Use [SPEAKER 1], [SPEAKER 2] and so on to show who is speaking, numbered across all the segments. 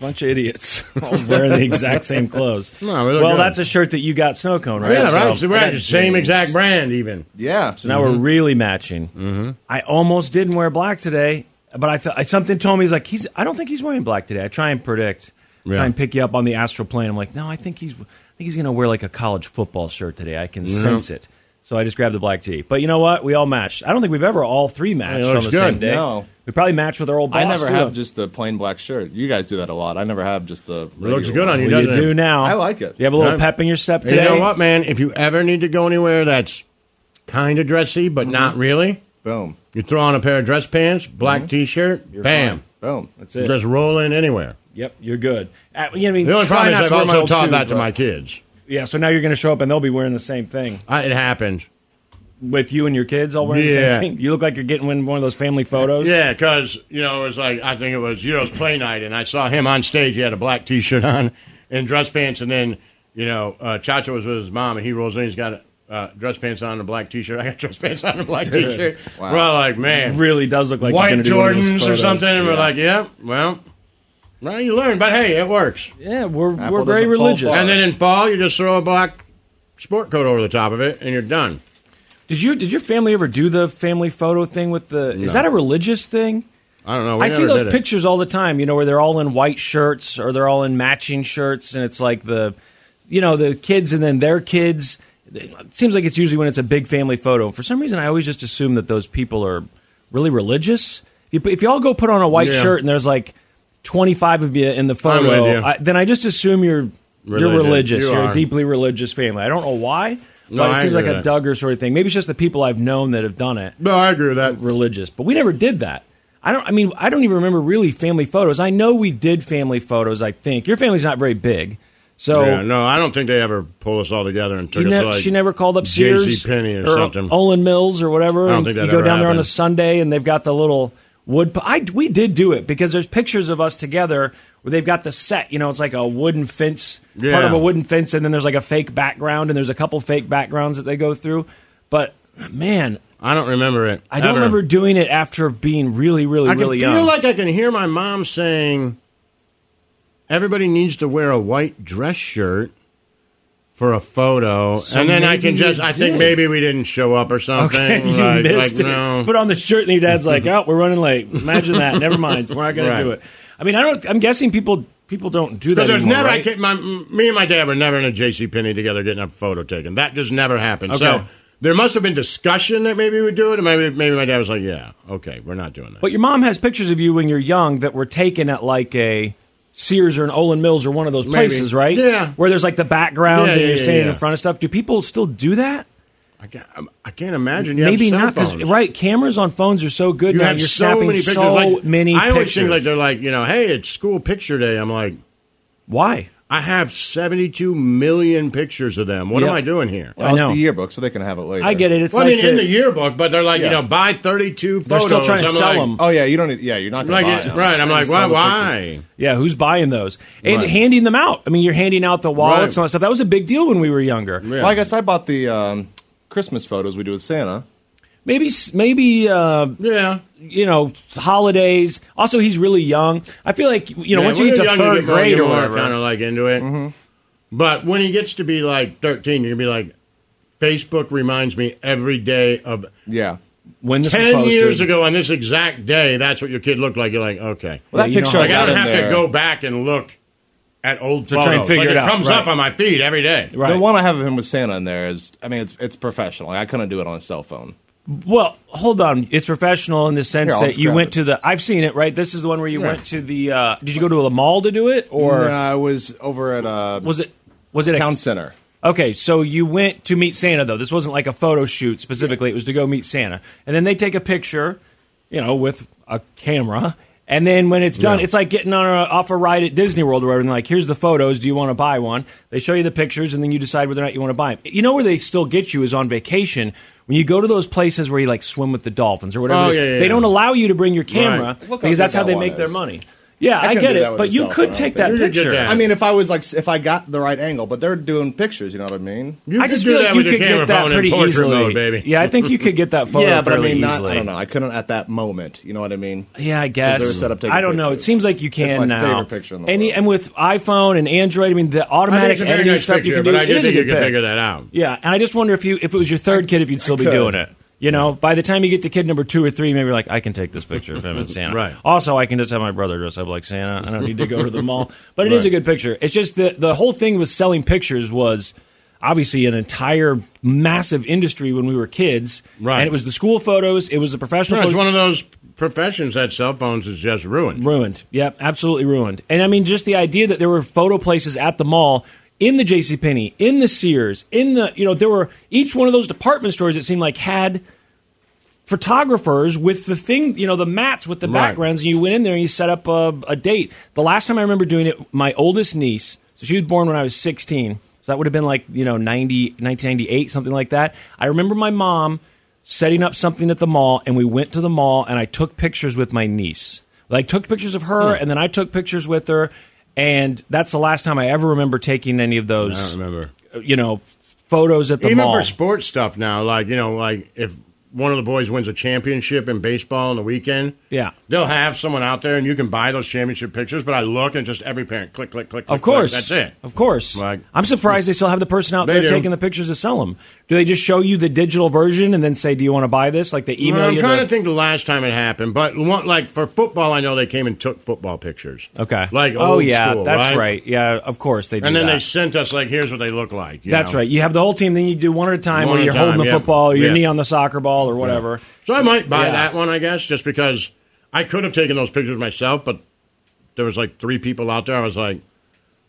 [SPEAKER 1] bunch of idiots all wearing the exact same clothes.
[SPEAKER 2] No, we look
[SPEAKER 1] well,
[SPEAKER 2] good.
[SPEAKER 1] that's a shirt that you got, snow cone, right?
[SPEAKER 2] yeah, right.
[SPEAKER 1] So-
[SPEAKER 2] right. Same exact brand, even.
[SPEAKER 3] Yeah.
[SPEAKER 1] So now we're really matching. Mm-hmm. I almost didn't wear black today, but I thought something told me he's like he's. I don't think he's wearing black today. I try and predict,
[SPEAKER 2] Yeah.
[SPEAKER 1] try and pick you up on the astral plane. I'm like, no, I think he's. I think he's going to wear like a college football shirt today. I can sense it. So I just grabbed the black tee. But you know what? We all matched. I don't think we've ever all three matched on
[SPEAKER 2] looks
[SPEAKER 1] the
[SPEAKER 2] good.
[SPEAKER 1] same day.
[SPEAKER 4] No.
[SPEAKER 1] We probably matched with our old boss.
[SPEAKER 4] I never
[SPEAKER 1] too.
[SPEAKER 4] have just a plain black shirt. You guys do that a lot. I never have just the.
[SPEAKER 2] It looks
[SPEAKER 4] regular
[SPEAKER 2] good
[SPEAKER 4] one.
[SPEAKER 2] on you,
[SPEAKER 1] Well, you
[SPEAKER 2] doesn't
[SPEAKER 1] do
[SPEAKER 2] it?
[SPEAKER 1] now.
[SPEAKER 4] I like it.
[SPEAKER 1] You have a little
[SPEAKER 2] Yeah.
[SPEAKER 1] pep in your step
[SPEAKER 2] Hey,
[SPEAKER 1] today.
[SPEAKER 2] You know what, man? If you ever need to go anywhere that's kind of dressy, but
[SPEAKER 1] Mm-hmm.
[SPEAKER 2] not really,
[SPEAKER 4] Boom,
[SPEAKER 2] you throw on a pair of dress pants, black t shirt, bam.
[SPEAKER 4] boom.
[SPEAKER 1] Mm-hmm. That's it.
[SPEAKER 2] Just roll in anywhere.
[SPEAKER 1] Yep, you're good. Uh, you know, I mean,
[SPEAKER 2] The only
[SPEAKER 1] try
[SPEAKER 2] problem
[SPEAKER 1] not
[SPEAKER 2] is I've
[SPEAKER 1] to wear my
[SPEAKER 2] also
[SPEAKER 1] old
[SPEAKER 2] taught
[SPEAKER 1] shoes,
[SPEAKER 2] that to
[SPEAKER 1] but-
[SPEAKER 2] my kids.
[SPEAKER 1] Yeah, so now you're going to show up and they'll be wearing the same thing
[SPEAKER 2] I, it happens.
[SPEAKER 1] with you and your kids all wearing the
[SPEAKER 2] Yeah.
[SPEAKER 1] same thing. You look like you're getting one one of those family photos.
[SPEAKER 2] Yeah, because you know it was like I think it was Euros play night, and I saw him on stage. He had a black T-shirt on and dress pants, and then you know uh, Chacho was with his mom, and he rolls in. He's got uh, dress pants on and a black T-shirt. I got dress pants on and a black T-shirt. We're all like,
[SPEAKER 1] It
[SPEAKER 2] man,
[SPEAKER 1] really does look like
[SPEAKER 2] white
[SPEAKER 1] you're gonna do one of those
[SPEAKER 2] Jordans or
[SPEAKER 1] photos.
[SPEAKER 2] something. And we're like, yeah, well, well, you learn, but hey, it works.
[SPEAKER 1] Yeah, we're
[SPEAKER 4] Apple
[SPEAKER 1] we're very
[SPEAKER 4] doesn't fall
[SPEAKER 1] religious.
[SPEAKER 4] far.
[SPEAKER 2] And then in fall, you just throw a black sport coat over the top of it, and you're done.
[SPEAKER 1] did you did your family ever do the family photo thing with the? Is that a religious thing?
[SPEAKER 2] I don't know. We
[SPEAKER 1] I see
[SPEAKER 2] never
[SPEAKER 1] those
[SPEAKER 2] did it.
[SPEAKER 1] pictures all the time, you know, where they're all in white shirts or they're all in matching shirts, and it's like the, you know, the kids and then their kids. It seems like it's usually when it's a big family photo. For some reason, I always just assume that those people are really religious. If you, put- if you all go put on a white
[SPEAKER 2] Yeah.
[SPEAKER 1] shirt and there's like 25 of you in the
[SPEAKER 2] I'm
[SPEAKER 1] photo,
[SPEAKER 2] with you.
[SPEAKER 1] I, then I just assume you're
[SPEAKER 2] Religion.
[SPEAKER 1] you're religious.
[SPEAKER 2] You
[SPEAKER 1] You are
[SPEAKER 2] are.
[SPEAKER 1] a deeply religious family. I don't know why, but
[SPEAKER 2] No,
[SPEAKER 1] it
[SPEAKER 2] I
[SPEAKER 1] seems like
[SPEAKER 2] agree
[SPEAKER 1] a
[SPEAKER 2] with that.
[SPEAKER 1] Duggar sort of thing. Maybe it's just the people I've known that have done it
[SPEAKER 2] No, I agree with that.
[SPEAKER 1] religious, but we never did that. I don't. I mean, I don't even remember really family photos. I know we did family photos. I think your family's not very big, so
[SPEAKER 2] Yeah, no, I don't think they ever pull us all together and took
[SPEAKER 1] you
[SPEAKER 2] us
[SPEAKER 1] ne-
[SPEAKER 2] to, like
[SPEAKER 1] she never called up Sears,
[SPEAKER 2] JC Penney or,
[SPEAKER 1] or
[SPEAKER 2] something.
[SPEAKER 1] Olin Mills or whatever.
[SPEAKER 2] I don't
[SPEAKER 1] and
[SPEAKER 2] think that
[SPEAKER 1] you go
[SPEAKER 2] ever
[SPEAKER 1] down there on a
[SPEAKER 2] happened.
[SPEAKER 1] Sunday and they've got the little wood. p- I we did do it because there's pictures of us together where they've got the set. You know, it's like a wooden fence, part
[SPEAKER 2] Yeah.
[SPEAKER 1] of a wooden fence, and then there's like a fake background, and there's a couple fake backgrounds that they go through. But man,
[SPEAKER 2] I don't remember it.
[SPEAKER 1] I don't
[SPEAKER 2] ever.
[SPEAKER 1] remember doing it after being really, really,
[SPEAKER 2] I can
[SPEAKER 1] really
[SPEAKER 2] feel
[SPEAKER 1] young.
[SPEAKER 2] like I can hear my mom saying, "Everybody needs to wear a white dress shirt." For a photo,
[SPEAKER 1] So
[SPEAKER 2] and then I
[SPEAKER 1] maybe
[SPEAKER 2] can
[SPEAKER 1] you
[SPEAKER 2] just—I think
[SPEAKER 1] did.
[SPEAKER 2] maybe we didn't show up or something.
[SPEAKER 1] Okay, you
[SPEAKER 2] like,
[SPEAKER 1] missed
[SPEAKER 2] like,
[SPEAKER 1] it.
[SPEAKER 2] No.
[SPEAKER 1] Put on the shirt, and your dad's like, "Oh, we're running late. Imagine that. Never mind. We're not going
[SPEAKER 2] Right.
[SPEAKER 1] to do it." I mean, I don't. I'm guessing people people don't do that
[SPEAKER 2] Because there's
[SPEAKER 1] anymore.
[SPEAKER 2] never, I
[SPEAKER 1] right?
[SPEAKER 2] can, my, me and my dad were never in a J.C. Penney together getting a photo taken. That just never happened. So
[SPEAKER 1] Okay.
[SPEAKER 2] there must have been discussion that maybe we'd do it, and maybe maybe my dad was like, "Yeah, okay, we're not doing that."
[SPEAKER 1] But your mom has pictures of you when you're young that were taken at like a Sears or an Olin Mills or one of those
[SPEAKER 2] Maybe.
[SPEAKER 1] places, right?
[SPEAKER 2] Yeah.
[SPEAKER 1] Where there's like the background
[SPEAKER 2] Yeah,
[SPEAKER 1] and
[SPEAKER 2] yeah,
[SPEAKER 1] you're
[SPEAKER 2] yeah,
[SPEAKER 1] standing
[SPEAKER 2] yeah.
[SPEAKER 1] in front of stuff. Do people still do that?
[SPEAKER 2] I can't, I'm- I can't imagine. You
[SPEAKER 1] Maybe
[SPEAKER 2] have cell
[SPEAKER 1] not because
[SPEAKER 2] phones.
[SPEAKER 1] right cameras on phones are so good
[SPEAKER 2] You
[SPEAKER 1] now.
[SPEAKER 2] have
[SPEAKER 1] You're
[SPEAKER 2] so
[SPEAKER 1] snapping
[SPEAKER 2] many pictures.
[SPEAKER 1] so
[SPEAKER 2] like,
[SPEAKER 1] many
[SPEAKER 2] I always
[SPEAKER 1] pictures.
[SPEAKER 2] think like they're like you know, hey, it's school picture day. I'm like,
[SPEAKER 1] Why?
[SPEAKER 2] I have 72 million pictures of them. What
[SPEAKER 1] Yep.
[SPEAKER 2] am I doing here?
[SPEAKER 4] Well, it's
[SPEAKER 1] know.
[SPEAKER 4] the yearbook, so they can have it later.
[SPEAKER 1] I get it. It's
[SPEAKER 2] Well, I
[SPEAKER 1] like
[SPEAKER 2] mean, in
[SPEAKER 1] the-
[SPEAKER 2] the yearbook, but they're like, you
[SPEAKER 4] Yeah.
[SPEAKER 2] know, buy 32 photos.
[SPEAKER 1] they're still trying to
[SPEAKER 2] I'm
[SPEAKER 1] sell
[SPEAKER 2] like,
[SPEAKER 1] them.
[SPEAKER 4] Oh yeah, you don't. need Yeah, you're not gonna
[SPEAKER 2] Like,
[SPEAKER 4] buy
[SPEAKER 2] it's-
[SPEAKER 4] it.
[SPEAKER 2] right. I'm like, why?
[SPEAKER 4] Sell the pictures.
[SPEAKER 2] Why?
[SPEAKER 1] Yeah, who's buying those and
[SPEAKER 4] Right.
[SPEAKER 1] handing them out? I mean, you're handing out the wallets
[SPEAKER 2] Right.
[SPEAKER 1] and all that stuff. That was a big deal when we were younger.
[SPEAKER 4] Well, I guess I bought the um, Christmas photos we do with Santa.
[SPEAKER 1] Maybe, s- maybe uh,
[SPEAKER 2] Yeah.
[SPEAKER 1] you know, holidays. Also, he's really young. I feel like you know,
[SPEAKER 2] Yeah,
[SPEAKER 1] once
[SPEAKER 2] when
[SPEAKER 1] you get
[SPEAKER 2] you're
[SPEAKER 1] to
[SPEAKER 2] younger,
[SPEAKER 1] third
[SPEAKER 2] you're probably
[SPEAKER 1] grade or
[SPEAKER 2] more
[SPEAKER 1] whatever, Mm-hmm.
[SPEAKER 2] kind of like into it. But when he gets to be like 13, you're gonna be like, Facebook reminds me every day of
[SPEAKER 4] Yeah.
[SPEAKER 1] when this was
[SPEAKER 2] ten
[SPEAKER 1] posted.
[SPEAKER 2] years ago on this exact day. That's what your kid looked like. You're like, okay,
[SPEAKER 4] Well, that
[SPEAKER 1] you know
[SPEAKER 4] picture
[SPEAKER 1] how-
[SPEAKER 4] I
[SPEAKER 2] like I
[SPEAKER 4] got
[SPEAKER 2] don't
[SPEAKER 4] in
[SPEAKER 2] have
[SPEAKER 4] there,
[SPEAKER 2] to go back and look at old to
[SPEAKER 1] try
[SPEAKER 2] photos.
[SPEAKER 1] and figure
[SPEAKER 2] like,
[SPEAKER 1] it out,
[SPEAKER 2] comes
[SPEAKER 1] right.
[SPEAKER 2] up on my feed every day.
[SPEAKER 1] Right.
[SPEAKER 4] The one I have of him with Santa in there is, I mean, it's it's professional. Like, I couldn't do it on a cell phone.
[SPEAKER 1] Well, hold on. It's professional in the sense
[SPEAKER 4] Here, I'll
[SPEAKER 1] that
[SPEAKER 4] just
[SPEAKER 1] you
[SPEAKER 4] grab
[SPEAKER 1] went
[SPEAKER 4] it.
[SPEAKER 1] to the. I've seen it. Right. This is the one where you went to the. Uh, did you go to a mall to do it, or
[SPEAKER 4] I was over at uh,
[SPEAKER 1] was it? Was it a
[SPEAKER 4] Town Center.
[SPEAKER 1] Okay, so you went to meet Santa though. This wasn't like a photo shoot specifically. It was to go meet Santa, and then they take a picture, you know, with a camera. And then when it's done, it's like getting on a, off a ride at Disney World or whatever. And like, here's the photos. Do you want to buy one? They show you the pictures, and then you decide whether or not you want to buy them. You know where they still get you is on vacation when you go to those places where you like swim with the dolphins or whatever.
[SPEAKER 2] Oh,
[SPEAKER 1] it is.
[SPEAKER 2] yeah, yeah,
[SPEAKER 1] they don't
[SPEAKER 2] yeah.
[SPEAKER 1] allow you to bring your camera
[SPEAKER 4] Look how
[SPEAKER 1] because that's
[SPEAKER 4] big
[SPEAKER 1] how
[SPEAKER 4] that
[SPEAKER 1] they
[SPEAKER 4] one
[SPEAKER 1] make their
[SPEAKER 4] is.
[SPEAKER 1] money. Yeah, I,
[SPEAKER 4] couldn't
[SPEAKER 1] get
[SPEAKER 4] do that
[SPEAKER 1] it,
[SPEAKER 4] with
[SPEAKER 1] but
[SPEAKER 4] a
[SPEAKER 1] you
[SPEAKER 4] cell
[SPEAKER 1] could
[SPEAKER 4] phone, I
[SPEAKER 1] take
[SPEAKER 4] don't
[SPEAKER 1] that
[SPEAKER 2] think. You could get
[SPEAKER 1] picture.
[SPEAKER 2] that.
[SPEAKER 4] I mean, if I was like, if I got the right angle, but they're doing pictures, you know what I mean?
[SPEAKER 2] You
[SPEAKER 1] I
[SPEAKER 2] could
[SPEAKER 1] just
[SPEAKER 2] do
[SPEAKER 1] feel
[SPEAKER 2] that
[SPEAKER 1] like you
[SPEAKER 2] with your
[SPEAKER 1] could
[SPEAKER 2] camera
[SPEAKER 1] get that
[SPEAKER 2] phone in
[SPEAKER 1] pretty
[SPEAKER 2] portrait
[SPEAKER 1] easily,
[SPEAKER 2] mode, baby.
[SPEAKER 1] Yeah, I think you could get that photo
[SPEAKER 4] yeah, but I
[SPEAKER 1] fairly
[SPEAKER 4] mean, not,
[SPEAKER 1] easily.
[SPEAKER 4] I don't know. I couldn't at that moment. You know what I mean?
[SPEAKER 1] Yeah, I
[SPEAKER 4] Is there
[SPEAKER 1] guess.
[SPEAKER 4] a setup taking
[SPEAKER 1] I don't know. It
[SPEAKER 4] pictures?
[SPEAKER 1] seems like you can
[SPEAKER 4] That's my
[SPEAKER 1] now.
[SPEAKER 4] favorite picture in the
[SPEAKER 1] and,
[SPEAKER 4] world.
[SPEAKER 1] and with iPhone and Android, I mean, the automatic
[SPEAKER 2] it's a very
[SPEAKER 1] editing
[SPEAKER 2] nice
[SPEAKER 1] stuff you
[SPEAKER 2] picture,
[SPEAKER 1] can do.
[SPEAKER 2] but I
[SPEAKER 1] it
[SPEAKER 2] do
[SPEAKER 1] is a
[SPEAKER 2] think you
[SPEAKER 1] good
[SPEAKER 2] can
[SPEAKER 1] pic.
[SPEAKER 2] figure that out.
[SPEAKER 1] Yeah, and I just wonder if you, if it was your third kid, if you'd still be
[SPEAKER 4] could.
[SPEAKER 1] doing it. You know, by the time you get to kid number two or three, maybe you're like, I can take this picture of him and Santa.
[SPEAKER 2] Right.
[SPEAKER 1] Also, I can just have my brother dress up like Santa. I don't need to go to the mall. But it is a good picture. It's just the the whole thing with selling pictures was obviously an entire massive industry when we were kids.
[SPEAKER 2] Right.
[SPEAKER 1] And it was the school photos. It was the professional.
[SPEAKER 2] It's
[SPEAKER 1] photos
[SPEAKER 2] one of those professions that cell phones is just ruined.
[SPEAKER 1] ruined. Yep, absolutely ruined. And I mean, just the idea that there were photo places at the mall, in the J.C. Penney, in the Sears, in the you know there were each one of those department stores. It seemed like had photographers with the thing, you know, the mats with the
[SPEAKER 2] Right.
[SPEAKER 1] backgrounds, and you went in there and you set up a, a date. The last time I remember doing it, my oldest niece, so she was born when I was 16, so that would have been like, you know, 90, 1998, something like that. I remember my mom setting up something at the mall, and we went to the mall, and I took pictures with my niece. Like, took pictures of
[SPEAKER 2] Hmm.
[SPEAKER 1] her, and then I took pictures with her, and that's the last time I ever remember taking any of
[SPEAKER 2] I
[SPEAKER 1] those,
[SPEAKER 2] don't remember.
[SPEAKER 1] you know, photos at the
[SPEAKER 2] Even
[SPEAKER 1] mall.
[SPEAKER 2] for sports stuff now, like you know, like if one of the boys wins a championship in baseball on the weekend,
[SPEAKER 1] Yeah.
[SPEAKER 2] they'll have someone out there and you can buy those championship pictures. But I look and just every parent click, click, click.
[SPEAKER 1] Of
[SPEAKER 2] click,
[SPEAKER 1] course,
[SPEAKER 2] click. that's it.
[SPEAKER 1] Of course,
[SPEAKER 2] Like-
[SPEAKER 1] I'm surprised they still have the person out
[SPEAKER 2] They
[SPEAKER 1] there
[SPEAKER 2] do.
[SPEAKER 1] taking the pictures to sell them. Do they just show you the digital version and then say, "Do you want to buy this?" Like they email
[SPEAKER 2] Well, I'm
[SPEAKER 1] you.
[SPEAKER 2] trying
[SPEAKER 1] the-
[SPEAKER 2] to think the last time it happened, but one, like for football, I know they came and took football pictures.
[SPEAKER 1] okay,
[SPEAKER 2] like
[SPEAKER 1] oh
[SPEAKER 2] old
[SPEAKER 1] yeah,
[SPEAKER 2] school,
[SPEAKER 1] that's
[SPEAKER 2] right?
[SPEAKER 1] right? Yeah, of course they do.
[SPEAKER 2] And then
[SPEAKER 1] that.
[SPEAKER 2] they sent us like, here's what they look like. you
[SPEAKER 1] that's
[SPEAKER 2] know?
[SPEAKER 1] right. You have the whole team, then you do one at a time,
[SPEAKER 2] One
[SPEAKER 1] where
[SPEAKER 2] at a
[SPEAKER 1] you're
[SPEAKER 2] time,
[SPEAKER 1] holding the
[SPEAKER 2] yeah.
[SPEAKER 1] football, or your
[SPEAKER 2] Yeah.
[SPEAKER 1] knee on the soccer ball, or whatever.
[SPEAKER 2] So I might buy
[SPEAKER 1] Yeah.
[SPEAKER 2] that one, I guess, just because I could have taken those pictures myself, but there was like three people out there. I was like,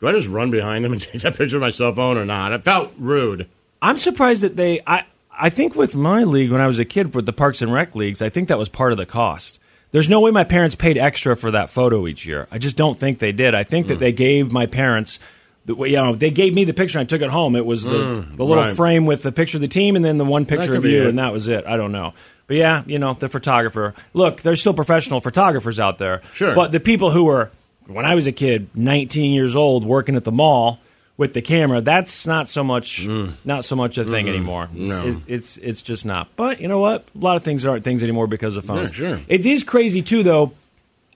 [SPEAKER 2] do I just run behind them and take that picture of my cell phone or not? It felt rude.
[SPEAKER 1] I'm surprised that they. I I think with my league when I was a kid with the Parks and Rec leagues, I think that was part of the cost. There's no way my parents paid extra for that photo each year. I just don't think they did. I think that they gave my parents. The, you know, they gave me the picture. and I took it home. It was the, the little
[SPEAKER 2] right.
[SPEAKER 1] frame with the picture of the team and then the one picture
[SPEAKER 2] could
[SPEAKER 1] of
[SPEAKER 2] be
[SPEAKER 1] you,
[SPEAKER 2] it.
[SPEAKER 1] and that was it. I don't know, but yeah, you know, the photographer. Look, there's still professional photographers out there.
[SPEAKER 2] Sure.
[SPEAKER 1] but the people who were when I was a kid, 19 years old, working at the mall with the camera, that's not so much
[SPEAKER 2] Mm.
[SPEAKER 1] not so much a thing anymore. It's, it's, it's it's just not. But you know what? A lot of things aren't things anymore because of phones.
[SPEAKER 2] sure.
[SPEAKER 1] It is crazy too, though.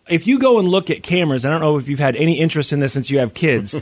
[SPEAKER 1] If you go and look at cameras, I don't know if you've had any interest in this since you have kids,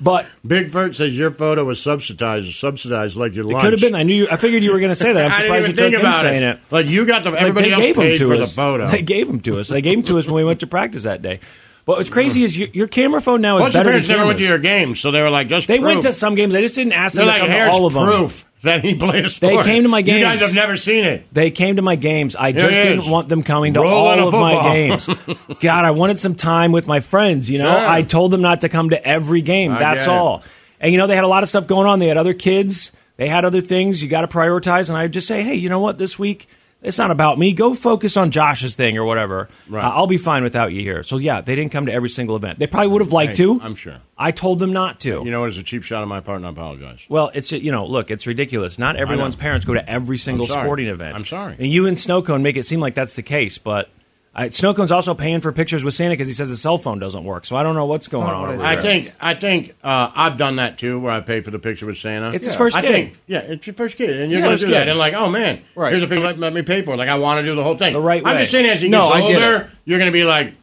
[SPEAKER 1] but
[SPEAKER 2] Bigfoot says your photo was subsidized, subsidized like your
[SPEAKER 1] it
[SPEAKER 2] lunch.
[SPEAKER 1] could have been. I knew. You, I figured you were going to say that. I'm
[SPEAKER 2] I didn't
[SPEAKER 1] surprised
[SPEAKER 2] even
[SPEAKER 1] it took
[SPEAKER 2] think
[SPEAKER 1] him
[SPEAKER 2] about
[SPEAKER 1] saying
[SPEAKER 2] it.
[SPEAKER 1] it.
[SPEAKER 2] Like you got the
[SPEAKER 1] It's like
[SPEAKER 2] everybody
[SPEAKER 1] they gave
[SPEAKER 2] else paid
[SPEAKER 1] them
[SPEAKER 2] for
[SPEAKER 1] to
[SPEAKER 2] the
[SPEAKER 1] us.
[SPEAKER 2] photo.
[SPEAKER 1] They gave them to us. They gave them to us when we went to practice that day. But what's crazy is your, your camera phone now is
[SPEAKER 2] Plus, your
[SPEAKER 1] better
[SPEAKER 2] parents
[SPEAKER 1] than
[SPEAKER 2] never went to
[SPEAKER 1] cameras.
[SPEAKER 2] your games, so they were like, just
[SPEAKER 1] They
[SPEAKER 2] proof.
[SPEAKER 1] went to some games. I just didn't ask
[SPEAKER 2] They're
[SPEAKER 1] them
[SPEAKER 2] like,
[SPEAKER 1] to come to
[SPEAKER 2] here's
[SPEAKER 1] all of them.
[SPEAKER 2] proof that he played a sport.
[SPEAKER 1] came to my
[SPEAKER 2] You guys
[SPEAKER 1] games.
[SPEAKER 2] have never seen it.
[SPEAKER 1] They came to my games. I just
[SPEAKER 2] it
[SPEAKER 1] didn't
[SPEAKER 2] is.
[SPEAKER 1] want them coming to
[SPEAKER 2] Roll on
[SPEAKER 1] all
[SPEAKER 2] a
[SPEAKER 1] of my
[SPEAKER 2] football.
[SPEAKER 1] games. God, I wanted some time with my friends. You know,
[SPEAKER 2] Sure.
[SPEAKER 1] I told them not to come to every game.
[SPEAKER 2] I
[SPEAKER 1] That's
[SPEAKER 2] get it.
[SPEAKER 1] all. And you know, they had a lot of stuff going on. They had other kids. They had other things you got to prioritize, and I just say, hey, you know what? This week it's not about me. Go focus on Josh's thing or whatever. Uh, I'll be fine without you here. So yeah, they didn't come to every single event. They probably would have liked
[SPEAKER 2] Hey,
[SPEAKER 1] to.
[SPEAKER 2] I'm sure.
[SPEAKER 1] I told them not to.
[SPEAKER 2] You know, it was a cheap shot on my part, and I apologize.
[SPEAKER 1] Well, it's you know, look, it's ridiculous. Not everyone's parents go to every single
[SPEAKER 2] sorry.
[SPEAKER 1] sporting event.
[SPEAKER 2] I'm sorry.
[SPEAKER 1] And you and Snowcone make it seem like that's the case, but I, Snowcone's also paying for pictures with Santa because he says his cell phone doesn't work. So I don't know what's going on. Over
[SPEAKER 2] I
[SPEAKER 1] there.
[SPEAKER 2] think I think uh, I've done that too, where I paid for the picture with Santa.
[SPEAKER 1] It's his first
[SPEAKER 2] I
[SPEAKER 1] kid.
[SPEAKER 2] think, yeah, it's your first kid, and
[SPEAKER 1] his
[SPEAKER 2] you're going
[SPEAKER 1] first
[SPEAKER 2] to do that,
[SPEAKER 1] kid.
[SPEAKER 2] and like, oh man,
[SPEAKER 4] Right.
[SPEAKER 2] here's a picture. Let, let me pay for it. Like I want to do the whole thing
[SPEAKER 1] The right
[SPEAKER 2] I'm
[SPEAKER 1] way.
[SPEAKER 2] just saying, as he
[SPEAKER 4] No,
[SPEAKER 2] gets
[SPEAKER 4] I get
[SPEAKER 2] older, you're going to be like,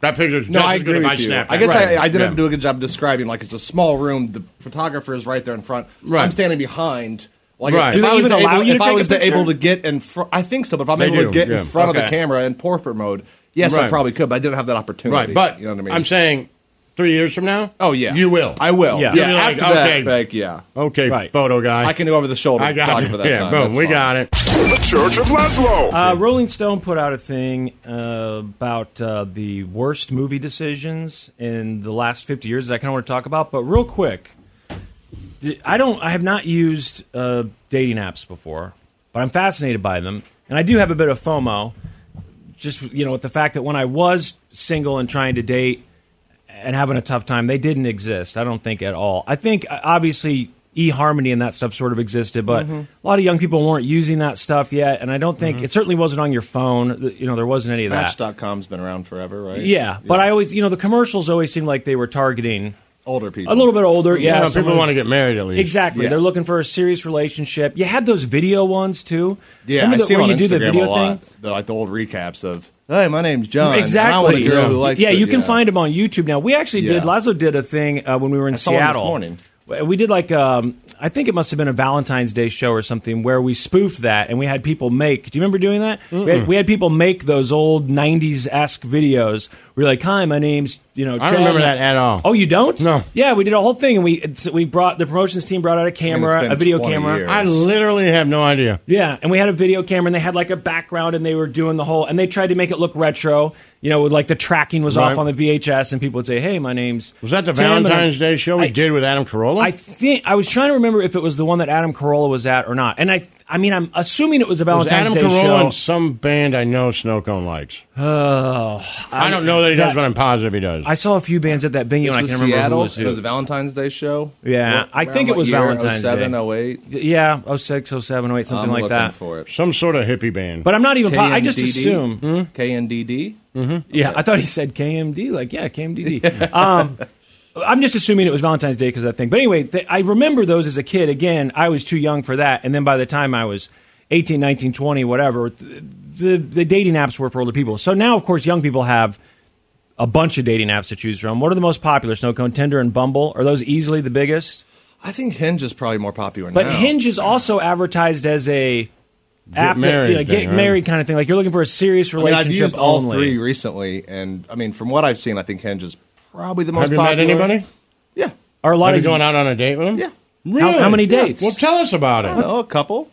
[SPEAKER 2] that picture's
[SPEAKER 4] No,
[SPEAKER 2] just
[SPEAKER 4] I
[SPEAKER 2] as
[SPEAKER 4] agree
[SPEAKER 2] good if
[SPEAKER 4] with
[SPEAKER 2] I
[SPEAKER 4] you.
[SPEAKER 2] snap.
[SPEAKER 4] I
[SPEAKER 2] that.
[SPEAKER 4] guess I, I didn't
[SPEAKER 2] Yeah.
[SPEAKER 4] do a good job describing. Like it's a small room. The photographer is right there in front.
[SPEAKER 2] Right.
[SPEAKER 4] I'm standing behind. Like
[SPEAKER 2] Right.
[SPEAKER 4] if
[SPEAKER 2] Do
[SPEAKER 4] I
[SPEAKER 1] they
[SPEAKER 4] was
[SPEAKER 1] even
[SPEAKER 4] able-
[SPEAKER 1] allow you to
[SPEAKER 4] if I
[SPEAKER 1] take a
[SPEAKER 4] was
[SPEAKER 1] picture?
[SPEAKER 4] able to get in front, I think so. But if I'm
[SPEAKER 2] They
[SPEAKER 4] able
[SPEAKER 2] do,
[SPEAKER 4] to get
[SPEAKER 2] yeah.
[SPEAKER 4] in front of
[SPEAKER 1] Okay.
[SPEAKER 4] the camera in portrait mode, yes,
[SPEAKER 2] Right.
[SPEAKER 4] I probably could. But I didn't have that opportunity.
[SPEAKER 2] right, but
[SPEAKER 4] you know what I mean?
[SPEAKER 2] I'm saying, three years from now,
[SPEAKER 4] oh yeah,
[SPEAKER 2] you will.
[SPEAKER 4] I will.
[SPEAKER 1] Yeah.
[SPEAKER 4] Yeah,
[SPEAKER 1] You'll
[SPEAKER 2] be like,
[SPEAKER 4] after
[SPEAKER 2] okay.
[SPEAKER 4] that, like, yeah.
[SPEAKER 2] Okay,
[SPEAKER 1] Right.
[SPEAKER 2] photo guy.
[SPEAKER 4] I can do over the shoulder.
[SPEAKER 2] I got
[SPEAKER 4] photographer
[SPEAKER 2] it.
[SPEAKER 4] That
[SPEAKER 2] yeah,
[SPEAKER 4] time.
[SPEAKER 2] boom.
[SPEAKER 4] That's
[SPEAKER 2] we
[SPEAKER 4] fine.
[SPEAKER 2] got it.
[SPEAKER 5] The Church of Laszlo.
[SPEAKER 1] Uh, Rolling Stone put out a thing uh, about uh, the worst movie decisions in the last 50 years that I kind of want to talk about. But real quick, d- I don't, I have not used uh, dating apps before, but I'm fascinated by them, and I do have a bit of FOMO, just you know, with the fact that when I was single and trying to date and having a tough time, they didn't exist. I don't think at all. I think uh, obviously eHarmony and that stuff sort of existed, but
[SPEAKER 4] Mm-hmm.
[SPEAKER 1] a lot of young people weren't using that stuff yet, and I don't think it certainly wasn't on your phone. Th- You know, there wasn't any of that.
[SPEAKER 4] Match.com's been around forever, right?
[SPEAKER 1] Yeah, but I always, you know, the commercials always seemed like they were targeting
[SPEAKER 4] older people.
[SPEAKER 1] a little bit older. Yeah,
[SPEAKER 2] Well,
[SPEAKER 1] someone-
[SPEAKER 2] people want to get married at least.
[SPEAKER 1] Exactly.
[SPEAKER 4] Yeah.
[SPEAKER 1] They're looking for a serious relationship. You had those video ones too.
[SPEAKER 4] Yeah,
[SPEAKER 1] Remember
[SPEAKER 4] I
[SPEAKER 1] the-
[SPEAKER 4] see
[SPEAKER 1] where
[SPEAKER 4] them
[SPEAKER 1] you
[SPEAKER 4] on
[SPEAKER 1] do the
[SPEAKER 4] Instagram
[SPEAKER 1] video
[SPEAKER 4] a lot.
[SPEAKER 1] thing.
[SPEAKER 4] The, like the old recaps of, "Hey, my name's John. and I want
[SPEAKER 1] Exactly.
[SPEAKER 4] a girl
[SPEAKER 1] yeah.
[SPEAKER 4] who likes."
[SPEAKER 1] Yeah,
[SPEAKER 4] to-"
[SPEAKER 1] you can find them on YouTube now. We actually did.
[SPEAKER 4] Yeah.
[SPEAKER 1] Lazo did a thing uh, when we were in
[SPEAKER 4] I saw him this
[SPEAKER 1] Seattle
[SPEAKER 4] morning.
[SPEAKER 1] We did like um, I think it must have been a Valentine's Day show or something where we spoofed that and we had people make. Do you remember doing that? We had, we had people make those old '90s esque videos. We're like, "Hi, my name's you know."
[SPEAKER 2] I
[SPEAKER 1] John."
[SPEAKER 2] don't remember that at all.
[SPEAKER 1] Oh, you don't?
[SPEAKER 2] No.
[SPEAKER 1] Yeah, we did a whole thing, and we it's, we brought the promotions team brought out a camera,
[SPEAKER 4] been
[SPEAKER 1] a video
[SPEAKER 4] 20
[SPEAKER 1] camera.
[SPEAKER 4] years.
[SPEAKER 2] I literally have no idea.
[SPEAKER 1] Yeah, and we had a video camera, and they had like a background, and they were doing the whole, and they tried to make it look retro. You know, with like the tracking was
[SPEAKER 2] Right.
[SPEAKER 1] off on the VHS, and people would say, "Hey, my name's."
[SPEAKER 2] Was that the
[SPEAKER 1] Tim," and I-
[SPEAKER 2] Valentine's Day show we
[SPEAKER 1] I-
[SPEAKER 2] did with Adam Carolla?
[SPEAKER 1] I think I was trying to remember if it was the one that Adam Carolla was at or not, and I, I mean, I'm assuming it was a
[SPEAKER 2] was
[SPEAKER 1] Valentine's
[SPEAKER 2] Adam
[SPEAKER 1] Day
[SPEAKER 2] Carolla
[SPEAKER 1] show.
[SPEAKER 2] in some band I know Snowcone likes. I don't know that he does,
[SPEAKER 1] Oh, that-
[SPEAKER 2] but I'm positive he does.
[SPEAKER 1] I saw a few bands at that venue,
[SPEAKER 4] This
[SPEAKER 1] and I
[SPEAKER 4] was
[SPEAKER 1] can't remember
[SPEAKER 4] Seattle.
[SPEAKER 1] who was
[SPEAKER 4] It was a
[SPEAKER 1] who.
[SPEAKER 4] Valentine's Day show.
[SPEAKER 1] Yeah,
[SPEAKER 4] Around
[SPEAKER 1] I think it
[SPEAKER 4] what
[SPEAKER 1] was
[SPEAKER 4] year?
[SPEAKER 1] Valentine's
[SPEAKER 4] 07,
[SPEAKER 1] Day.
[SPEAKER 4] 08?
[SPEAKER 1] Yeah, 06, 07, 08, something
[SPEAKER 4] I'm
[SPEAKER 1] like
[SPEAKER 4] looking
[SPEAKER 1] that.
[SPEAKER 4] for it.
[SPEAKER 2] some sort of hippie band.
[SPEAKER 1] But I'm not even. po- I just
[SPEAKER 4] KNDD?
[SPEAKER 1] assume.
[SPEAKER 4] Hmm?
[SPEAKER 1] Mm-hmm.
[SPEAKER 4] KNDD.
[SPEAKER 1] Yeah, I thought he said KMD. Like, yeah, KMDD. um, I'm just assuming it was Valentine's Day because of that thing. But anyway, th- I remember those as a kid. Again, I was too young for that. And then by the time I was 18, 19, 20, whatever, th- the, the dating apps were for older people. So now, of course, young people have a bunch of dating apps to choose from. What are the most popular? Snowcone, Tinder, and Bumble. Are those easily the biggest?
[SPEAKER 4] I think Hinge is probably more popular
[SPEAKER 1] But
[SPEAKER 4] now.
[SPEAKER 1] Hinge is also advertised as a app that, you
[SPEAKER 2] married
[SPEAKER 1] know,
[SPEAKER 2] thing,
[SPEAKER 1] get
[SPEAKER 2] right?
[SPEAKER 1] married kind of thing. Like you're looking for a serious
[SPEAKER 4] I mean,
[SPEAKER 1] relationship
[SPEAKER 4] I've used all
[SPEAKER 1] only.
[SPEAKER 4] three recently, and I mean, from what I've seen, I think Hinge is probably the most
[SPEAKER 2] have you met
[SPEAKER 4] popular.
[SPEAKER 2] anybody?
[SPEAKER 4] Yeah.
[SPEAKER 1] Are a lot
[SPEAKER 2] Have you
[SPEAKER 1] of
[SPEAKER 2] gone out on a date with him?
[SPEAKER 4] Yeah.
[SPEAKER 2] Really?
[SPEAKER 1] How- how many
[SPEAKER 2] Yeah.
[SPEAKER 1] dates?
[SPEAKER 2] Well, tell us about it.
[SPEAKER 4] Oh, a couple.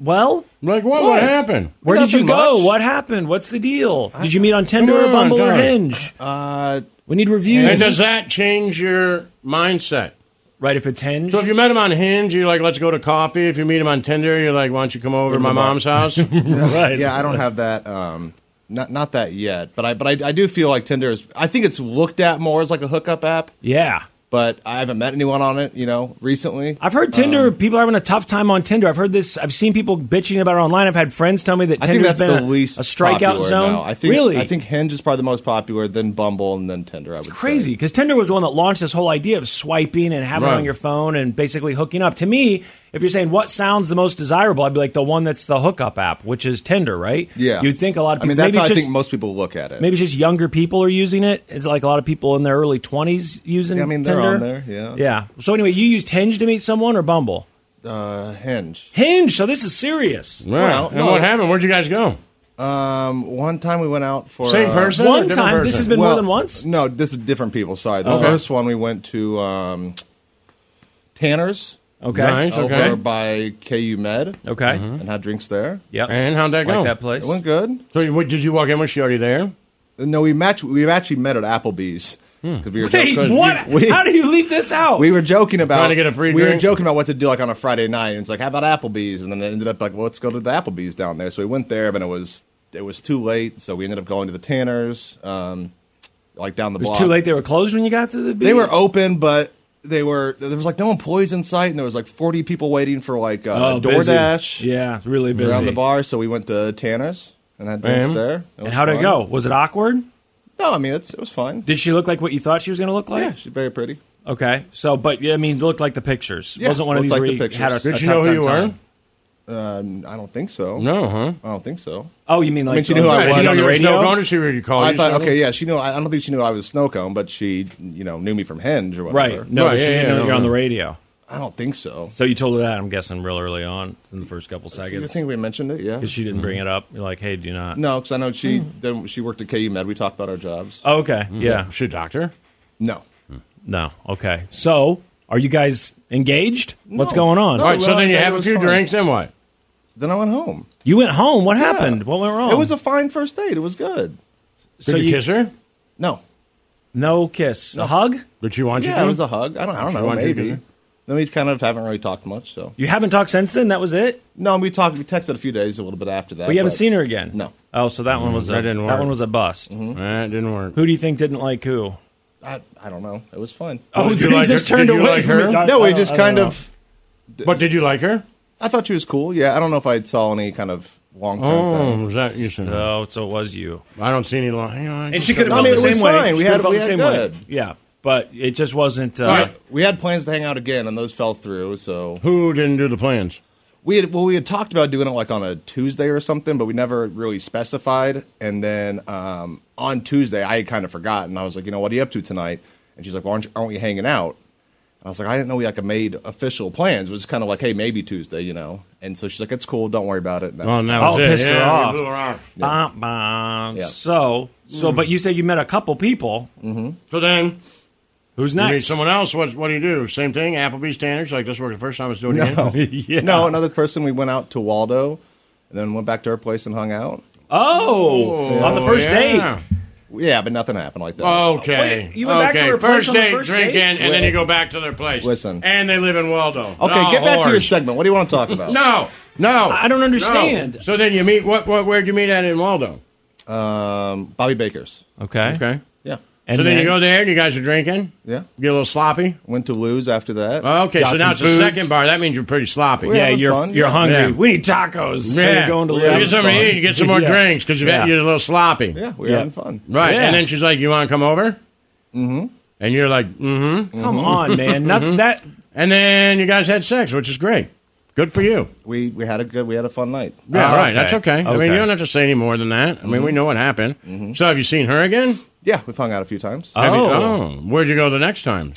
[SPEAKER 1] Well,
[SPEAKER 2] Like, what,
[SPEAKER 4] What?
[SPEAKER 2] what happened?
[SPEAKER 1] Where did you
[SPEAKER 4] Nothing
[SPEAKER 1] go?
[SPEAKER 4] much.
[SPEAKER 1] What happened? What's the deal? Did you meet on Tinder
[SPEAKER 2] Come
[SPEAKER 1] or
[SPEAKER 2] on,
[SPEAKER 1] Bumble or
[SPEAKER 2] darn.
[SPEAKER 1] Hinge?
[SPEAKER 4] Uh,
[SPEAKER 1] We need reviews.
[SPEAKER 2] And does that change your mindset?
[SPEAKER 1] right, if it's Hinge.
[SPEAKER 2] So if you met him on Hinge, you're like, let's go to coffee. If you meet him on Tinder, you're like, why don't you come over to my mom's house? right.
[SPEAKER 4] yeah, I don't have that. Um, not not that yet, but I but I, I do feel like Tinder is. I think it's looked at more as like a hookup app,
[SPEAKER 1] yeah.
[SPEAKER 4] but I haven't met anyone on it. You know, recently. Um,
[SPEAKER 1] I've heard Tinder, people are having a tough time on Tinder. I've heard this. I've seen people bitching about it online. I've had friends tell me that
[SPEAKER 4] I think
[SPEAKER 1] Tinder's
[SPEAKER 4] that's
[SPEAKER 1] been
[SPEAKER 4] the
[SPEAKER 1] a,
[SPEAKER 4] least
[SPEAKER 1] a strikeout
[SPEAKER 4] popular
[SPEAKER 1] zone.
[SPEAKER 4] Now. I think
[SPEAKER 1] really?
[SPEAKER 4] I think Hinge is probably the most popular, then Bumble, and then Tinder. I would
[SPEAKER 1] crazy because Tinder was the one that launched this whole idea of swiping and having it
[SPEAKER 2] Right.
[SPEAKER 1] on your phone and basically hooking up. To me, if you're saying what sounds the most desirable, I'd be like the one that's the hookup app, which is Tinder, right?
[SPEAKER 4] Say. Yeah,
[SPEAKER 1] You'd think a lot of people.
[SPEAKER 4] I mean, that's
[SPEAKER 1] maybe
[SPEAKER 4] how
[SPEAKER 1] it's
[SPEAKER 4] I
[SPEAKER 1] just,
[SPEAKER 4] think most people look at it.
[SPEAKER 1] Maybe it's just younger people are using it. Is it like a lot of people in their early twenties using?
[SPEAKER 4] Yeah, I mean, they're
[SPEAKER 1] Tinder?
[SPEAKER 4] on there, yeah.
[SPEAKER 1] Yeah. So anyway, you used Hinge to meet someone or Bumble?
[SPEAKER 4] uh, Hinge.
[SPEAKER 1] Hinge. So this is serious.
[SPEAKER 2] Wow. and
[SPEAKER 4] no.
[SPEAKER 2] what happened? Where'd you guys go?
[SPEAKER 4] Um, one time we went out for
[SPEAKER 2] Same
[SPEAKER 4] uh,
[SPEAKER 2] person?
[SPEAKER 1] One
[SPEAKER 2] or different
[SPEAKER 1] time. This
[SPEAKER 2] person?
[SPEAKER 1] has been more than once.
[SPEAKER 4] No, this is different people. Sorry, the
[SPEAKER 2] Okay.
[SPEAKER 4] first one we went to um, Tanner's
[SPEAKER 1] Okay.
[SPEAKER 2] Nice. Okay. Mm-hmm.
[SPEAKER 4] over by KU Med
[SPEAKER 1] Okay.
[SPEAKER 4] and had drinks there.
[SPEAKER 1] Yep.
[SPEAKER 2] And how'd that
[SPEAKER 1] like
[SPEAKER 2] go?
[SPEAKER 1] that
[SPEAKER 4] It
[SPEAKER 1] place.
[SPEAKER 4] went good.
[SPEAKER 2] So, what, did you walk in? Was she already there?
[SPEAKER 4] No, we match. We've actually met at Applebee's.
[SPEAKER 1] Hmm.
[SPEAKER 2] Hmm.
[SPEAKER 4] because we were
[SPEAKER 1] Wait,
[SPEAKER 4] joking.
[SPEAKER 1] what?
[SPEAKER 4] We,
[SPEAKER 1] How do you leave this out?
[SPEAKER 4] we were joking about
[SPEAKER 2] to get a free
[SPEAKER 4] We were
[SPEAKER 2] drink?
[SPEAKER 4] joking about what to do like on a Friday night, and it's like, how about Applebee's? And then it ended up like, well, let's go to the Applebee's down there. So we went there, but it was it was too late, so we ended up going to the Tanners, um, like down the
[SPEAKER 1] it
[SPEAKER 4] block.
[SPEAKER 1] was too late. They were closed when you got to the beach.
[SPEAKER 4] They were open, but they were there was like no employees in sight, and there was like forty people waiting for like uh,
[SPEAKER 1] Oh, busy.
[SPEAKER 4] DoorDash
[SPEAKER 1] Yeah, really busy.
[SPEAKER 4] around the bar. So we went to Tanner's and had drinks
[SPEAKER 2] Mhm.
[SPEAKER 4] there.
[SPEAKER 1] And
[SPEAKER 4] was
[SPEAKER 1] how'd it
[SPEAKER 4] fun.
[SPEAKER 1] go? Was it awkward?
[SPEAKER 4] No, I mean it's it was fine.
[SPEAKER 1] Did she look like what you thought she was going to look
[SPEAKER 4] yeah,
[SPEAKER 1] like?
[SPEAKER 4] she's very pretty.
[SPEAKER 1] Okay. So, but yeah, I mean, looked like the pictures.
[SPEAKER 4] Yeah,
[SPEAKER 1] Wasn't one of these
[SPEAKER 4] looked
[SPEAKER 1] where
[SPEAKER 4] like
[SPEAKER 1] you
[SPEAKER 4] the
[SPEAKER 1] had a, a
[SPEAKER 4] pictures.
[SPEAKER 2] Did you
[SPEAKER 1] tough
[SPEAKER 2] know who
[SPEAKER 1] time
[SPEAKER 2] you
[SPEAKER 1] time.
[SPEAKER 2] were?
[SPEAKER 4] Um, I don't think so.
[SPEAKER 2] No, huh?
[SPEAKER 4] I don't think so.
[SPEAKER 1] Oh, you mean like
[SPEAKER 4] she knew who I
[SPEAKER 2] Did
[SPEAKER 4] was.
[SPEAKER 2] you
[SPEAKER 1] on
[SPEAKER 2] know
[SPEAKER 1] the
[SPEAKER 2] you were
[SPEAKER 1] radio?
[SPEAKER 2] Snow Cone? Did she really call
[SPEAKER 4] I
[SPEAKER 2] you
[SPEAKER 4] thought,
[SPEAKER 2] Snow Cone?
[SPEAKER 4] okay, yeah, she knew. I I don't think she knew I was snow cone, but she, you know, knew me from Hinge or whatever.
[SPEAKER 1] Right. No,
[SPEAKER 2] Right,
[SPEAKER 1] she
[SPEAKER 2] yeah,
[SPEAKER 1] didn't
[SPEAKER 2] yeah,
[SPEAKER 1] know
[SPEAKER 2] no,
[SPEAKER 1] you're on
[SPEAKER 2] no.
[SPEAKER 1] the radio.
[SPEAKER 4] I don't think so.
[SPEAKER 1] So you told her that, I'm guessing, real early on in the first couple
[SPEAKER 4] I
[SPEAKER 1] seconds.
[SPEAKER 4] think we mentioned it. Yeah.
[SPEAKER 1] Because she didn't
[SPEAKER 2] Mm-hmm.
[SPEAKER 1] bring it up. Hmm. You're like, hey, do you not.
[SPEAKER 4] no, because I know she then she worked at KU Med. We talked about our jobs.
[SPEAKER 1] Oh, okay. Yeah.
[SPEAKER 2] Mm-hmm. She a doctor? Hmm.
[SPEAKER 4] no.
[SPEAKER 1] No. Okay. So, are you guys engaged? What's
[SPEAKER 4] No.
[SPEAKER 1] going on?
[SPEAKER 4] No.
[SPEAKER 2] All right, so
[SPEAKER 4] well,
[SPEAKER 2] then you
[SPEAKER 4] it
[SPEAKER 2] have a
[SPEAKER 4] was
[SPEAKER 2] few
[SPEAKER 4] fun.
[SPEAKER 2] drinks, then what?
[SPEAKER 4] Then I went home.
[SPEAKER 1] You went home. What
[SPEAKER 4] Yeah.
[SPEAKER 1] happened? What went wrong?
[SPEAKER 4] It was a fine first date. It was good.
[SPEAKER 2] Did you, kiss her?
[SPEAKER 4] No.
[SPEAKER 1] no kiss. A hug?
[SPEAKER 2] Did she want you
[SPEAKER 4] Yeah,
[SPEAKER 2] to?
[SPEAKER 4] it was a hug. I don't. I don't
[SPEAKER 2] She
[SPEAKER 4] know.
[SPEAKER 2] wanted you to
[SPEAKER 4] Maybe.
[SPEAKER 2] do
[SPEAKER 4] Then we kind of haven't really talked much. So
[SPEAKER 1] You haven't talked since then? That was it?
[SPEAKER 4] no, we talked. We texted a few days, a little bit after that.
[SPEAKER 1] But you haven't
[SPEAKER 4] but-
[SPEAKER 1] seen her again?
[SPEAKER 4] No. Mm-hmm.
[SPEAKER 1] Oh, so that one was a,
[SPEAKER 2] Mm-hmm. that
[SPEAKER 1] that,
[SPEAKER 2] didn't work.
[SPEAKER 1] one was a bust.
[SPEAKER 2] Eh, it didn't work.
[SPEAKER 1] Who do you think didn't like who?
[SPEAKER 4] I, I don't know. It was fun.
[SPEAKER 1] Oh,
[SPEAKER 2] did you
[SPEAKER 1] they
[SPEAKER 2] like
[SPEAKER 1] just
[SPEAKER 2] her?
[SPEAKER 1] turned
[SPEAKER 2] Did you
[SPEAKER 1] away
[SPEAKER 2] like
[SPEAKER 1] from
[SPEAKER 2] her?
[SPEAKER 1] me. I-
[SPEAKER 4] No,
[SPEAKER 1] I
[SPEAKER 4] we
[SPEAKER 1] don't-
[SPEAKER 4] just
[SPEAKER 1] I don't
[SPEAKER 4] kind
[SPEAKER 1] know.
[SPEAKER 4] of.
[SPEAKER 2] But did you like her?
[SPEAKER 4] I thought she was cool. Yeah, I don't know if I saw any kind of long term
[SPEAKER 2] Oh,
[SPEAKER 4] thing.
[SPEAKER 2] was that you said?
[SPEAKER 1] Oh, so it was you.
[SPEAKER 2] I don't see any line. Hang on.
[SPEAKER 1] And she could
[SPEAKER 4] No,
[SPEAKER 1] have
[SPEAKER 4] I
[SPEAKER 1] felt
[SPEAKER 4] mean,
[SPEAKER 1] the
[SPEAKER 4] it was
[SPEAKER 1] same way.
[SPEAKER 4] fine. We
[SPEAKER 1] She could
[SPEAKER 4] had-
[SPEAKER 1] have felt
[SPEAKER 4] we
[SPEAKER 1] the
[SPEAKER 4] had
[SPEAKER 1] same way.
[SPEAKER 4] good.
[SPEAKER 1] Yeah, but it just wasn't. Uh,
[SPEAKER 4] But we had plans to hang out again, and those fell through. So
[SPEAKER 2] Who didn't do the plans?
[SPEAKER 4] we had well, we had talked about doing it like on a Tuesday or something, but we never really specified. And then um, on Tuesday, I had kind of forgotten. I was like, you know, what are you up to tonight? And she's like, well, aren't, you- aren't we hanging out? And I was like, I didn't know we like made official plans. It was kind of like, hey, maybe Tuesday, you know. And so she's like, it's cool. Don't worry about it. And that
[SPEAKER 2] Oh,
[SPEAKER 4] was-
[SPEAKER 2] and that
[SPEAKER 1] Oh,
[SPEAKER 2] was it.
[SPEAKER 1] pissed her
[SPEAKER 2] Yeah, we
[SPEAKER 1] off.
[SPEAKER 2] blew her off.
[SPEAKER 1] Bom, bom.
[SPEAKER 4] Yeah.
[SPEAKER 1] So, oh, so, but you said you met a couple people.
[SPEAKER 4] Mm-hmm.
[SPEAKER 2] So then,
[SPEAKER 1] Who's
[SPEAKER 2] you meet
[SPEAKER 1] next?
[SPEAKER 2] someone else. What, what do you do? Same thing? Applebee's, Tanner's? Like, this worked the first time I was doing it
[SPEAKER 4] No.
[SPEAKER 2] again?
[SPEAKER 1] Yeah.
[SPEAKER 4] No, another person. We went out to Waldo, and then went back to her place and hung out.
[SPEAKER 1] Oh, on the first
[SPEAKER 2] yeah.
[SPEAKER 1] date.
[SPEAKER 4] Yeah, but nothing happened like that.
[SPEAKER 2] Okay.
[SPEAKER 1] Wait, you went back to
[SPEAKER 2] okay.
[SPEAKER 1] her place
[SPEAKER 2] first
[SPEAKER 1] on the
[SPEAKER 2] date,
[SPEAKER 1] first
[SPEAKER 2] drinking,
[SPEAKER 1] date?
[SPEAKER 2] and then you go back to their place.
[SPEAKER 4] Listen.
[SPEAKER 2] And they live in Waldo.
[SPEAKER 4] okay,
[SPEAKER 2] No,
[SPEAKER 4] get back to your
[SPEAKER 2] whores.
[SPEAKER 4] segment. What do you want to talk about?
[SPEAKER 2] Oh, No, no.
[SPEAKER 1] I don't understand.
[SPEAKER 2] No. So then you meet, what, what, where'd you meet at in Waldo?
[SPEAKER 4] Um, Bobby Baker's.
[SPEAKER 1] Okay.
[SPEAKER 2] Okay.
[SPEAKER 4] Yeah,
[SPEAKER 1] And
[SPEAKER 2] so then, you go there and you guys are drinking?
[SPEAKER 4] yeah.
[SPEAKER 2] Get a little sloppy?
[SPEAKER 4] Went to lose after that.
[SPEAKER 2] Okay,
[SPEAKER 1] Got
[SPEAKER 2] so
[SPEAKER 1] some
[SPEAKER 2] now it's the
[SPEAKER 1] food.
[SPEAKER 2] second bar. That means you're pretty sloppy.
[SPEAKER 4] We're
[SPEAKER 1] Yeah,
[SPEAKER 4] having
[SPEAKER 1] you're
[SPEAKER 4] fun,
[SPEAKER 1] you're
[SPEAKER 4] yeah.
[SPEAKER 1] hungry.
[SPEAKER 2] Yeah.
[SPEAKER 1] We need tacos. So
[SPEAKER 2] Yeah.
[SPEAKER 1] you're going to
[SPEAKER 2] You
[SPEAKER 1] live.
[SPEAKER 2] get something to eat, you get some more
[SPEAKER 1] Yeah.
[SPEAKER 2] drinks because you've
[SPEAKER 1] Yeah.
[SPEAKER 2] had, you're a little sloppy.
[SPEAKER 4] yeah, we were
[SPEAKER 1] Yeah.
[SPEAKER 4] having fun. Mm-hmm.
[SPEAKER 2] Right.
[SPEAKER 1] Yeah.
[SPEAKER 2] And then she's like, You want to come over? Mm hmm. And you're like, Mm hmm.
[SPEAKER 1] Come on, man. Not, that
[SPEAKER 2] And then you guys had sex, which is great. Good for you.
[SPEAKER 4] We we had a good we had a fun night.
[SPEAKER 2] Yeah,
[SPEAKER 1] Oh,
[SPEAKER 2] right.
[SPEAKER 1] okay.
[SPEAKER 2] That's okay. I mean,
[SPEAKER 1] Okay.
[SPEAKER 2] you don't have to say any more than that. I mean, we know what happened. So have you seen her again?
[SPEAKER 4] Mm-hmm. Yeah, we've hung out a few times.
[SPEAKER 2] Have you-
[SPEAKER 1] Oh.
[SPEAKER 2] oh. Where'd you go the next time?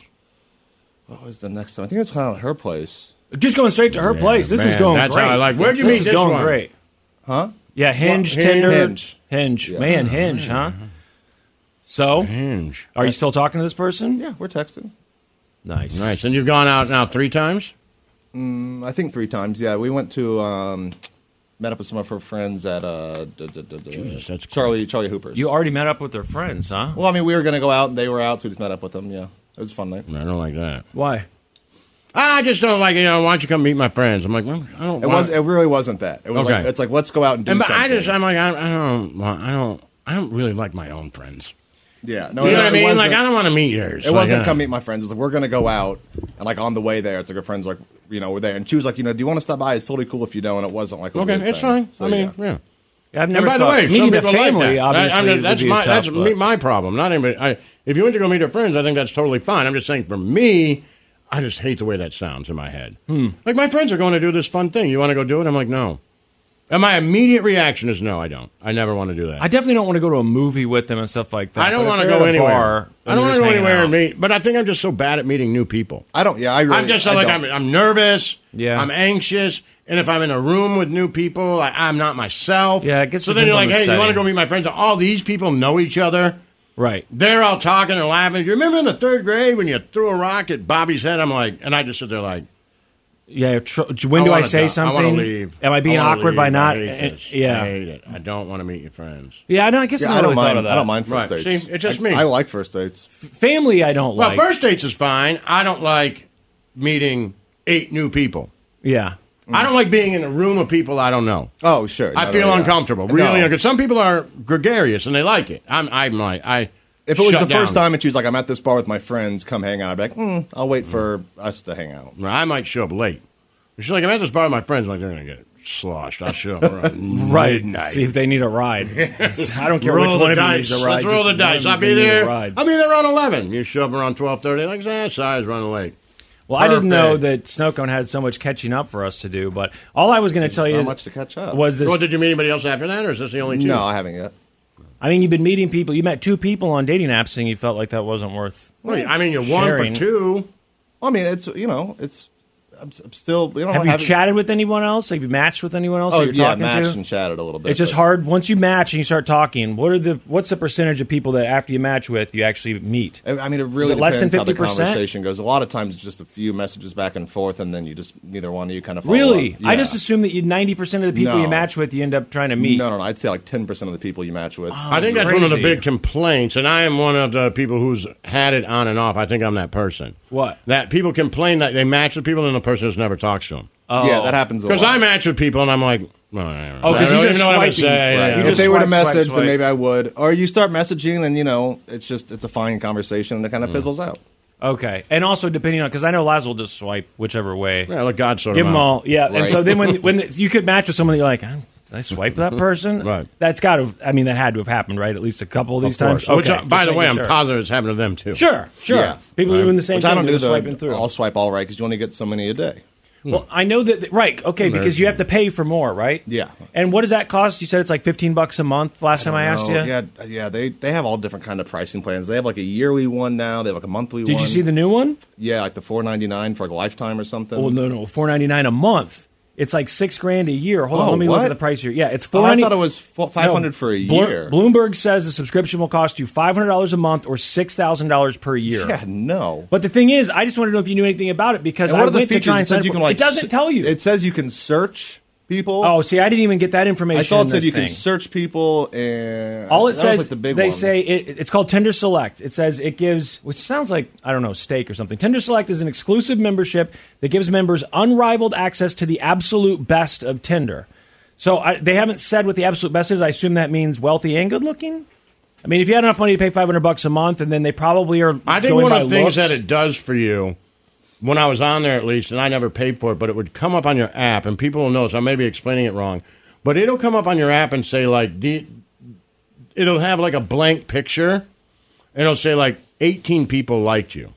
[SPEAKER 4] what was the next time? I think it was kind of her place.
[SPEAKER 1] just going straight to her place. This is
[SPEAKER 2] man,
[SPEAKER 1] going
[SPEAKER 2] that's
[SPEAKER 1] great.
[SPEAKER 2] how I like- where'd you
[SPEAKER 1] this
[SPEAKER 2] meet
[SPEAKER 1] is
[SPEAKER 2] this
[SPEAKER 1] going
[SPEAKER 2] one?
[SPEAKER 1] great.
[SPEAKER 4] Huh?
[SPEAKER 1] Yeah, Hinge,
[SPEAKER 2] Hinge.
[SPEAKER 1] Tinder,
[SPEAKER 4] Hinge.
[SPEAKER 1] Hinge.
[SPEAKER 4] Yeah.
[SPEAKER 1] Man, Hinge, huh? So,
[SPEAKER 2] Mm-hmm. Hinge.
[SPEAKER 1] are you still talking to this person?
[SPEAKER 4] Yeah, we're texting.
[SPEAKER 1] Nice.
[SPEAKER 2] Nice. And you've gone out now three times?
[SPEAKER 4] Mm, I think three times. Yeah, we went to um, met up with some of her friends at uh, duh, duh, duh, duh,
[SPEAKER 2] Jesus, that's cool.
[SPEAKER 4] Charlie Charlie Hooper's.
[SPEAKER 1] You already met up with their friends, huh?
[SPEAKER 4] Well, I mean, we were gonna go out, and they were out, so we just met up with them. Yeah, it was a fun night.
[SPEAKER 2] I don't like that.
[SPEAKER 1] Why?
[SPEAKER 2] I just don't like it. You know, why don't you come meet my friends? I'm like, well, I don't.
[SPEAKER 4] It
[SPEAKER 2] want-
[SPEAKER 4] was. It really wasn't that. It was
[SPEAKER 2] Okay.
[SPEAKER 4] like it's like let's go out and do
[SPEAKER 2] And but
[SPEAKER 4] something.
[SPEAKER 2] I just, I'm like, I, I don't, want- I don't, I don't really like my own friends.
[SPEAKER 4] yeah. No,
[SPEAKER 2] You
[SPEAKER 4] it,
[SPEAKER 2] know what I
[SPEAKER 4] it
[SPEAKER 2] mean?
[SPEAKER 4] wasn't-
[SPEAKER 2] Like, I don't want to meet yours.
[SPEAKER 4] It
[SPEAKER 2] Like,
[SPEAKER 4] wasn't
[SPEAKER 2] uh,
[SPEAKER 4] come meet my friends. It's like we're gonna go out, and like on the way there, it's like her friends like you know we're there, and she was like you know do you want to stop by? It's totally cool if you don't. And it wasn't like a
[SPEAKER 2] Okay,
[SPEAKER 4] weird
[SPEAKER 2] it's
[SPEAKER 4] thing.
[SPEAKER 2] fine.
[SPEAKER 4] So,
[SPEAKER 2] I mean, yeah.
[SPEAKER 1] I've never
[SPEAKER 2] And by the
[SPEAKER 1] thought-
[SPEAKER 2] way,
[SPEAKER 1] meeting
[SPEAKER 2] some
[SPEAKER 1] the
[SPEAKER 2] people like
[SPEAKER 1] family
[SPEAKER 2] that.
[SPEAKER 1] obviously
[SPEAKER 2] I, I'm,
[SPEAKER 1] would
[SPEAKER 2] that's
[SPEAKER 1] be
[SPEAKER 2] my
[SPEAKER 1] tough,
[SPEAKER 2] that's
[SPEAKER 1] but-
[SPEAKER 2] me- my problem. Not anybody. I, if you went to go meet your friends, I think that's totally fine. I'm just saying, for me, I just hate the way that sounds in my head.
[SPEAKER 1] Hmm.
[SPEAKER 2] Like my friends are going to do this fun thing. You want to go do it? I'm like, no. And my immediate reaction is no. I don't. I never want to do that.
[SPEAKER 1] I definitely don't want to go to a movie with them and stuff like that.
[SPEAKER 2] I don't
[SPEAKER 1] but if
[SPEAKER 2] want to
[SPEAKER 1] they're at
[SPEAKER 2] go
[SPEAKER 1] a
[SPEAKER 2] anywhere.
[SPEAKER 1] bar
[SPEAKER 2] I
[SPEAKER 1] and
[SPEAKER 2] don't
[SPEAKER 1] you're
[SPEAKER 2] want
[SPEAKER 1] just
[SPEAKER 2] to go
[SPEAKER 1] hanging
[SPEAKER 2] anywhere
[SPEAKER 1] out.
[SPEAKER 2] and meet. But I think I'm just so bad at meeting new people.
[SPEAKER 4] I don't. Yeah, I really.
[SPEAKER 2] I'm just
[SPEAKER 4] I
[SPEAKER 2] like
[SPEAKER 4] don't.
[SPEAKER 2] I'm, I'm nervous.
[SPEAKER 1] Yeah.
[SPEAKER 2] I'm anxious, and if I'm in a room with new people, I, I'm not myself.
[SPEAKER 1] Yeah, it gets-
[SPEAKER 2] so.
[SPEAKER 1] depends
[SPEAKER 2] Then you're
[SPEAKER 1] on
[SPEAKER 2] like,
[SPEAKER 1] the
[SPEAKER 2] hey, you want to
[SPEAKER 1] setting.
[SPEAKER 2] go meet my friends? All these people know each other.
[SPEAKER 1] Right.
[SPEAKER 2] They're all talking and laughing. You remember in the third grade when you threw a rock at Bobby's head? I'm like, and I just sit there like,
[SPEAKER 1] Yeah. Tr- when do I
[SPEAKER 2] wanna
[SPEAKER 1] say
[SPEAKER 2] die.
[SPEAKER 1] something?
[SPEAKER 2] I want to leave.
[SPEAKER 1] Am I being
[SPEAKER 2] wanna
[SPEAKER 1] awkward
[SPEAKER 2] leave.
[SPEAKER 1] by not? eh,
[SPEAKER 2] I hate this.
[SPEAKER 1] Yeah.
[SPEAKER 2] I hate it. I don't want to meet your friends.
[SPEAKER 1] Yeah. I don't. I guess
[SPEAKER 4] Yeah,
[SPEAKER 1] I,
[SPEAKER 4] I don't
[SPEAKER 1] really thought
[SPEAKER 4] mind.
[SPEAKER 1] of that.
[SPEAKER 4] I don't mind first
[SPEAKER 2] Right.
[SPEAKER 4] dates.
[SPEAKER 2] See, it's just
[SPEAKER 4] I-
[SPEAKER 2] me.
[SPEAKER 4] I like first dates.
[SPEAKER 1] Family. I don't
[SPEAKER 2] Well,
[SPEAKER 1] like.
[SPEAKER 2] first dates is fine. I don't like meeting eight new people.
[SPEAKER 1] yeah.
[SPEAKER 2] I don't like being in a room of people I don't know.
[SPEAKER 4] Oh, sure.
[SPEAKER 2] I
[SPEAKER 4] No,
[SPEAKER 2] feel
[SPEAKER 4] no, yeah.
[SPEAKER 2] uncomfortable.
[SPEAKER 4] No.
[SPEAKER 2] Really, because some people are gregarious and they like it. I'm, I'm like, I.
[SPEAKER 4] If it was
[SPEAKER 2] shut
[SPEAKER 4] the first
[SPEAKER 2] down.
[SPEAKER 4] time and she was like, I'm at this bar with my friends, come hang out, I'd be like, mm, I'll wait for us to hang out.
[SPEAKER 2] I might show up late. She's like, I'm at this bar with my friends. I'm like, they're gonna get sloshed. I'll show up around
[SPEAKER 1] Right.
[SPEAKER 2] midnight.
[SPEAKER 1] See if they need a ride. I don't care
[SPEAKER 2] Roll
[SPEAKER 1] which
[SPEAKER 2] the
[SPEAKER 1] one of you
[SPEAKER 2] dice.
[SPEAKER 1] needs a ride.
[SPEAKER 2] Let's
[SPEAKER 1] just
[SPEAKER 2] roll the
[SPEAKER 1] one of
[SPEAKER 2] dice.
[SPEAKER 1] you
[SPEAKER 2] I'll be
[SPEAKER 1] needs a
[SPEAKER 2] there.
[SPEAKER 1] ride.
[SPEAKER 2] I'll be there around eleven. You show up around twelve thirty. Like, ah, sorry, I was running late.
[SPEAKER 1] Well, I didn't
[SPEAKER 2] Perfect.
[SPEAKER 1] know that Snowcone had so much catching up for us to do, but all I was going to tell you
[SPEAKER 4] not
[SPEAKER 1] is-
[SPEAKER 4] much to catch up.
[SPEAKER 1] was this.
[SPEAKER 2] Well, did you meet anybody else after that, or is this the only two?
[SPEAKER 4] No, I haven't yet.
[SPEAKER 1] I mean, you've been meeting people. You met two people on dating apps, and you felt like that wasn't worth.
[SPEAKER 2] Wait, I mean, you're one
[SPEAKER 1] Sharing.
[SPEAKER 2] for two.
[SPEAKER 4] I mean, it's, you know, it's, I'm, I'm still, you know,
[SPEAKER 1] Have
[SPEAKER 4] I
[SPEAKER 1] you
[SPEAKER 4] haven't-
[SPEAKER 1] chatted with anyone else? Have you matched with anyone else
[SPEAKER 4] Oh,
[SPEAKER 1] that you're
[SPEAKER 4] yeah,
[SPEAKER 1] talking
[SPEAKER 4] matched
[SPEAKER 1] to?
[SPEAKER 4] and chatted a little bit.
[SPEAKER 1] It's just
[SPEAKER 4] but-
[SPEAKER 1] hard once you match and you start talking. What are the what's the percentage of people that after you match with you actually meet?
[SPEAKER 4] I I mean, it really
[SPEAKER 1] Is it less than
[SPEAKER 4] depends how the
[SPEAKER 1] 50%?
[SPEAKER 4] conversation goes. A lot of times, it's just a few messages back and forth, and then you just neither one of you kind of follow
[SPEAKER 1] Really,
[SPEAKER 4] up.
[SPEAKER 1] I
[SPEAKER 4] Yeah.
[SPEAKER 1] just assume that you ninety percent of the people you
[SPEAKER 4] No.
[SPEAKER 1] match with you end up trying to meet. Oh,
[SPEAKER 4] No, no, no. I'd say like ten percent of the people you match with.
[SPEAKER 2] I think that's one of the
[SPEAKER 1] Crazy.
[SPEAKER 2] big complaints, and I am one of the people who's had it on and off. I think I'm that person.
[SPEAKER 1] What?
[SPEAKER 2] That people complain that they match with people, and the person just never talks to them.
[SPEAKER 4] yeah, that happens a lot.
[SPEAKER 2] Because I match with people, and I'm like, oh, I
[SPEAKER 1] Oh,
[SPEAKER 2] don't
[SPEAKER 1] 'cause you
[SPEAKER 2] even
[SPEAKER 1] just
[SPEAKER 2] know what I'm gonna
[SPEAKER 1] swiping.
[SPEAKER 2] say.
[SPEAKER 1] Right.
[SPEAKER 2] Yeah.
[SPEAKER 1] You
[SPEAKER 4] if
[SPEAKER 1] just
[SPEAKER 4] they were to
[SPEAKER 1] swipe, swipe,
[SPEAKER 4] message,
[SPEAKER 1] swipe.
[SPEAKER 4] then maybe I would. Or you start messaging, and you know, it's just it's a fine conversation, and it
[SPEAKER 1] Mm.
[SPEAKER 4] kind of fizzles out.
[SPEAKER 1] Okay, and also depending on because I know Laz will just swipe whichever way.
[SPEAKER 2] Yeah, let God sort
[SPEAKER 1] Give
[SPEAKER 2] them
[SPEAKER 1] them
[SPEAKER 2] out.
[SPEAKER 1] all, yeah. And
[SPEAKER 4] Right.
[SPEAKER 1] so then when when the, you could match with someone, that you're like, "Huh, did I swipe that person?
[SPEAKER 2] Right.
[SPEAKER 1] That's got to. I mean, that had to have happened, right? At least a couple of these times.
[SPEAKER 2] Which, uh, by
[SPEAKER 1] just
[SPEAKER 2] the way,
[SPEAKER 1] making sure.
[SPEAKER 2] I'm positive it's happened to them too.
[SPEAKER 1] Sure, sure.
[SPEAKER 4] Yeah.
[SPEAKER 1] People are doing the same
[SPEAKER 4] Which
[SPEAKER 1] thing.
[SPEAKER 4] I don't
[SPEAKER 1] they're
[SPEAKER 4] do
[SPEAKER 1] just swiping
[SPEAKER 4] the
[SPEAKER 1] through.
[SPEAKER 4] I'll swipe all right because you only get so many a day.
[SPEAKER 1] Well, I know that. Right. Okay, because you have to pay for more, right?
[SPEAKER 4] Yeah.
[SPEAKER 1] And what does that cost? You said it's like fifteen bucks a month. Last time I asked
[SPEAKER 4] No,
[SPEAKER 1] you.
[SPEAKER 4] yeah, yeah. They they have all different kind of pricing plans. They have like a yearly one now. They have like a monthly
[SPEAKER 1] Did
[SPEAKER 4] one.
[SPEAKER 1] you see the new one?
[SPEAKER 4] Yeah, like the four ninety nine for like a lifetime or something.
[SPEAKER 1] Well, no, no, four ninety nine a month. It's like six grand a year. Hold on,
[SPEAKER 4] Oh,
[SPEAKER 1] let me look at
[SPEAKER 4] what?
[SPEAKER 1] the price here. Yeah, it's
[SPEAKER 4] Oh,
[SPEAKER 1] four.
[SPEAKER 4] I thought it was f- 500 for a year.
[SPEAKER 1] Bloomberg says the subscription will cost you five hundred dollars a month or six thousand dollars per year.
[SPEAKER 4] Yeah, no.
[SPEAKER 1] But the thing is, I just wanted to know if you knew anything about it because
[SPEAKER 4] And
[SPEAKER 1] I
[SPEAKER 4] what are the
[SPEAKER 1] went to
[SPEAKER 4] features?
[SPEAKER 1] try
[SPEAKER 4] It
[SPEAKER 1] and sign
[SPEAKER 4] says you
[SPEAKER 1] up
[SPEAKER 4] can
[SPEAKER 1] for-
[SPEAKER 4] like.
[SPEAKER 1] it doesn't
[SPEAKER 4] se-
[SPEAKER 1] tell you.
[SPEAKER 4] It says you can search people.
[SPEAKER 1] oh, see, I didn't even get that information.
[SPEAKER 4] I saw
[SPEAKER 1] in
[SPEAKER 4] it said
[SPEAKER 1] this
[SPEAKER 4] you can
[SPEAKER 1] thing.
[SPEAKER 4] search people and
[SPEAKER 1] All it
[SPEAKER 4] that
[SPEAKER 1] says,
[SPEAKER 4] was like the big
[SPEAKER 1] they
[SPEAKER 4] one.
[SPEAKER 1] say it, it's called Tinder Select. It says it gives, which sounds like I don't know, steak or something. Tinder Select is an exclusive membership that gives members unrivaled access to the absolute best of Tinder. So I, they haven't said what the absolute best is. I assume that means wealthy and good looking. I mean, if you had enough money to pay five hundred bucks a month, and then they probably are.
[SPEAKER 2] I think
[SPEAKER 1] going
[SPEAKER 2] one
[SPEAKER 1] by
[SPEAKER 2] of the
[SPEAKER 1] looks.
[SPEAKER 2] things that it does for you, when I was on there at least, and I never paid for it, but it would come up on your app, and people will notice. I may be explaining it wrong, but it'll come up on your app and say like, the- it'll have like a blank picture, and it'll say like, 18 people liked you,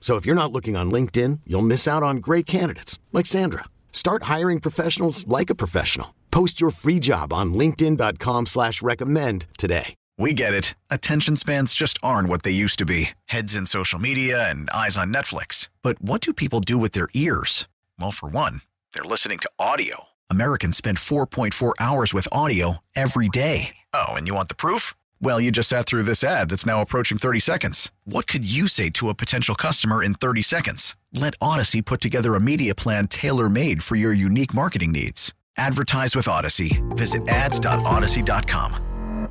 [SPEAKER 6] So if you're not looking on LinkedIn, you'll miss out on great candidates like Sandra. Start hiring professionals like a professional. Post your free job on linkedin.com/recommend slash recommend today.
[SPEAKER 7] We get it. Attention spans just aren't what they used to be heads in social media and eyes on Netflix. But what do people do with their ears? Well, for one, they're listening to audio. Americans spend 4.4 hours with audio every day. Oh, and you want the proof? Well, you just sat through this ad that's now approaching 30 seconds. What could you say to a potential customer in 30 seconds? Let Odyssey put together a media plan tailor made for your unique marketing needs. Advertise with Odyssey. Visit ads.odyssey.com.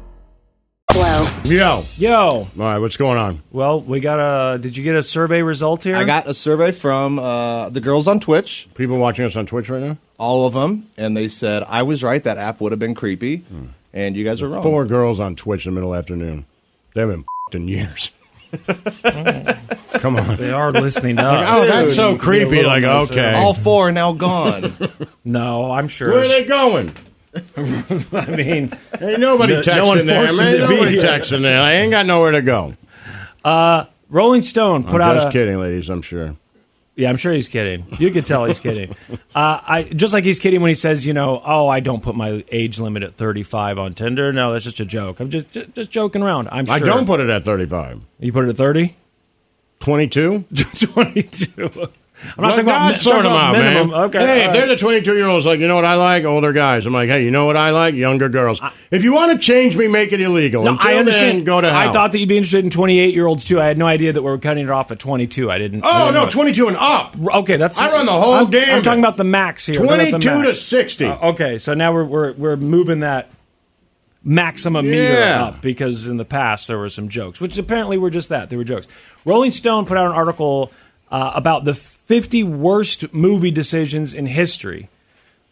[SPEAKER 2] Yo, all
[SPEAKER 1] Yo,
[SPEAKER 2] right, what's going on?
[SPEAKER 1] well, we got a. Did you get a survey result here?
[SPEAKER 4] I got a survey from uh, the girls on Twitch,
[SPEAKER 2] People watching us on Twitch right now.
[SPEAKER 4] all of them, and they said I was right. That app would have been creepy, and you guys are wrong.
[SPEAKER 2] Hmm. Four girls on Twitch in the middle of the afternoon. They haven't f***ed in years. Come on.
[SPEAKER 1] They are listening to us.
[SPEAKER 2] Oh, that's
[SPEAKER 4] Dude,
[SPEAKER 1] you
[SPEAKER 2] so
[SPEAKER 1] can get a
[SPEAKER 2] creepy.
[SPEAKER 1] little
[SPEAKER 2] Like,
[SPEAKER 1] closer.
[SPEAKER 2] okay.
[SPEAKER 4] All four are now gone.
[SPEAKER 1] No, I'm
[SPEAKER 2] Where are
[SPEAKER 1] sure.
[SPEAKER 2] they going?
[SPEAKER 1] I mean,
[SPEAKER 2] Ain't nobody
[SPEAKER 1] No-
[SPEAKER 2] texting
[SPEAKER 1] no one
[SPEAKER 2] there.
[SPEAKER 1] forced
[SPEAKER 2] man.
[SPEAKER 1] them to be
[SPEAKER 2] nobody
[SPEAKER 1] here.
[SPEAKER 2] texting there. I ain't got nowhere to go.
[SPEAKER 1] Uh, Rolling Stone put
[SPEAKER 2] I'm
[SPEAKER 1] out
[SPEAKER 2] just
[SPEAKER 1] a.
[SPEAKER 2] kidding, ladies. I'm sure.
[SPEAKER 1] Yeah, I'm sure he's kidding. You could tell he's kidding. Uh, I just like he's kidding when he says, you know, oh, I don't put my age limit at 35 on Tinder. No, that's just a joke. I'm just just, just joking around. I'm. Sure.
[SPEAKER 2] I don't put it at 35.
[SPEAKER 1] You put it at 30.
[SPEAKER 2] 22?
[SPEAKER 1] 22. I'm not
[SPEAKER 2] Well,
[SPEAKER 1] talking about,
[SPEAKER 2] God,
[SPEAKER 1] mi-
[SPEAKER 2] sort
[SPEAKER 1] talking
[SPEAKER 2] them
[SPEAKER 1] about
[SPEAKER 2] out,
[SPEAKER 1] minimum.
[SPEAKER 2] man.
[SPEAKER 1] Okay.
[SPEAKER 2] Hey,
[SPEAKER 1] all right.
[SPEAKER 2] if they're the 22 year olds, like, you know what I like? Older guys. I'm like, hey, you know what I like? Younger girls. if you want to change me, make it illegal.
[SPEAKER 1] No,
[SPEAKER 2] Until
[SPEAKER 1] I understand.
[SPEAKER 2] Then, go to hell.
[SPEAKER 1] I thought that you'd be interested in 28 year olds too. I had no idea that we were cutting it off at 22. I didn't. I
[SPEAKER 2] Oh,
[SPEAKER 1] didn't
[SPEAKER 2] no,
[SPEAKER 1] know it.
[SPEAKER 2] 22 and up.
[SPEAKER 1] Okay, that's.
[SPEAKER 2] I run the whole
[SPEAKER 1] I'm,
[SPEAKER 2] gamut.
[SPEAKER 1] I'm talking about the max here.
[SPEAKER 2] 22
[SPEAKER 1] We're not at the
[SPEAKER 2] to
[SPEAKER 1] max.
[SPEAKER 2] 60.
[SPEAKER 1] Uh, okay, so now we're we're we're moving that maximum meter
[SPEAKER 2] Yeah.
[SPEAKER 1] up because in the past there were some jokes, which apparently were just that they were jokes. Rolling Stone put out an article uh, about the 50 worst movie decisions in history.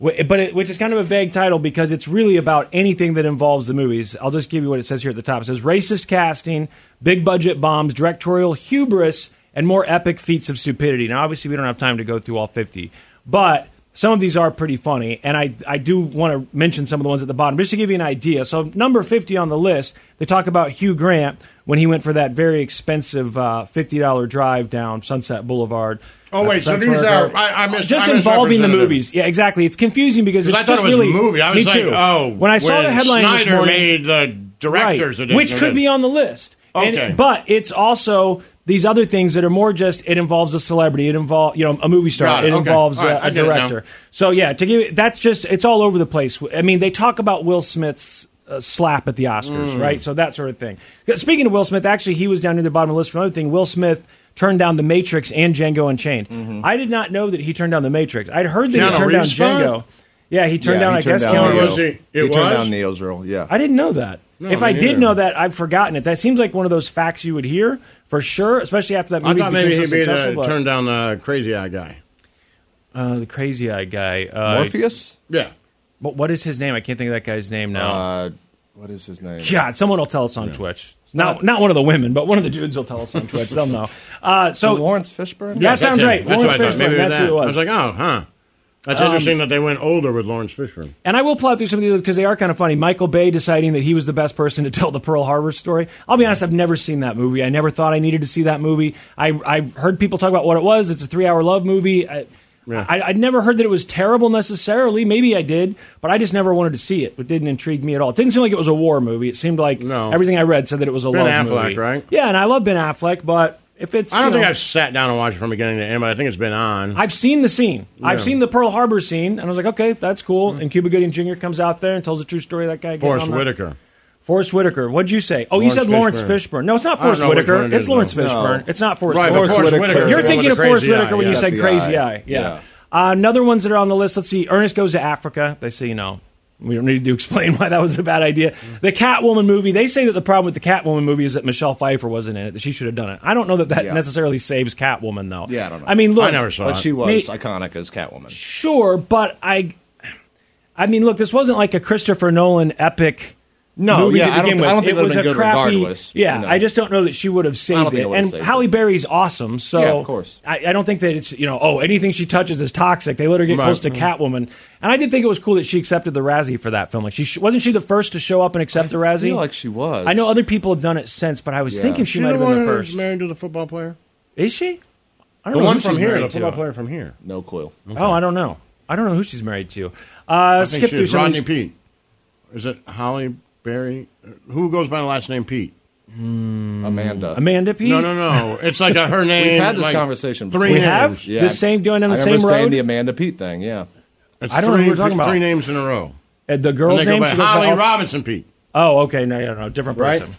[SPEAKER 1] Wh- But it, which is kind of a vague title because it's really about anything that involves the movies. I'll just give you what it says here at the top. It says racist casting, big budget bombs, directorial hubris, and more epic feats of stupidity. Now, obviously, we don't have time to go through all 50, but some of these are pretty funny. And I, I do want to mention some of the ones at the bottom just to give you an idea. So, number 50 on the list, they talk about Hugh Grant when he went for that very expensive uh, $50 drive down Sunset Boulevard.
[SPEAKER 2] Oh,
[SPEAKER 1] uh,
[SPEAKER 2] wait, so
[SPEAKER 1] Sunset
[SPEAKER 2] these are-
[SPEAKER 1] Boulevard.
[SPEAKER 2] I- I mis-
[SPEAKER 1] just
[SPEAKER 2] I
[SPEAKER 1] involving the
[SPEAKER 2] misrepresented them.
[SPEAKER 1] movies. Yeah, exactly. It's confusing because it's
[SPEAKER 2] Because I
[SPEAKER 1] just
[SPEAKER 2] thought it was
[SPEAKER 1] really
[SPEAKER 2] a movie. I
[SPEAKER 1] me
[SPEAKER 2] was like,
[SPEAKER 1] too.
[SPEAKER 2] oh,
[SPEAKER 1] when I saw the headline
[SPEAKER 2] Snyder
[SPEAKER 1] this morning,
[SPEAKER 2] made the director's
[SPEAKER 1] right,
[SPEAKER 2] edition,
[SPEAKER 1] which could be on the list. And-
[SPEAKER 2] Okay.
[SPEAKER 1] but it's also these other things that are more just it involves a celebrity, it involves you know a movie star,
[SPEAKER 2] Got
[SPEAKER 1] it,
[SPEAKER 2] it. Okay.
[SPEAKER 1] involves
[SPEAKER 2] All right,
[SPEAKER 1] a,
[SPEAKER 2] I
[SPEAKER 1] a
[SPEAKER 2] get it now.
[SPEAKER 1] director. So yeah, to give it, that's just it's all over the place. I mean, they talk about Will Smith's uh, slap at the Oscars,
[SPEAKER 2] Mm.
[SPEAKER 1] right? So that sort of thing. Uh, Speaking of Will Smith, actually, he was down near the bottom of the list for another thing. Will Smith turned down The Matrix and Django Unchained. I did not know that he turned down The Matrix. I'd heard that
[SPEAKER 2] Mm-hmm. Keanu
[SPEAKER 1] he turned
[SPEAKER 2] Reeves'
[SPEAKER 1] down
[SPEAKER 2] part?
[SPEAKER 1] Django. Yeah, he turned
[SPEAKER 4] Yeah,
[SPEAKER 1] down.
[SPEAKER 4] he
[SPEAKER 1] I
[SPEAKER 4] turned
[SPEAKER 1] guess
[SPEAKER 4] down
[SPEAKER 1] Keanu
[SPEAKER 4] Neo.
[SPEAKER 1] Reeves.
[SPEAKER 2] It
[SPEAKER 4] He turned
[SPEAKER 2] was?
[SPEAKER 4] down Neo's role. Yeah.
[SPEAKER 1] I didn't know that. if
[SPEAKER 2] me
[SPEAKER 1] I did
[SPEAKER 2] neither.
[SPEAKER 1] know that, I've forgotten it. That seems like one of those facts you would hear for sure, especially after that
[SPEAKER 2] I
[SPEAKER 1] movie
[SPEAKER 2] thought maybe
[SPEAKER 1] became
[SPEAKER 2] he'd
[SPEAKER 1] so
[SPEAKER 2] be
[SPEAKER 1] successful.
[SPEAKER 2] the
[SPEAKER 1] but-
[SPEAKER 2] turn down the crazy eye guy.
[SPEAKER 1] uh, the crazy eye guy. Uh,
[SPEAKER 4] Morpheus.
[SPEAKER 2] Yeah.
[SPEAKER 1] But what is his name? I can't think of that guy's name now.
[SPEAKER 4] Uh, what is his name?
[SPEAKER 1] God, someone will tell us on Twitch. Not, not one of the women, but one of the dudes will tell us on Twitch. They'll know. Uh, so
[SPEAKER 4] Lawrence Fishburne.
[SPEAKER 1] Yeah. That sounds
[SPEAKER 2] him.
[SPEAKER 1] right.
[SPEAKER 2] That's
[SPEAKER 1] Lawrence
[SPEAKER 2] what I thought.
[SPEAKER 1] Fishburne,
[SPEAKER 2] Maybe
[SPEAKER 1] that's who
[SPEAKER 2] that.
[SPEAKER 1] it was. Um,
[SPEAKER 2] I was like, oh, huh. That's interesting that they went older with Lawrence Fishburne.
[SPEAKER 1] And I will plow through some of these because they are kind of funny. Michael Bay deciding that he was the best person to tell the Pearl Harbor story. I'll be honest, I've never seen that movie. I never thought I needed to see that movie. I, I heard people talk about what it was. It's a three hour love movie. I, I, I'd never heard that it was terrible necessarily. Maybe I did, but I just never wanted to see it. It didn't intrigue me at all. It didn't seem like it was a war movie. It seemed like
[SPEAKER 2] No.
[SPEAKER 1] everything I read said that it was a
[SPEAKER 2] Ben
[SPEAKER 1] love
[SPEAKER 2] Affleck,
[SPEAKER 1] movie.
[SPEAKER 2] right?
[SPEAKER 1] Yeah, and I love Ben Affleck, but if it's.
[SPEAKER 2] I
[SPEAKER 1] you
[SPEAKER 2] don't think
[SPEAKER 1] know-
[SPEAKER 2] I've sat down and watched it from beginning to end, but I think it's been on.
[SPEAKER 1] I've seen the scene. I've seen the Pearl Harbor scene, and I was like, okay, that's cool. And Cuba Gooding Jr. comes out there and tells the true story of that guy. getting
[SPEAKER 2] Mm-hmm. Forrest
[SPEAKER 1] on that-
[SPEAKER 2] Whitaker.
[SPEAKER 1] Forrest Whitaker. What'd you say? Oh,
[SPEAKER 2] Lawrence
[SPEAKER 1] you said Lawrence Fishburne.
[SPEAKER 2] Fishburne.
[SPEAKER 1] No, it's not
[SPEAKER 2] I don't
[SPEAKER 1] Forrest
[SPEAKER 2] know which
[SPEAKER 1] Whitaker.
[SPEAKER 2] one it
[SPEAKER 1] It's
[SPEAKER 2] is,
[SPEAKER 1] Lawrence
[SPEAKER 2] though.
[SPEAKER 1] Fishburne.
[SPEAKER 4] No.
[SPEAKER 1] It's not Forrest
[SPEAKER 2] Right, but
[SPEAKER 1] Whitaker.
[SPEAKER 4] Forrest Whitaker.
[SPEAKER 2] Forrest Whitaker.
[SPEAKER 4] You're
[SPEAKER 1] You're
[SPEAKER 2] is the one with
[SPEAKER 1] thinking
[SPEAKER 2] the
[SPEAKER 1] of Forrest
[SPEAKER 2] crazy
[SPEAKER 1] Whitaker
[SPEAKER 2] eye,
[SPEAKER 1] when you
[SPEAKER 2] yeah.
[SPEAKER 1] said
[SPEAKER 4] the
[SPEAKER 1] crazy
[SPEAKER 4] eye.
[SPEAKER 1] eye. Yeah. Uh, another ones that are on the list. Let's see. Ernest goes to Africa. They say, you know, we don't need to explain why that was a bad idea. The Catwoman movie. They say that the problem with the Catwoman movie is that Michelle Pfeiffer wasn't in it. That she should have done it. I don't know that that
[SPEAKER 4] Yeah.
[SPEAKER 1] necessarily saves Catwoman though.
[SPEAKER 4] Yeah, I don't know.
[SPEAKER 1] I mean, look.
[SPEAKER 2] I never saw
[SPEAKER 4] But
[SPEAKER 2] it.
[SPEAKER 4] she was
[SPEAKER 1] Me-
[SPEAKER 4] iconic as Catwoman.
[SPEAKER 1] Sure, but I, I mean, look, this wasn't like a Christopher Nolan epic.
[SPEAKER 4] No,
[SPEAKER 1] movie
[SPEAKER 4] yeah,
[SPEAKER 1] to
[SPEAKER 4] I don't
[SPEAKER 1] begin
[SPEAKER 4] th-
[SPEAKER 1] with.
[SPEAKER 4] I don't think it
[SPEAKER 1] it
[SPEAKER 4] would've
[SPEAKER 1] was
[SPEAKER 4] been
[SPEAKER 1] a
[SPEAKER 4] good
[SPEAKER 1] crappy.
[SPEAKER 4] regardless,
[SPEAKER 1] Yeah,
[SPEAKER 4] you know.
[SPEAKER 1] I just don't know that she would have saved
[SPEAKER 4] think
[SPEAKER 1] it.
[SPEAKER 4] it would've
[SPEAKER 1] and
[SPEAKER 4] saved
[SPEAKER 1] Halle
[SPEAKER 4] it.
[SPEAKER 1] Berry's awesome, so
[SPEAKER 4] Yeah, of course.
[SPEAKER 1] I, I don't think that it's you know oh anything she touches is toxic. They let her get
[SPEAKER 2] Right.
[SPEAKER 1] close to Catwoman, and I did think it was cool that she accepted the Razzie for that film. Like she sh- wasn't she the first to show up and accept the Razzie?
[SPEAKER 4] feel like she was.
[SPEAKER 1] I know other people have done it since, but I was
[SPEAKER 4] Yeah.
[SPEAKER 1] thinking she,
[SPEAKER 2] She
[SPEAKER 1] might
[SPEAKER 2] the
[SPEAKER 1] have
[SPEAKER 2] one
[SPEAKER 1] been the
[SPEAKER 2] who was
[SPEAKER 1] first.
[SPEAKER 2] married to the football player?
[SPEAKER 1] Is she? I don't
[SPEAKER 2] The
[SPEAKER 1] know
[SPEAKER 2] one
[SPEAKER 1] who
[SPEAKER 2] from
[SPEAKER 1] she's
[SPEAKER 2] here,
[SPEAKER 1] married
[SPEAKER 2] the football
[SPEAKER 1] to.
[SPEAKER 2] player from here.
[SPEAKER 4] No clue.
[SPEAKER 1] Oh, I don't know. I don't know who she's married to. Uh,
[SPEAKER 2] I think
[SPEAKER 1] skip
[SPEAKER 2] she
[SPEAKER 1] through
[SPEAKER 2] is.
[SPEAKER 1] some of
[SPEAKER 2] Rodney
[SPEAKER 1] these.
[SPEAKER 2] Pete. Is it Holly Berry? Who goes by the last name Pete?
[SPEAKER 4] Amanda.
[SPEAKER 1] Amanda Pete.
[SPEAKER 2] No, no, no. It's like a her name.
[SPEAKER 4] had this
[SPEAKER 2] like,
[SPEAKER 4] conversation
[SPEAKER 1] We
[SPEAKER 4] before.
[SPEAKER 2] Three names.
[SPEAKER 1] have
[SPEAKER 4] Yeah.
[SPEAKER 1] the same going on the
[SPEAKER 4] I
[SPEAKER 1] same
[SPEAKER 4] remember saying
[SPEAKER 1] road.
[SPEAKER 4] the Amanda Pete thing. Yeah.
[SPEAKER 2] It's
[SPEAKER 1] I don't know
[SPEAKER 2] three,
[SPEAKER 1] who we're talking
[SPEAKER 2] three,
[SPEAKER 1] about.
[SPEAKER 2] Three names in a row.
[SPEAKER 1] Uh, the
[SPEAKER 2] And
[SPEAKER 1] girl's
[SPEAKER 2] they go
[SPEAKER 1] name.
[SPEAKER 2] by
[SPEAKER 1] she goes by-
[SPEAKER 2] Holly
[SPEAKER 1] oh,
[SPEAKER 2] Robinson Pete.
[SPEAKER 1] Oh, okay. No, no, no, different
[SPEAKER 4] Right?
[SPEAKER 1] person.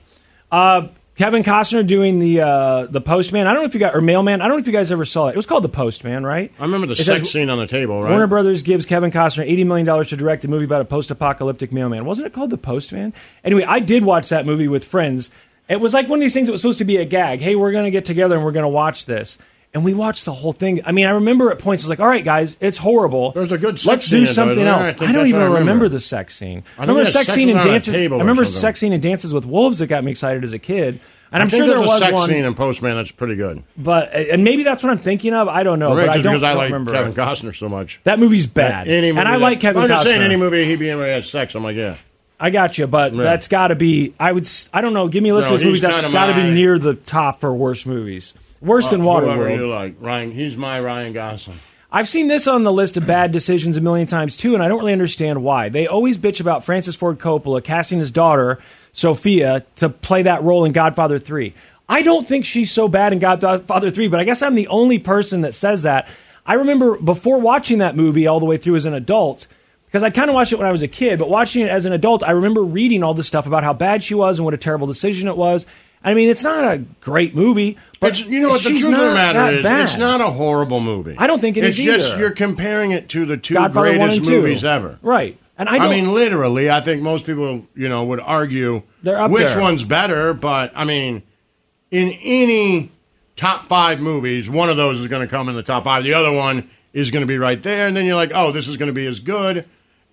[SPEAKER 1] Uh, Kevin Costner doing the uh, the postman. I don't know if you got or mailman. I don't know if you guys ever saw it. It was called the postman, right?
[SPEAKER 2] I remember the
[SPEAKER 1] It says-
[SPEAKER 2] sex scene on the table, right?
[SPEAKER 1] Warner Brothers gives Kevin Costner eighty million dollars to direct a movie about a post-apocalyptic mailman. Wasn't it called The Postman? Anyway, I did watch that movie with friends. It was like one of these things that was supposed to be a gag. Hey, we're going to get together and we're going to watch this. And we watched the whole thing. I mean, I remember at points I was like, "All right, guys, it's horrible.
[SPEAKER 2] There's a good sex
[SPEAKER 1] Let's
[SPEAKER 2] scene
[SPEAKER 1] do
[SPEAKER 2] in it, though,
[SPEAKER 1] something
[SPEAKER 2] isn't there?
[SPEAKER 1] else."
[SPEAKER 2] I
[SPEAKER 1] I,
[SPEAKER 2] think
[SPEAKER 1] don't
[SPEAKER 2] that's
[SPEAKER 1] even
[SPEAKER 2] what I
[SPEAKER 1] remember.
[SPEAKER 2] remember.
[SPEAKER 1] the sex scene. I,
[SPEAKER 2] think
[SPEAKER 1] remember the
[SPEAKER 2] there's
[SPEAKER 1] sex
[SPEAKER 2] sex
[SPEAKER 1] scene
[SPEAKER 2] on
[SPEAKER 1] and
[SPEAKER 2] a
[SPEAKER 1] dances. I
[SPEAKER 2] table or
[SPEAKER 1] remember the
[SPEAKER 2] something.
[SPEAKER 1] sex scene and dances with wolves that got me excited as a kid. And
[SPEAKER 2] I
[SPEAKER 1] I'm
[SPEAKER 2] think
[SPEAKER 1] sure there
[SPEAKER 2] there's
[SPEAKER 1] was
[SPEAKER 2] a sex
[SPEAKER 1] one,
[SPEAKER 2] scene in Postman that's pretty good.
[SPEAKER 1] but and maybe that's what I'm thinking of. I don't know,
[SPEAKER 2] Right,
[SPEAKER 1] but I
[SPEAKER 2] just
[SPEAKER 1] don't,
[SPEAKER 2] because I
[SPEAKER 1] don't
[SPEAKER 2] like
[SPEAKER 1] remember.
[SPEAKER 2] Kevin Costner so much.
[SPEAKER 1] That movie's bad,
[SPEAKER 2] Any movie
[SPEAKER 1] and I
[SPEAKER 2] that-
[SPEAKER 1] like Kevin
[SPEAKER 2] I'm
[SPEAKER 1] Costner.
[SPEAKER 2] just saying, any movie he'd be in where he had sex, I'm like, yeah.
[SPEAKER 1] I got you, but
[SPEAKER 2] Yeah.
[SPEAKER 1] that's got to be. I would. s- I don't know. Give me a list
[SPEAKER 2] No,
[SPEAKER 1] of those movies
[SPEAKER 2] he's
[SPEAKER 1] that's
[SPEAKER 2] kinda
[SPEAKER 1] got to be
[SPEAKER 2] my- Uh,
[SPEAKER 1] near the top for worst movies. Worse than
[SPEAKER 2] Water
[SPEAKER 1] Waterworld.
[SPEAKER 2] you like, Ryan. He's my Ryan Gosling.
[SPEAKER 1] I've seen this on the list of bad decisions a million times too, and I don't really understand why. They always bitch about Francis Ford Coppola casting his daughter, Sophia, to play that role in Godfather 3. I don't think she's so bad in Godfather 3, but I guess I'm the only person that says that. I remember before watching that movie all the way through as an adult, because I kind of watched it when I was a kid, but watching it as an adult, I remember reading all this stuff about how bad she was and what a terrible decision it was. I mean, it's not a great movie, but
[SPEAKER 2] It's- you know what the
[SPEAKER 1] she's
[SPEAKER 2] truth
[SPEAKER 1] not
[SPEAKER 2] of the
[SPEAKER 1] that
[SPEAKER 2] matter is?
[SPEAKER 1] bad.
[SPEAKER 2] It's not a horrible movie.
[SPEAKER 1] I don't think it
[SPEAKER 2] it's
[SPEAKER 1] is
[SPEAKER 2] just
[SPEAKER 1] either.
[SPEAKER 2] you're comparing it to the two
[SPEAKER 1] Godfather one
[SPEAKER 2] greatest
[SPEAKER 1] and two.
[SPEAKER 2] movies ever.
[SPEAKER 1] Right. And I,
[SPEAKER 2] I,
[SPEAKER 1] don't,
[SPEAKER 2] mean, literally, I think most people, you know, would argue
[SPEAKER 1] They're up
[SPEAKER 2] which
[SPEAKER 1] there.
[SPEAKER 2] one's better. But I mean, in any top five movies, one of those is going to come in the top five. The other one is going to be right there, and then you're like, oh, this is going to be as good.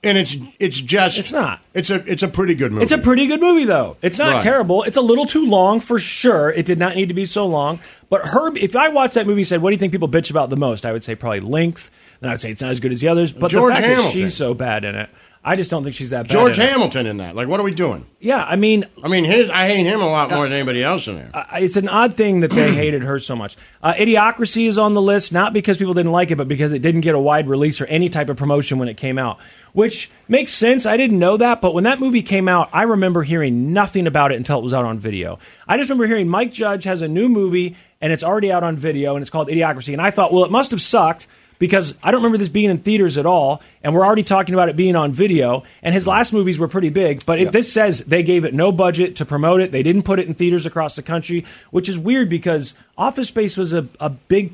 [SPEAKER 2] And it's it's just
[SPEAKER 1] It's not.
[SPEAKER 2] It's a it's a pretty good movie.
[SPEAKER 1] It's a pretty good movie, though. It's not
[SPEAKER 2] Right.
[SPEAKER 1] terrible. It's a little too long for sure. It did not need to be so long. But Herb, if I watched that movie, and said, "What do you think people bitch about the most?" I would say probably length, and I would say it's not as good as the others. But
[SPEAKER 2] George
[SPEAKER 1] the fact that
[SPEAKER 2] Hamilton.
[SPEAKER 1] she's so bad in it, I just don't think she's that bad.
[SPEAKER 2] George
[SPEAKER 1] in it.
[SPEAKER 2] Hamilton in that. Like, what are we doing?
[SPEAKER 1] Yeah, I mean,
[SPEAKER 2] I mean, his I hate him a lot more than anybody else in there.
[SPEAKER 1] I- it's an odd thing that they hated her so much. Uh, Idiocracy is on the list, not because people didn't like it, but because it didn't get a wide release or any type of promotion when it came out, which makes sense. I didn't know that, but when that movie came out, I remember hearing nothing about it until it was out on video. I just remember hearing Mike Judge has a new movie and it's already out on video and it's called Idiocracy. And I thought, well, it must have sucked because I don't remember this being in theaters at all, and we're already talking about it being on video. And his last movies were pretty big, but it, this says they gave it no budget to promote it. They didn't put it in theaters across the country, which is weird because Office Space was a, a big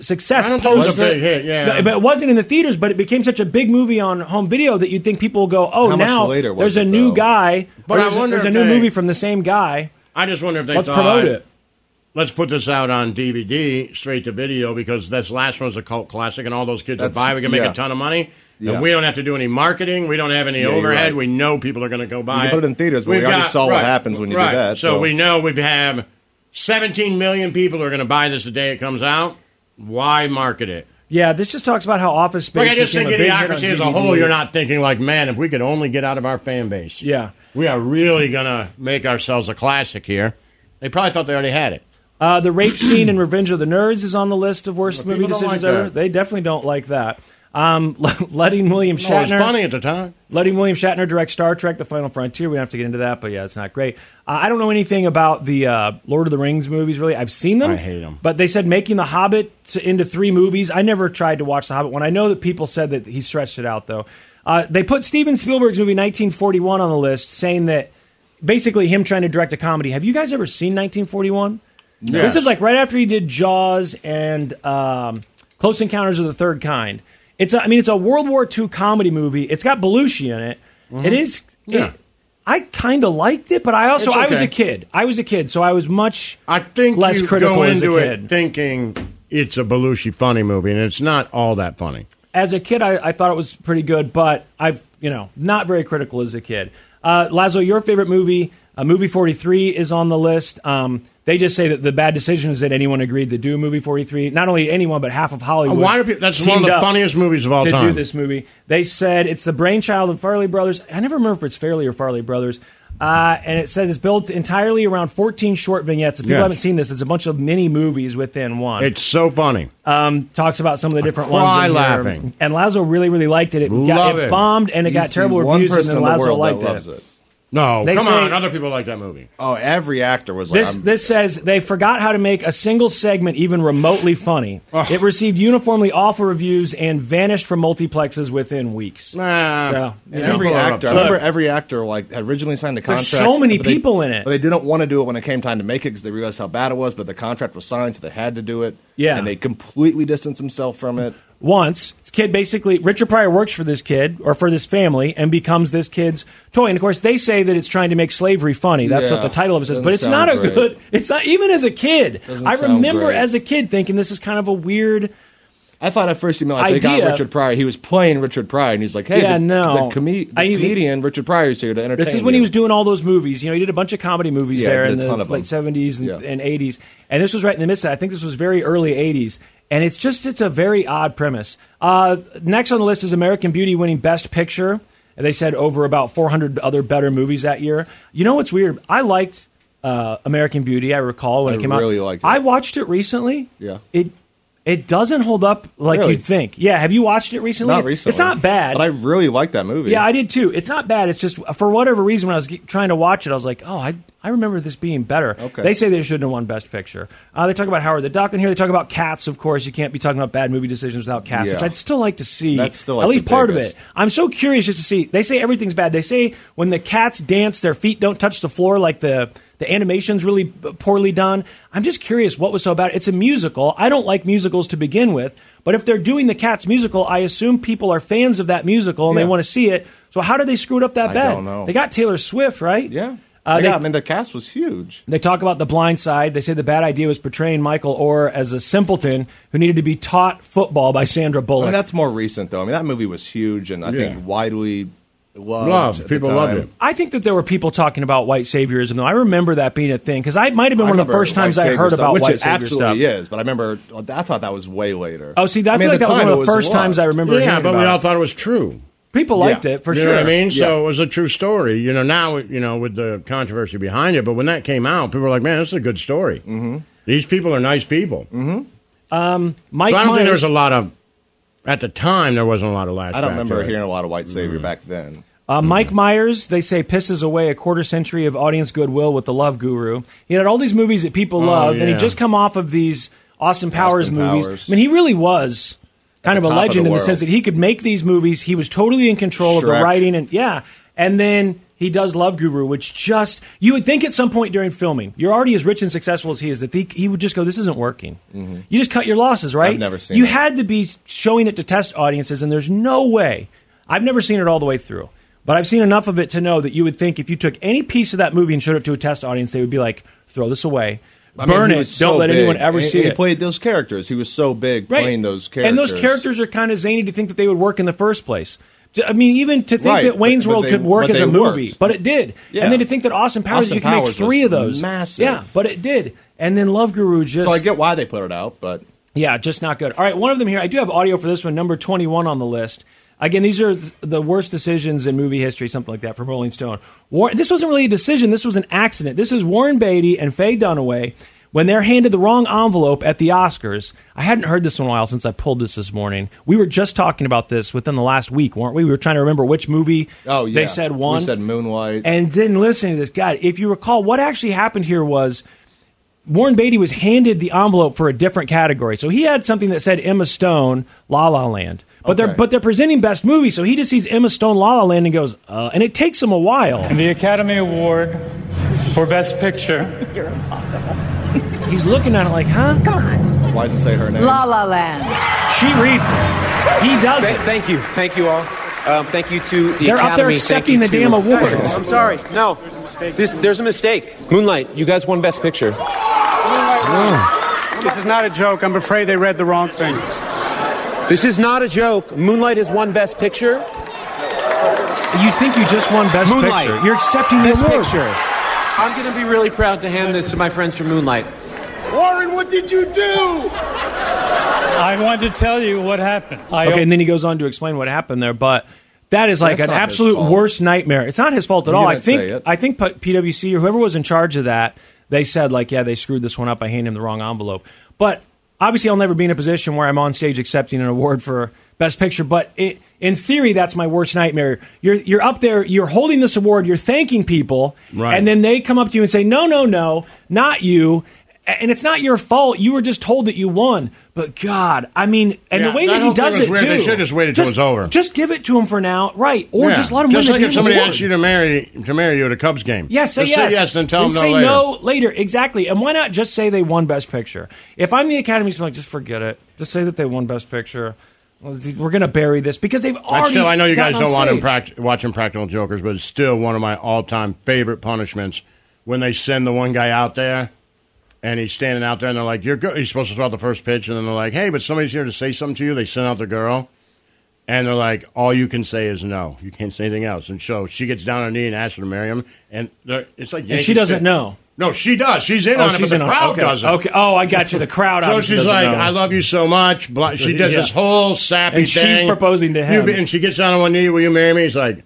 [SPEAKER 1] success.
[SPEAKER 2] I don't think it
[SPEAKER 1] post-
[SPEAKER 2] was a big hit, yeah.
[SPEAKER 1] But it wasn't in the theaters, but it became such a big movie on home video that you'd think people will go, oh,
[SPEAKER 4] How much
[SPEAKER 1] now
[SPEAKER 4] later was
[SPEAKER 1] there's a
[SPEAKER 4] it,
[SPEAKER 1] new
[SPEAKER 4] though?
[SPEAKER 1] guy,
[SPEAKER 2] But
[SPEAKER 1] or
[SPEAKER 2] I
[SPEAKER 1] there's, a-
[SPEAKER 2] wonder
[SPEAKER 1] there's a
[SPEAKER 2] if
[SPEAKER 1] new
[SPEAKER 2] they-
[SPEAKER 1] movie from the same guy.
[SPEAKER 2] I just wonder if they
[SPEAKER 1] Let's
[SPEAKER 2] thought,
[SPEAKER 1] promote it.
[SPEAKER 2] Let's put this out on DVD, straight to video, because this last one's a cult classic, and all those kids that
[SPEAKER 4] That's-
[SPEAKER 2] buy, we can make
[SPEAKER 4] yeah.
[SPEAKER 2] a ton of money.
[SPEAKER 4] Yeah.
[SPEAKER 2] And we don't have to do any marketing. We don't have any
[SPEAKER 4] Yeah, you're
[SPEAKER 2] overhead.
[SPEAKER 4] right.
[SPEAKER 2] We know people are going to go buy.
[SPEAKER 4] can put it in theaters, but we
[SPEAKER 2] We've
[SPEAKER 4] already saw what happens when you do
[SPEAKER 2] right.
[SPEAKER 4] that,
[SPEAKER 2] So,
[SPEAKER 4] so-
[SPEAKER 2] we know we have 17 million people who are going to buy this the day it comes out. Why market it?
[SPEAKER 1] Yeah, this just talks about how Office Space.
[SPEAKER 2] Like, I just
[SPEAKER 1] became
[SPEAKER 2] think
[SPEAKER 1] a big hit on
[SPEAKER 2] idiocracy as a
[SPEAKER 1] DVD.
[SPEAKER 2] whole, you're not thinking like, man, if we could only get out of our fan base,
[SPEAKER 1] Yeah.
[SPEAKER 2] we are really going to make ourselves a classic here. They probably thought they already had it.
[SPEAKER 1] Uh, the rape scene in Revenge of the Nerds is on the list of worst
[SPEAKER 2] But
[SPEAKER 1] movie
[SPEAKER 2] people don't
[SPEAKER 1] decisions
[SPEAKER 2] like
[SPEAKER 1] ever.
[SPEAKER 2] that.
[SPEAKER 1] They definitely don't like that. Um, letting William
[SPEAKER 2] No, it was
[SPEAKER 1] Shatner,
[SPEAKER 2] funny at the time.
[SPEAKER 1] letting William Shatner direct Star Trek: The Final Frontier. We don't have to get into that, but yeah, it's not great. Uh, I don't know anything about the uh, Lord of the Rings movies. Really, I've seen them.
[SPEAKER 2] I hate 'em.
[SPEAKER 1] But they said making The Hobbit to- into three movies. I never tried to watch The Hobbit one. I know that people said that he stretched it out though. Uh, they put Steven Spielberg's movie 1941 on the list, saying that basically him trying to direct a comedy. Have you guys ever seen 1941? This is like right after he did Jaws and um, Close Encounters of the Third Kind. It's a, I mean it's a World War II comedy movie. It's got Belushi in it. It is. it-
[SPEAKER 2] Mm-hmm. Yeah.
[SPEAKER 1] I kind of liked it, but I also
[SPEAKER 2] It's
[SPEAKER 1] I was
[SPEAKER 2] okay.
[SPEAKER 1] a kid. I was a kid, so I was much
[SPEAKER 2] I think
[SPEAKER 1] less
[SPEAKER 2] you
[SPEAKER 1] critical
[SPEAKER 2] go
[SPEAKER 1] as
[SPEAKER 2] into
[SPEAKER 1] a
[SPEAKER 2] it
[SPEAKER 1] kid.
[SPEAKER 2] thinking it's a Belushi funny movie, and it's not all that funny.
[SPEAKER 1] as a kid, I, I thought it was pretty good, but I've you know not very critical as a kid. Uh, Lazo, your favorite movie, uh, movie forty three, is on the list. Um, they just say that the bad decision is that anyone agreed to do movie forty three. Not only anyone, but half of Hollywood.
[SPEAKER 2] Why do people? That's one of
[SPEAKER 1] Oh, teamed
[SPEAKER 2] the
[SPEAKER 1] up
[SPEAKER 2] funniest movies of all
[SPEAKER 1] to
[SPEAKER 2] time.
[SPEAKER 1] do this movie. They said it's the brainchild of Farley Brothers. I never remember if it's Farley or Farley Brothers. Uh, and it says it's built entirely around 14 short vignettes. If people
[SPEAKER 2] Yeah.
[SPEAKER 1] haven't seen this, it's a bunch of mini movies within one
[SPEAKER 2] It's so funny.
[SPEAKER 1] Um, talks about some of the different
[SPEAKER 2] cry
[SPEAKER 1] ones. in here.
[SPEAKER 2] laughing.
[SPEAKER 1] And Lazo really, really liked it. It, got,
[SPEAKER 2] Love
[SPEAKER 1] it,
[SPEAKER 2] it.
[SPEAKER 1] bombed and it
[SPEAKER 4] He's
[SPEAKER 1] got
[SPEAKER 4] the
[SPEAKER 1] terrible
[SPEAKER 4] one
[SPEAKER 1] reviews, and
[SPEAKER 4] person
[SPEAKER 1] then
[SPEAKER 4] in the
[SPEAKER 1] Lazo
[SPEAKER 4] world
[SPEAKER 1] liked
[SPEAKER 4] that loves it.
[SPEAKER 2] no,
[SPEAKER 1] they
[SPEAKER 2] Oh, come
[SPEAKER 1] say-
[SPEAKER 2] on. Other people like that movie.
[SPEAKER 4] Oh, every actor was like,
[SPEAKER 1] This
[SPEAKER 4] I'm-
[SPEAKER 1] this says they forgot how to make a single segment even remotely funny. It received uniformly awful reviews and vanished from multiplexes within weeks.
[SPEAKER 2] Nah.
[SPEAKER 1] So, you
[SPEAKER 4] And
[SPEAKER 1] know.
[SPEAKER 4] every
[SPEAKER 2] People are
[SPEAKER 4] actor, I
[SPEAKER 2] upset.
[SPEAKER 4] remember every actor like had originally signed a
[SPEAKER 1] There's
[SPEAKER 4] contract.
[SPEAKER 1] so many
[SPEAKER 4] but they-
[SPEAKER 1] people in it.
[SPEAKER 4] but they didn't want to do it when it came time to make it because they realized how bad it was. But the contract was signed, so they had to do it.
[SPEAKER 1] Yeah.
[SPEAKER 4] and they completely distanced themselves from it.
[SPEAKER 1] once. This kid basically, Richard Pryor works for this kid or for this family and becomes this kid's toy. And of course, they say that it's trying to make slavery funny. That's what
[SPEAKER 4] Yeah.
[SPEAKER 1] the title of it says.
[SPEAKER 4] Doesn't
[SPEAKER 1] But it's
[SPEAKER 4] sound
[SPEAKER 1] not a
[SPEAKER 4] great.
[SPEAKER 1] good, it's not, even as a kid.
[SPEAKER 4] Doesn't
[SPEAKER 1] I
[SPEAKER 4] sound
[SPEAKER 1] remember
[SPEAKER 4] great.
[SPEAKER 1] as a kid thinking this is kind of a weird.
[SPEAKER 4] I thought at first, you know, like Uh, they
[SPEAKER 1] Idea.
[SPEAKER 4] got Richard Pryor. He was playing Richard Pryor, and he's like, "Hey,
[SPEAKER 1] Yeah,
[SPEAKER 4] the,
[SPEAKER 1] no.
[SPEAKER 4] the, comed- the
[SPEAKER 1] I-
[SPEAKER 4] comedian Richard Pryor is here to entertain."
[SPEAKER 1] This is when
[SPEAKER 4] you."
[SPEAKER 1] he was doing all those movies. You know, he did a bunch of comedy movies
[SPEAKER 4] Yeah, he
[SPEAKER 1] there
[SPEAKER 4] did
[SPEAKER 1] in
[SPEAKER 4] a
[SPEAKER 1] the
[SPEAKER 4] ton of them.
[SPEAKER 1] late 70s and,
[SPEAKER 4] Yeah.
[SPEAKER 1] and 80s. And this was right in the midst of that. I think this was very early 80s. And it's just, it's a very odd premise. Uh, next on the list is American Beauty winning Best Picture. And They said over about 400 other better movies that year. You know what's weird? I liked uh, American Beauty. I recall when
[SPEAKER 4] I
[SPEAKER 1] it came out.
[SPEAKER 4] really like it.
[SPEAKER 1] I watched it recently.
[SPEAKER 4] Yeah.
[SPEAKER 1] It it doesn't hold up like
[SPEAKER 4] Really?
[SPEAKER 1] you'd think. Yeah. Have you watched it recently?
[SPEAKER 4] Not
[SPEAKER 1] It's-
[SPEAKER 4] recently.
[SPEAKER 1] It's not bad.
[SPEAKER 4] But I really like that movie.
[SPEAKER 1] Yeah, I did too. It's not bad. It's just for whatever reason when I was ge- trying to watch it, I was like, oh, I I remember this being better.
[SPEAKER 4] Okay.
[SPEAKER 1] They say they shouldn't have won Best Picture. Uh, they talk about Howard the Duck in here. They talk about Cats, of course. You can't be talking about bad movie decisions without Cats,
[SPEAKER 4] Yeah.
[SPEAKER 1] which I'd still like to see.
[SPEAKER 4] That's still, like,
[SPEAKER 1] at least
[SPEAKER 4] the
[SPEAKER 1] part
[SPEAKER 4] biggest.
[SPEAKER 1] of it. I'm so curious just to see. They say everything's bad. They say when the cats dance, their feet don't touch the floor. Like the the animation's really b- poorly done. I'm just curious what was so bad. It's a musical. I don't like musicals to begin with, but if they're doing the cats musical, I assume people are fans of that musical and
[SPEAKER 4] Yeah.
[SPEAKER 1] they want to see it. So how did they screw it up that
[SPEAKER 4] I
[SPEAKER 1] bad?
[SPEAKER 4] don't know.
[SPEAKER 1] They got Taylor Swift right.
[SPEAKER 4] Yeah.
[SPEAKER 1] Uh,
[SPEAKER 4] I
[SPEAKER 1] they-
[SPEAKER 4] got, I mean, the cast was huge.
[SPEAKER 1] They talk about the blind side. They say the bad idea was portraying Michael Orr as a simpleton who needed to be taught football by Sandra
[SPEAKER 4] I
[SPEAKER 1] Bullock.
[SPEAKER 4] mean, that's more recent, though. I mean, that movie was huge and I
[SPEAKER 2] Yeah.
[SPEAKER 4] think widely loved.
[SPEAKER 2] Loved.
[SPEAKER 4] at the
[SPEAKER 2] People loved
[SPEAKER 4] time.
[SPEAKER 2] it.
[SPEAKER 1] I think that there were people talking about white saviorism, though. I remember that being a thing because I might have been
[SPEAKER 4] I
[SPEAKER 1] one of the
[SPEAKER 4] remember
[SPEAKER 1] first times
[SPEAKER 4] White
[SPEAKER 1] I
[SPEAKER 4] Savior
[SPEAKER 1] heard
[SPEAKER 4] stuff,
[SPEAKER 1] about
[SPEAKER 4] which
[SPEAKER 1] white
[SPEAKER 4] it
[SPEAKER 1] savior
[SPEAKER 4] absolutely
[SPEAKER 1] stuff.
[SPEAKER 4] is, but I remember I thought that was way later.
[SPEAKER 1] Oh, see, I
[SPEAKER 4] mean,
[SPEAKER 1] feel
[SPEAKER 4] at
[SPEAKER 1] like that was
[SPEAKER 4] time,
[SPEAKER 1] one of
[SPEAKER 4] it
[SPEAKER 1] the first times I
[SPEAKER 4] loved.
[SPEAKER 1] remember.
[SPEAKER 2] Yeah,
[SPEAKER 1] hearing
[SPEAKER 2] but
[SPEAKER 1] about
[SPEAKER 2] we
[SPEAKER 1] it.
[SPEAKER 2] all thought it was true.
[SPEAKER 1] people liked
[SPEAKER 4] Yeah.
[SPEAKER 1] it for
[SPEAKER 2] you
[SPEAKER 1] sure.
[SPEAKER 2] know what I mean?
[SPEAKER 4] Yeah.
[SPEAKER 2] So it was a true story. You know, now you know with the controversy behind it, but when that came out, people were like, "Man, this is a good story." Mm-hmm. These people are nice people. Mm-hmm.
[SPEAKER 1] Um, Mike
[SPEAKER 2] So I don't think
[SPEAKER 1] Myers-
[SPEAKER 2] there was a lot of. At the time, there wasn't a lot of lash.
[SPEAKER 4] I don't remember
[SPEAKER 2] factor. Mm.
[SPEAKER 4] hearing a lot of White Savior back then.
[SPEAKER 1] Uh, Mike Myers, they say, pisses away a quarter century of audience goodwill with The Love Guru. He had all these movies that people
[SPEAKER 4] Oh,
[SPEAKER 1] love, and
[SPEAKER 2] yeah.
[SPEAKER 1] he'd just come off of these Austin Powers movies.
[SPEAKER 4] Powers.
[SPEAKER 1] I mean, he really was kind of
[SPEAKER 4] the
[SPEAKER 1] a
[SPEAKER 4] top of
[SPEAKER 1] legend
[SPEAKER 4] the
[SPEAKER 1] in the
[SPEAKER 4] world.
[SPEAKER 1] sense that he could make these movies. He was totally in control of the
[SPEAKER 4] Shrek.
[SPEAKER 1] writing, and yeah. And then he does Love Guru, which just, you would think at some point during filming, you're already as rich and successful as he is, that he, he would just go, This isn't working. You just cut your losses, right?
[SPEAKER 4] Mm-hmm. I've never seen
[SPEAKER 1] You
[SPEAKER 4] it.
[SPEAKER 1] had to be showing it to test audiences, and there's no way. I've never seen it all the way through, but I've seen enough of it to know that you would think if you took any piece of that movie and showed it to a test audience, they would be like, "Throw this away,
[SPEAKER 4] I mean,
[SPEAKER 1] burn
[SPEAKER 4] he
[SPEAKER 1] it, don't
[SPEAKER 4] was so
[SPEAKER 1] let
[SPEAKER 4] big,
[SPEAKER 1] anyone ever
[SPEAKER 4] and-
[SPEAKER 1] see
[SPEAKER 4] and
[SPEAKER 1] it."
[SPEAKER 4] He played those characters. He was so big
[SPEAKER 1] Right.
[SPEAKER 4] playing those characters.
[SPEAKER 1] and those characters are kind of zany to think that they would work in the first place. J- I mean, even to think
[SPEAKER 4] Right,
[SPEAKER 1] that Wayne's
[SPEAKER 4] but- but
[SPEAKER 1] World
[SPEAKER 4] they-
[SPEAKER 1] could work
[SPEAKER 4] but
[SPEAKER 1] as a
[SPEAKER 4] they
[SPEAKER 1] movie,
[SPEAKER 4] worked.
[SPEAKER 1] but it did.
[SPEAKER 4] Yeah.
[SPEAKER 1] And then to think that Austin Powers,
[SPEAKER 4] Austin
[SPEAKER 1] you can make
[SPEAKER 4] Powers
[SPEAKER 1] three
[SPEAKER 4] was
[SPEAKER 1] of those,
[SPEAKER 4] massive.
[SPEAKER 1] yeah, but it did. And then Love Guru just
[SPEAKER 4] So I get why they put it out, but
[SPEAKER 1] yeah, just not good. All right, one of them here. I do have audio for this one, number 21 on the list. Again, these are th- the worst decisions in movie history, something like that, from Rolling Stone. War- this wasn't really a decision, this was an accident. This is Warren Beatty and Faye Dunaway when they're handed the wrong envelope at the Oscars. I hadn't heard this in a while since I pulled this this morning. We were just talking about this within the last week, weren't we? We were trying to remember which movie
[SPEAKER 4] oh yeah,
[SPEAKER 1] they said one
[SPEAKER 4] We said Moonlight.
[SPEAKER 1] and didn't listen to this. God, if you recall, what actually happened here was Warren Beatty was handed the envelope for a different category. So he had something that said Emma Stone, La La Land. But they're
[SPEAKER 4] Okay.
[SPEAKER 1] but they're presenting best movie, so he just sees Emma Stone, La La Land, and goes, uh, and it takes him a while.
[SPEAKER 8] The Academy Award for Best Picture
[SPEAKER 1] He's looking at it like, huh?
[SPEAKER 4] why does it say her name?
[SPEAKER 9] La La Land.
[SPEAKER 1] She reads it. He does
[SPEAKER 8] Th-
[SPEAKER 1] it.
[SPEAKER 8] thank you. Thank you all. Um, thank you to the
[SPEAKER 1] They're
[SPEAKER 8] Academy.
[SPEAKER 1] up there
[SPEAKER 8] Thank you
[SPEAKER 1] accepting the
[SPEAKER 8] to-
[SPEAKER 1] damn awards.
[SPEAKER 8] I'm sorry. No. This, there's a mistake. Moonlight, you guys won Best Picture. This is not a joke. I'm afraid they read the wrong thing. This is not a joke. Moonlight has won Best Picture.
[SPEAKER 1] You think you just won best
[SPEAKER 8] Moonlight.
[SPEAKER 1] picture? You're accepting the
[SPEAKER 8] Best
[SPEAKER 1] award.
[SPEAKER 8] Picture. I'm going to be really proud to hand this to my friends from Moonlight.
[SPEAKER 5] Warren, what did you do?
[SPEAKER 8] I wanted to tell you what happened. I
[SPEAKER 1] Okay, and then he goes on to explain what happened there, but that is like
[SPEAKER 4] That's
[SPEAKER 1] an
[SPEAKER 4] not his
[SPEAKER 1] absolute
[SPEAKER 4] fault.
[SPEAKER 1] worst nightmare. It's not his fault at
[SPEAKER 4] He
[SPEAKER 1] all. I
[SPEAKER 4] didn't say
[SPEAKER 1] think
[SPEAKER 4] it.
[SPEAKER 1] I think P- PwC or whoever was in charge of that, they said like, yeah, they screwed this one up by handing him the wrong envelope. But obviously, I'll never be in a position where I'm on stage accepting an award for best picture. But it, in theory, that's my worst nightmare. You're you're up there, you're holding this award, you're thanking people,
[SPEAKER 2] Right.
[SPEAKER 1] and then they come up to you and say, no, no, no, not you. A- And it's not your fault. You were just told that you won. But God, I mean, and
[SPEAKER 2] Yeah,
[SPEAKER 1] the way
[SPEAKER 2] that
[SPEAKER 1] that he
[SPEAKER 2] whole thing
[SPEAKER 1] does
[SPEAKER 2] was
[SPEAKER 1] it
[SPEAKER 2] weird.
[SPEAKER 1] too.
[SPEAKER 2] They should just wait until it's over.
[SPEAKER 1] Just give it to him for now, right? Or
[SPEAKER 2] Yeah.
[SPEAKER 1] just let him win
[SPEAKER 2] like
[SPEAKER 1] the
[SPEAKER 2] if
[SPEAKER 1] damn
[SPEAKER 2] somebody
[SPEAKER 1] award.
[SPEAKER 2] asks you to marry to marry you at a Cubs game.
[SPEAKER 1] Yes, say
[SPEAKER 2] Just
[SPEAKER 1] yes.
[SPEAKER 2] Say yes and tell
[SPEAKER 1] Then
[SPEAKER 2] them
[SPEAKER 1] say
[SPEAKER 2] no later.
[SPEAKER 1] no later. Exactly. And why not just say they won Best Picture? If I'm the Academy, I'm like, just forget it. Just say that they won Best Picture. Well, We're gonna bury this because they've
[SPEAKER 2] I
[SPEAKER 1] already.
[SPEAKER 2] still, I know you guys
[SPEAKER 1] gotten
[SPEAKER 2] don't
[SPEAKER 1] on
[SPEAKER 2] want him
[SPEAKER 1] stage.
[SPEAKER 2] pract- watching Practical Jokers, but it's still one of my all-time favorite punishments when they send the one guy out there and he's standing out there and they're like, "You're good." He's supposed to throw out the first pitch, and then they're like, "Hey, but somebody's here to say something to you." They send out the girl, and they're like, "All you can say is no. You can't say anything else." And so she gets down on her knee and asks her to marry him, and they're- it's like
[SPEAKER 1] And
[SPEAKER 2] Yankee
[SPEAKER 1] she doesn't
[SPEAKER 2] Sta-
[SPEAKER 1] know.
[SPEAKER 2] No, she does. She's in
[SPEAKER 1] Oh,
[SPEAKER 2] on it, but
[SPEAKER 1] she's
[SPEAKER 2] the
[SPEAKER 1] in on-
[SPEAKER 2] crowd
[SPEAKER 1] okay.
[SPEAKER 2] doesn't.
[SPEAKER 1] Okay. Oh, I got you. The crowd.
[SPEAKER 2] So
[SPEAKER 1] obviously
[SPEAKER 2] she's
[SPEAKER 1] doesn't
[SPEAKER 2] like,
[SPEAKER 1] know.
[SPEAKER 2] "I love you so much." Blah, she does
[SPEAKER 1] Yeah.
[SPEAKER 2] this whole sappy
[SPEAKER 1] And she's
[SPEAKER 2] thing.
[SPEAKER 1] proposing to him.
[SPEAKER 2] You be- and she gets down on one knee. Will you marry me? He's like,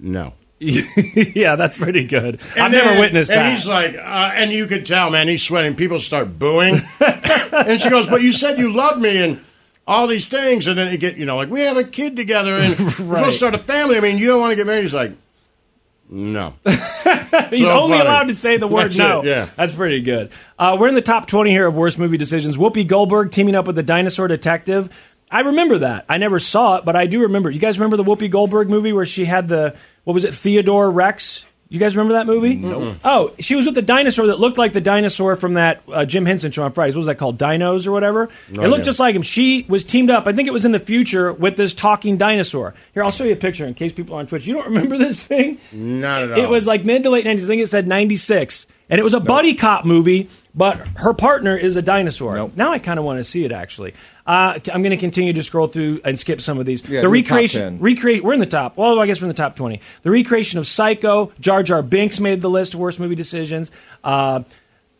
[SPEAKER 2] "No."
[SPEAKER 1] yeah, that's pretty good. I've never
[SPEAKER 2] then-
[SPEAKER 1] witnessed
[SPEAKER 2] and
[SPEAKER 1] that.
[SPEAKER 2] he's like, uh, and you could tell, man, he's sweating. People start booing, and she goes, "But you said you loved me and all these things." And then you get, you know, like we have a kid together and we're supposed to start a family. I mean, you don't want to get married. He's like, no.
[SPEAKER 1] He's
[SPEAKER 2] So
[SPEAKER 1] only
[SPEAKER 2] funny.
[SPEAKER 1] allowed to say the word
[SPEAKER 2] That's
[SPEAKER 1] no.
[SPEAKER 2] it, yeah.
[SPEAKER 1] That's pretty good. Uh, we're in the top 20 here of worst movie decisions. Whoopi Goldberg teaming up with the dinosaur detective. I remember that. I never saw it, but I do remember. You guys remember the Whoopi Goldberg movie where she had the, what was it, Theodore Rex? You guys remember that movie? No. Oh, she was with the dinosaur that looked like the dinosaur from that uh, Jim Henson show on Fridays. What was that called? Dinos or whatever?
[SPEAKER 2] No
[SPEAKER 1] it looked
[SPEAKER 2] idea.
[SPEAKER 1] just like him. She was teamed up. I think it was in the future with this talking dinosaur. Here, I'll show you a picture in case people on Twitch. You don't remember this thing?
[SPEAKER 2] Not at all.
[SPEAKER 1] It was like mid to late 90s. I think it said 96. And it was a buddy cop movie, but her partner is a dinosaur. Now I kind of want to see it, actually. Uh, I'm going to continue to scroll through and skip some of these.
[SPEAKER 4] Yeah,
[SPEAKER 1] the
[SPEAKER 4] do the top
[SPEAKER 1] recreation.
[SPEAKER 4] 10.
[SPEAKER 1] recreate. We're in the top. Well, I guess we're in the top 20. The recreation of Psycho. Jar Jar Binks made the list of worst movie decisions. Uh,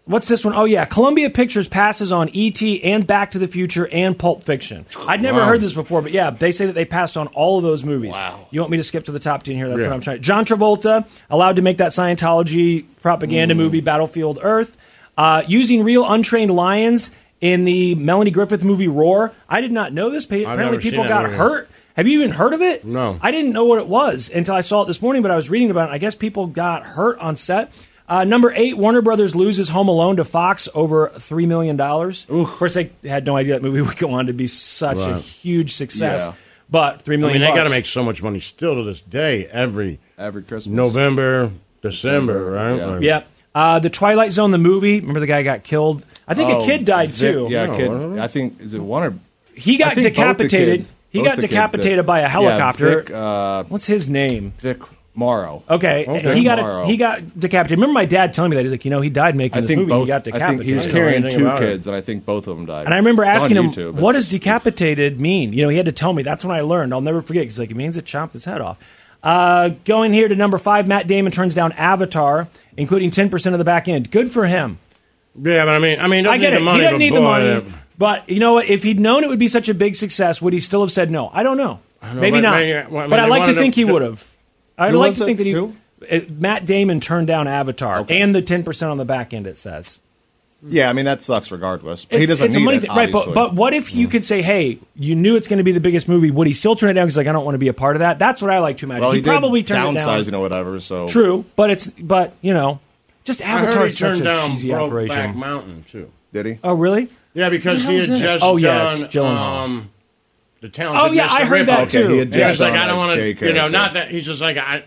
[SPEAKER 1] What's this one? Oh yeah, Columbia Pictures passes on E.T. and Back to the Future and Pulp Fiction. I'd never
[SPEAKER 10] Wow.
[SPEAKER 1] heard this before, but yeah, they say that they passed on all of those movies. Wow. You want me to skip to the top ten here? That's
[SPEAKER 10] Yeah.
[SPEAKER 1] what I'm trying. John Travolta allowed to make that Scientology propaganda
[SPEAKER 10] Mm.
[SPEAKER 1] movie Battlefield Earth, uh, using real untrained lions in the Melanie Griffith movie Roar. I did not know this. Pa- Apparently,
[SPEAKER 2] never seen
[SPEAKER 1] people
[SPEAKER 2] that
[SPEAKER 1] got
[SPEAKER 2] movie.
[SPEAKER 1] hurt. Have you even heard of it?
[SPEAKER 2] No.
[SPEAKER 1] I didn't know what it was until I saw it this morning, but I was reading about it. I guess people got hurt on set. Uh, number eight, Warner Brothers loses Home Alone to Fox over $3 million. Of course, they had no idea that movie would go on to be such a
[SPEAKER 2] Right.
[SPEAKER 1] huge success.
[SPEAKER 2] Yeah.
[SPEAKER 1] But $3 million.
[SPEAKER 2] I mean, they got
[SPEAKER 1] bucks.
[SPEAKER 2] to make so much money still to this day. Every
[SPEAKER 4] every Christmas,
[SPEAKER 2] November, December,
[SPEAKER 4] December,
[SPEAKER 2] right?
[SPEAKER 4] yeah.
[SPEAKER 2] Like-
[SPEAKER 1] Yep. Uh, the Twilight Zone, the movie. Remember the guy got killed? I think
[SPEAKER 4] Oh,
[SPEAKER 1] a kid died
[SPEAKER 4] Vic-
[SPEAKER 1] too.
[SPEAKER 4] Yeah, a kid. I think is it one or
[SPEAKER 1] He got
[SPEAKER 4] I think both the
[SPEAKER 1] decapitated.
[SPEAKER 4] kids-
[SPEAKER 1] He
[SPEAKER 4] both
[SPEAKER 1] got
[SPEAKER 4] the kids did.
[SPEAKER 1] decapitated by a
[SPEAKER 4] Yeah,
[SPEAKER 1] helicopter.
[SPEAKER 4] Vic, uh,
[SPEAKER 1] What's his name?
[SPEAKER 4] Vic Morrow.
[SPEAKER 1] Okay,
[SPEAKER 4] Vic
[SPEAKER 1] he got
[SPEAKER 4] Morrow.
[SPEAKER 1] a, he got decapitated. Remember my dad telling me that he's like, you know, he died making
[SPEAKER 4] I
[SPEAKER 1] this
[SPEAKER 4] think
[SPEAKER 1] movie.
[SPEAKER 4] both.
[SPEAKER 1] he got
[SPEAKER 4] I
[SPEAKER 1] decapitated.
[SPEAKER 4] think he was carrying two kids, and I think both of them died.
[SPEAKER 1] And I remember
[SPEAKER 4] It's on
[SPEAKER 1] asking him,
[SPEAKER 4] YouTube.
[SPEAKER 1] "What
[SPEAKER 4] It's-
[SPEAKER 1] does decapitated mean?" You know, he had to tell me. That's when I learned. I'll never forget. He's like, "It means it chopped his head off." Uh, going here to number five, Matt Damon turns down Avatar, including ten percent of the back end. Good for him.
[SPEAKER 2] Yeah, but I mean, I mean, he
[SPEAKER 1] I
[SPEAKER 2] doesn't
[SPEAKER 1] get
[SPEAKER 2] need
[SPEAKER 1] it.
[SPEAKER 2] the money,
[SPEAKER 1] he doesn't
[SPEAKER 2] but
[SPEAKER 1] need the
[SPEAKER 2] boy,
[SPEAKER 1] money.
[SPEAKER 2] that-
[SPEAKER 1] But you know what? If he'd known it would be such a big success, would he still have said no? I don't know.
[SPEAKER 2] know,
[SPEAKER 1] maybe
[SPEAKER 2] but-
[SPEAKER 1] not.
[SPEAKER 2] maybe- well, I mean,
[SPEAKER 1] but I
[SPEAKER 2] they
[SPEAKER 1] like to
[SPEAKER 2] wanted
[SPEAKER 1] think
[SPEAKER 2] to-
[SPEAKER 1] he would have. I'd
[SPEAKER 2] Who
[SPEAKER 1] like
[SPEAKER 2] was
[SPEAKER 1] to think
[SPEAKER 2] it?
[SPEAKER 1] that he. It- Matt Damon turned down Avatar and the ten percent on the back end. It says.
[SPEAKER 4] Yeah, I mean that sucks regardless. But he
[SPEAKER 1] It's-
[SPEAKER 4] doesn't
[SPEAKER 1] it's a
[SPEAKER 4] need
[SPEAKER 1] money
[SPEAKER 4] it,
[SPEAKER 1] thing. right? But,
[SPEAKER 4] obviously.
[SPEAKER 1] but what if you
[SPEAKER 2] Hmm.
[SPEAKER 1] could say, "Hey, you knew it's going to be the biggest movie. Would he still turn it down? Because like I don't want to be a part of that." That's what I like to imagine.
[SPEAKER 4] well, he, did
[SPEAKER 1] probably turned
[SPEAKER 4] downsizing
[SPEAKER 1] it down.
[SPEAKER 4] or whatever. So
[SPEAKER 1] True, but it's but you know, just
[SPEAKER 2] I
[SPEAKER 1] Avatar
[SPEAKER 2] heard he
[SPEAKER 1] is such
[SPEAKER 2] turned
[SPEAKER 1] a
[SPEAKER 2] down
[SPEAKER 1] cheesy
[SPEAKER 2] Brokeback
[SPEAKER 1] operation.
[SPEAKER 2] Mountain too.
[SPEAKER 4] Did he?
[SPEAKER 1] Oh really?
[SPEAKER 2] Yeah, because he had
[SPEAKER 1] Who the hell's
[SPEAKER 2] just
[SPEAKER 1] in it? Oh, yeah, it's
[SPEAKER 2] done
[SPEAKER 1] Gyllenhaal.
[SPEAKER 2] um, the talented.
[SPEAKER 1] Oh, yeah,
[SPEAKER 2] Mr.
[SPEAKER 1] I heard that,
[SPEAKER 2] Ripley.
[SPEAKER 1] too. Okay, he had
[SPEAKER 2] Yeah,
[SPEAKER 1] just
[SPEAKER 2] he's like,
[SPEAKER 1] done
[SPEAKER 2] I don't
[SPEAKER 1] a
[SPEAKER 2] want
[SPEAKER 1] gay
[SPEAKER 2] to, you know,
[SPEAKER 1] character.
[SPEAKER 2] not that he's just like, I,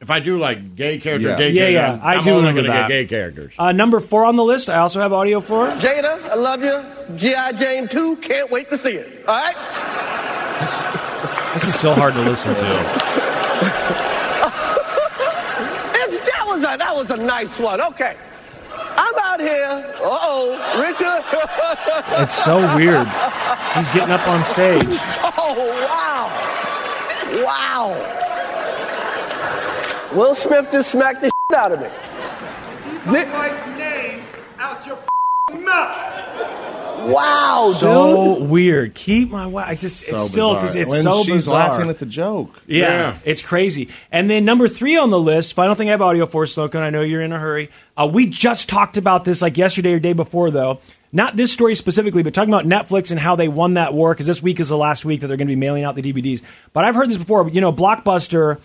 [SPEAKER 2] if I do like gay character,
[SPEAKER 1] Yeah.
[SPEAKER 2] gay
[SPEAKER 1] Yeah,
[SPEAKER 2] character,
[SPEAKER 1] yeah, I
[SPEAKER 2] I'm
[SPEAKER 1] do
[SPEAKER 2] only
[SPEAKER 1] remember
[SPEAKER 2] gonna
[SPEAKER 1] that.
[SPEAKER 2] get gay characters.
[SPEAKER 1] Uh, number four on the list. I also have audio for it.
[SPEAKER 5] Jada, I love you. G.I. Jane 2, can't wait to see it. All right?
[SPEAKER 1] This is so hard to listen to.
[SPEAKER 5] It's, that, was a, that was a nice one. Okay. I'm out here. Uh oh, Richard.
[SPEAKER 1] It's so weird. He's getting up on stage.
[SPEAKER 5] oh, wow. Wow. Will Smith just smacked the shit out of me.
[SPEAKER 11] My wife's name out your mouth.
[SPEAKER 5] Wow,
[SPEAKER 1] so weird. Keep my wife. I just it's still just, it's
[SPEAKER 4] when
[SPEAKER 1] so
[SPEAKER 4] she's
[SPEAKER 1] bizarre.
[SPEAKER 4] laughing at the joke.
[SPEAKER 1] Yeah, it's crazy. And then number three on the list, final thing I have audio for, Slocum. I know you're in a hurry. Uh, we just talked about this like yesterday or day before, though. Not this story specifically, but talking about Netflix and how they won that war because this week is the last week that they're going to be mailing out the DVDs. But I've heard this before. but, You know, Blockbuster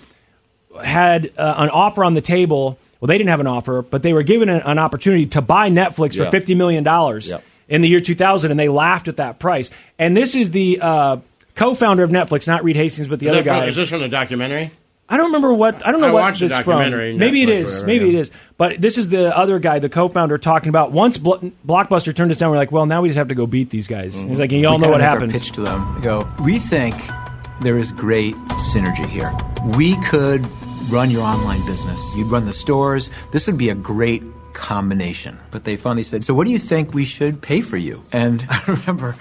[SPEAKER 1] had uh, an offer on the table. Well, they didn't have an offer, but they were given an, an opportunity to buy Netflix for
[SPEAKER 10] Yeah.
[SPEAKER 1] fifty million dollars
[SPEAKER 10] Yep.
[SPEAKER 1] in the year two thousand, and they laughed at that price. And this is the uh, co-founder of Netflix, not Reed Hastings, but the
[SPEAKER 2] is,
[SPEAKER 1] other
[SPEAKER 2] that from-
[SPEAKER 1] guy.
[SPEAKER 2] is this from the documentary?
[SPEAKER 1] I don't remember what I don't know
[SPEAKER 2] I
[SPEAKER 1] what
[SPEAKER 2] watched the
[SPEAKER 1] this is from.
[SPEAKER 2] documentary,
[SPEAKER 1] Maybe it
[SPEAKER 2] Netflix,
[SPEAKER 1] is.
[SPEAKER 2] whatever,
[SPEAKER 1] maybe
[SPEAKER 2] yeah.
[SPEAKER 1] it is. But this is the other guy, the co-founder, talking about once Blo- Blockbuster turned us down. We're like, well, now we just have to go beat these guys.
[SPEAKER 2] Mm.
[SPEAKER 1] He's like, and you all
[SPEAKER 12] We
[SPEAKER 1] know what
[SPEAKER 12] kinda make our
[SPEAKER 1] happened.
[SPEAKER 12] Pitch to them. We go. We think there is great synergy here. We could run your online business. You'd run the stores. This would be a great combination. But they finally said, "So what do you think we should pay for you?" And I remember.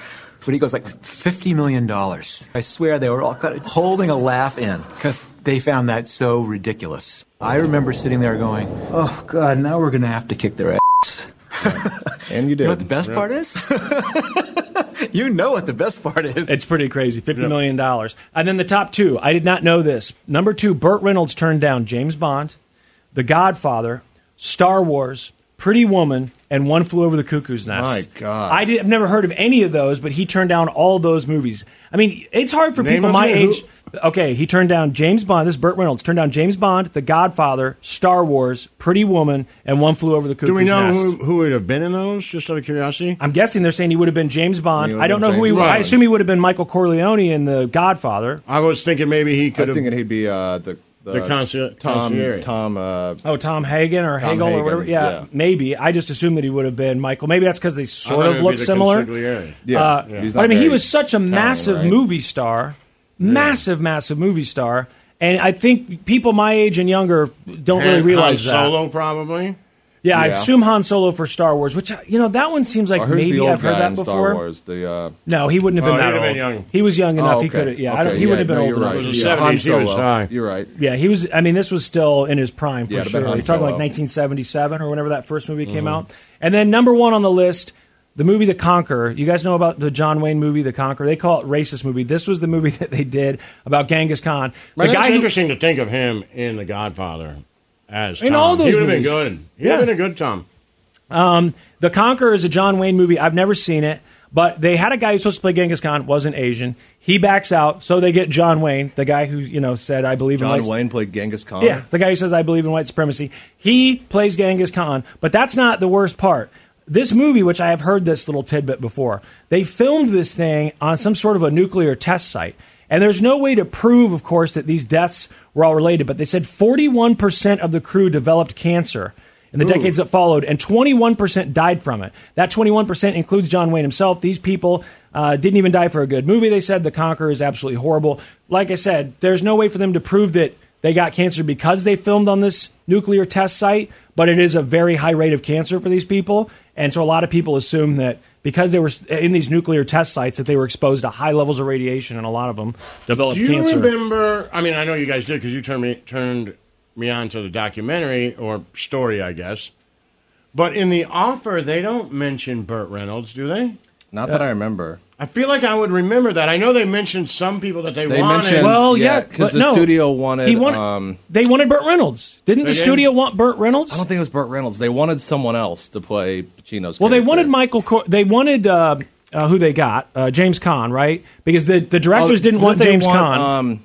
[SPEAKER 12] But he goes like fifty million dollars. I swear they were all kind of holding a laugh in because they found that so ridiculous. I remember sitting there going, "Oh God, now we're going to have to kick their ass."
[SPEAKER 4] And you did.
[SPEAKER 12] You know what the best part is? you know what the best part is.
[SPEAKER 1] It's pretty crazy. Fifty million dollars. And then the top two. I did not know this. Number two, Burt Reynolds turned down James Bond, The Godfather, Star Wars, Pretty Woman, and One Flew Over the Cuckoo's Nest.
[SPEAKER 4] My God.
[SPEAKER 1] I did, I've never heard of any of those, but he turned down all those movies. I mean, it's hard for
[SPEAKER 2] Name
[SPEAKER 1] people
[SPEAKER 2] them
[SPEAKER 1] my
[SPEAKER 2] to
[SPEAKER 1] age. Okay, he turned down James Bond. This is Burt Reynolds turned down James Bond, The Godfather, Star Wars, Pretty Woman, and One Flew Over the Cuckoo's
[SPEAKER 2] Do we know
[SPEAKER 1] Nest.
[SPEAKER 2] who, who would have been in those? Just out of curiosity.
[SPEAKER 1] I'm guessing they're saying he would have been James Bond.
[SPEAKER 2] He would
[SPEAKER 1] I don't know
[SPEAKER 2] have
[SPEAKER 1] who
[SPEAKER 2] been
[SPEAKER 1] he.
[SPEAKER 2] James
[SPEAKER 1] I
[SPEAKER 2] Bond.
[SPEAKER 1] assume he would have been Michael Corleone in The Godfather.
[SPEAKER 2] I was thinking maybe he
[SPEAKER 4] I
[SPEAKER 2] could
[SPEAKER 4] was
[SPEAKER 2] have.
[SPEAKER 4] thinking he'd be uh, the, the
[SPEAKER 2] The conci-
[SPEAKER 4] Tom
[SPEAKER 2] concierge.
[SPEAKER 4] Tom uh,
[SPEAKER 1] Oh, Tom Hagen or
[SPEAKER 4] Tom
[SPEAKER 1] Hagel
[SPEAKER 4] Hagen,
[SPEAKER 1] or whatever. Yeah,
[SPEAKER 4] yeah.
[SPEAKER 1] maybe. I just assumed that he would have been Michael. Maybe that's because they sort
[SPEAKER 2] thought
[SPEAKER 1] of
[SPEAKER 2] it would
[SPEAKER 1] look
[SPEAKER 2] be the
[SPEAKER 1] similar.
[SPEAKER 2] consigliere.
[SPEAKER 4] Yeah,
[SPEAKER 1] Uh,
[SPEAKER 4] yeah. He's
[SPEAKER 1] But I
[SPEAKER 4] not
[SPEAKER 1] mean, he
[SPEAKER 4] very
[SPEAKER 1] was such a
[SPEAKER 4] talented,
[SPEAKER 1] massive
[SPEAKER 4] right?
[SPEAKER 1] movie star, massive, massive movie star, and I think people my age and younger don't
[SPEAKER 2] Han-
[SPEAKER 1] really realize
[SPEAKER 2] Han
[SPEAKER 1] that.
[SPEAKER 2] Solo probably.
[SPEAKER 1] Yeah, I
[SPEAKER 4] Yeah.
[SPEAKER 1] assume Han Solo for Star Wars, which you know that one seems like
[SPEAKER 4] or who's the
[SPEAKER 1] maybe
[SPEAKER 4] old
[SPEAKER 1] I've heard
[SPEAKER 4] guy
[SPEAKER 1] that
[SPEAKER 4] in
[SPEAKER 1] before.
[SPEAKER 4] Star Wars? The uh,
[SPEAKER 1] No, he wouldn't have
[SPEAKER 2] Oh,
[SPEAKER 1] been
[SPEAKER 2] he'd
[SPEAKER 1] that
[SPEAKER 2] have
[SPEAKER 1] old.
[SPEAKER 2] been young.
[SPEAKER 1] He was young enough.
[SPEAKER 4] Oh,
[SPEAKER 1] He
[SPEAKER 4] okay.
[SPEAKER 1] could have. Yeah, I
[SPEAKER 4] Okay,
[SPEAKER 1] don't, he wouldn't have
[SPEAKER 4] no,
[SPEAKER 1] been
[SPEAKER 4] you're
[SPEAKER 1] old enough.
[SPEAKER 4] right.
[SPEAKER 2] It was the
[SPEAKER 4] Yeah,
[SPEAKER 2] 70s, he was
[SPEAKER 4] Solo.
[SPEAKER 2] high.
[SPEAKER 4] You're right.
[SPEAKER 1] Yeah, he was. I mean, this was still in his prime for
[SPEAKER 4] Yeah, but
[SPEAKER 1] sure. You're
[SPEAKER 4] Han
[SPEAKER 1] talking
[SPEAKER 4] Solo. Mm-hmm.
[SPEAKER 1] like 1970, 7 or whenever that first movie came out. And then number one on the list, the movie The Conqueror. You guys know about the John Wayne movie, The Conqueror. They call it racist movie. This was the movie that they did about Genghis Khan. The
[SPEAKER 2] But it's
[SPEAKER 1] who-
[SPEAKER 2] interesting to think of him in The Godfather as
[SPEAKER 1] In
[SPEAKER 2] Tom.
[SPEAKER 1] all those
[SPEAKER 2] he would have been
[SPEAKER 1] movies.
[SPEAKER 2] good. He would
[SPEAKER 1] Yeah.
[SPEAKER 2] have been a good Tom.
[SPEAKER 1] Um, the Conqueror is a John Wayne movie. I've never seen it, but they had a guy who's supposed to play Genghis Khan, wasn't Asian. He backs out, so they get John Wayne, the guy who you know said, "I believe in
[SPEAKER 4] John
[SPEAKER 1] white-
[SPEAKER 4] Wayne played Genghis Khan.
[SPEAKER 1] Yeah, the guy who says I believe in white supremacy. He plays Genghis Khan, but that's not the worst part. This movie, which I have heard this little tidbit before, they filmed this thing on some sort of a nuclear test site. And there's no way to prove, of course, that these deaths were all related, but they said 41% of the crew developed cancer in the decades that followed, and 21% died from it. That 21% includes John Wayne himself. These people uh, didn't even die for a good movie. They said The Conqueror is absolutely horrible. Like I said, there's no way for them to prove that they got cancer because they filmed on this nuclear test site, but it is a very high rate of cancer for these people. And so a lot of people assume that because they were in these nuclear test sites that they were exposed to high levels of radiation and a lot of them developed
[SPEAKER 2] Do you
[SPEAKER 1] cancer.
[SPEAKER 2] remember? I mean, I know you guys did because you turned me turned me on to the documentary or story, I guess. But in the offer, they don't mention Burt Reynolds, do they?
[SPEAKER 4] Not that I remember.
[SPEAKER 2] I feel like I would remember that. I know they mentioned some people that they,
[SPEAKER 4] They
[SPEAKER 2] wanted.
[SPEAKER 4] mentioned
[SPEAKER 1] Well, yeah, but
[SPEAKER 4] because the
[SPEAKER 1] no.
[SPEAKER 4] studio wanted.
[SPEAKER 1] He wanted-
[SPEAKER 4] um,
[SPEAKER 1] they wanted Burt Reynolds. Didn't
[SPEAKER 2] They
[SPEAKER 1] the
[SPEAKER 2] did?
[SPEAKER 1] studio want Burt Reynolds?
[SPEAKER 4] I don't think it was Burt Reynolds. They wanted someone else to play Pacino's.
[SPEAKER 1] Well, they
[SPEAKER 4] character.
[SPEAKER 1] wanted Michael. Cor- they wanted uh, uh, who they got, uh, James Caan, right? Because the, the
[SPEAKER 4] Oh,
[SPEAKER 1] directors didn't
[SPEAKER 4] didn't
[SPEAKER 1] want
[SPEAKER 4] they
[SPEAKER 1] James
[SPEAKER 4] want,
[SPEAKER 1] Caan.
[SPEAKER 4] Um,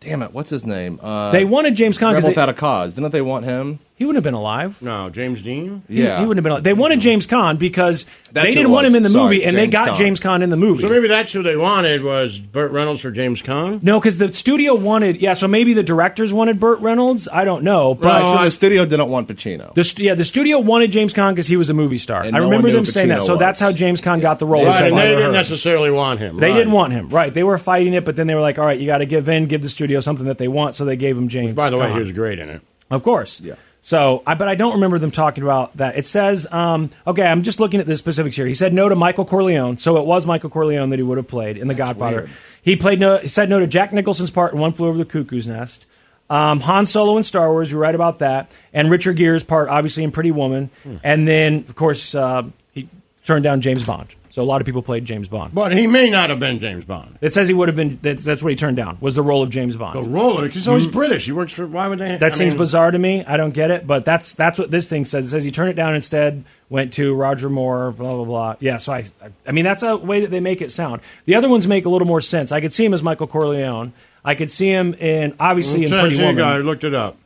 [SPEAKER 4] damn it, what's his name? Uh,
[SPEAKER 1] they wanted James Caan because
[SPEAKER 4] Rebel Without
[SPEAKER 1] they-
[SPEAKER 4] a Cause. Didn't they want him?
[SPEAKER 1] he wouldn't have been alive.
[SPEAKER 2] no, James Dean.
[SPEAKER 1] He-
[SPEAKER 4] Yeah, Mm-hmm.
[SPEAKER 1] he, wouldn't have been. alive. They wanted James Caan because
[SPEAKER 4] That's
[SPEAKER 1] they
[SPEAKER 4] who
[SPEAKER 1] didn't
[SPEAKER 4] it
[SPEAKER 1] want
[SPEAKER 4] was.
[SPEAKER 1] him in the
[SPEAKER 4] Sorry,
[SPEAKER 1] movie, and they
[SPEAKER 4] James
[SPEAKER 1] got
[SPEAKER 4] Caan.
[SPEAKER 1] James Caan in the movie.
[SPEAKER 2] So maybe that's who they wanted was Burt Reynolds for James Caan.
[SPEAKER 1] no, because the studio wanted. Yeah, so maybe the directors wanted Burt Reynolds. I don't know, but.
[SPEAKER 4] Right, so the studio didn't want Pacino.
[SPEAKER 1] The st- yeah, the studio wanted James Caan because he was a movie star.
[SPEAKER 4] And
[SPEAKER 1] I
[SPEAKER 4] no one
[SPEAKER 1] remember
[SPEAKER 4] knew
[SPEAKER 1] them saying that.
[SPEAKER 4] Pacino
[SPEAKER 1] So that's
[SPEAKER 4] was.
[SPEAKER 1] how James Caan got the role. which
[SPEAKER 2] Right,
[SPEAKER 1] I've
[SPEAKER 2] and they
[SPEAKER 1] never
[SPEAKER 2] didn't
[SPEAKER 1] heard.
[SPEAKER 2] necessarily want him.
[SPEAKER 1] They
[SPEAKER 2] right.
[SPEAKER 1] didn't want him, right? They were fighting it, but then they were like, "All right, you got to give in, give the studio something that they want." So they gave him James.
[SPEAKER 2] By the way,
[SPEAKER 1] Caan.
[SPEAKER 2] he was great in it.
[SPEAKER 1] of course, yeah. So, I, but I don't remember them talking about that. It says, um, okay, I'm just looking at the specifics here. He said no to Michael Corleone, so it was Michael Corleone that he would have played in The Godfather. He played no, he said no to Jack Nicholson's part in One Flew Over the Cuckoo's Nest. Um, Han Solo in Star Wars, you're right about that, and Richard Gere's part, obviously in Pretty Woman,
[SPEAKER 2] Hmm.
[SPEAKER 1] and then of course uh, he turned down James Bond. So a lot of people played James Bond.
[SPEAKER 2] But he may not have been James Bond.
[SPEAKER 1] It says he would have been. That's, that's what he turned down. Was the role of James Bond. Mm.
[SPEAKER 2] The roller, because he's British. He works for. Why would they?
[SPEAKER 1] that
[SPEAKER 2] I
[SPEAKER 1] seems
[SPEAKER 2] mean,
[SPEAKER 1] bizarre to me. I don't get it, but that's that's what this thing says. It says he turned it down instead. Went to Roger Moore. Blah blah blah. Yeah. So I, I, I mean, that's a way that they make it sound. The other ones make a little more sense. I could see him as Michael Corleone. I could see him in obviously in
[SPEAKER 2] Says
[SPEAKER 1] Pretty
[SPEAKER 2] here,
[SPEAKER 1] Woman.
[SPEAKER 2] I looked it up.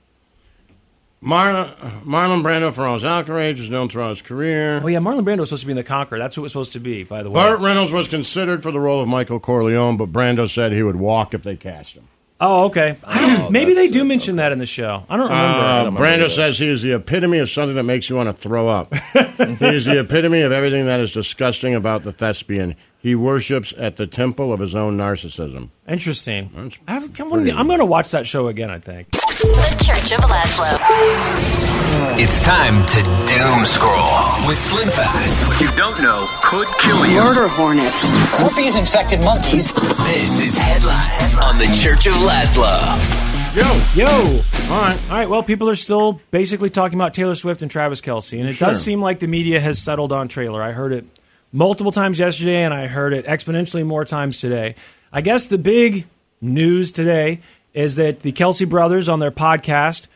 [SPEAKER 2] Marlon, Marlon Brando for all his outrage is known throughout his career.
[SPEAKER 1] Oh yeah, Marlon Brando was supposed to be in The Conqueror. That's who it was supposed to be. By the way.
[SPEAKER 2] Burt Reynolds was considered for the role of Michael Corleone, but Brando said he would walk if they cast him.
[SPEAKER 1] oh okay. I don't, maybe they do mention that in the show. I don't remember.
[SPEAKER 2] Uh, Brando says he is the epitome of something that makes you want to throw up. he is the epitome of everything that is disgusting about the thespian. He worships at the temple of his own narcissism.
[SPEAKER 1] Interesting. I've, I'm, gonna, I'm gonna watch that show again. I think.
[SPEAKER 10] The Church of Laszlo.
[SPEAKER 13] It's time to doom scroll with Slim Fast. What you don't know could kill you. Murder hornets, herpes infected monkeys. This is headlines on the Church of Laszlo.
[SPEAKER 2] Yo.
[SPEAKER 1] Yo.
[SPEAKER 2] All right.
[SPEAKER 1] All right. Well, people are still basically talking about Taylor Swift and Travis Kelsey, and it
[SPEAKER 2] Sure.
[SPEAKER 1] does seem like the media has settled on Trailer. I heard it multiple times yesterday, and I heard it exponentially more times today. I guess the big news today is that the Kelsey brothers on their podcast,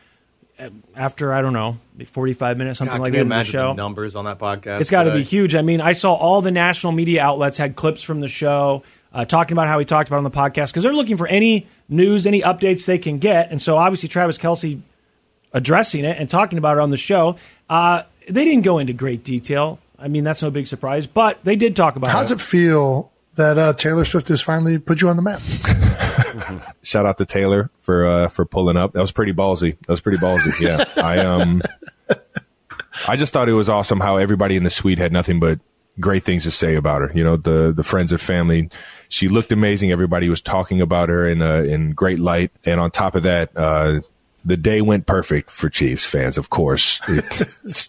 [SPEAKER 1] uh, after I don't know, 45 minutes, something
[SPEAKER 14] God, can
[SPEAKER 1] like that,
[SPEAKER 14] you
[SPEAKER 1] in the
[SPEAKER 14] imagine
[SPEAKER 1] show.
[SPEAKER 14] the numbers on that podcast?
[SPEAKER 1] It's got to
[SPEAKER 14] today?
[SPEAKER 1] be huge. I mean, I saw all the national media outlets had clips from the show uh, talking about how he talked about it on the podcast because they're looking for any news, any updates they can get. And so obviously, Travis Kelsey addressing it and talking about it on the show. Uh, they didn't go into great detail. I mean, that's no big surprise, but they did talk about
[SPEAKER 15] How's
[SPEAKER 1] it.
[SPEAKER 15] it feel that uh, Taylor Swift has finally put you on the map?
[SPEAKER 16] Mm-hmm. Shout out to Taylor for uh, for pulling up. That was pretty ballsy. That was pretty ballsy. Yeah, I um, I just thought it was awesome how everybody in the suite had nothing but great things to say about her. You know, the the friends and family. She looked amazing. Everybody was talking about her in uh, in great light. And on top of that, uh, the day went perfect for Chiefs fans. Of course, It's-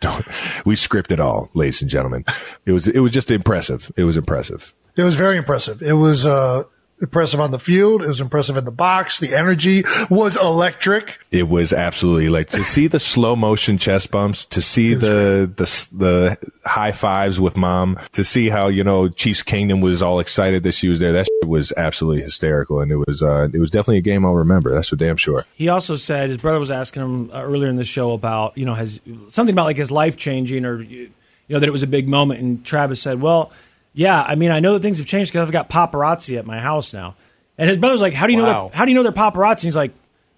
[SPEAKER 16] we script it all, ladies and gentlemen. It was it was just impressive. It was impressive.
[SPEAKER 15] It was very impressive. It was uh, impressive on the field. It was impressive in the box. The energy was electric.
[SPEAKER 16] It was absolutely like to see the slow motion chest bumps, to see the, the s- the high fives with mom, to see how you know Chiefs Kingdom was all excited that she was there. That shit was absolutely hysterical, and it was uh, it was definitely a game I'll remember. That's for damn sure.
[SPEAKER 1] He also said his brother was asking him uh, earlier in the show about you know has something about like his life changing or you know that it was a big moment, and Travis said, "Well, yeah, I mean I know that things have changed because I've got paparazzi at my house now." And his brother's like, "How do you know?
[SPEAKER 14] Wow.
[SPEAKER 1] That, how do you know they're paparazzi?" And he's like,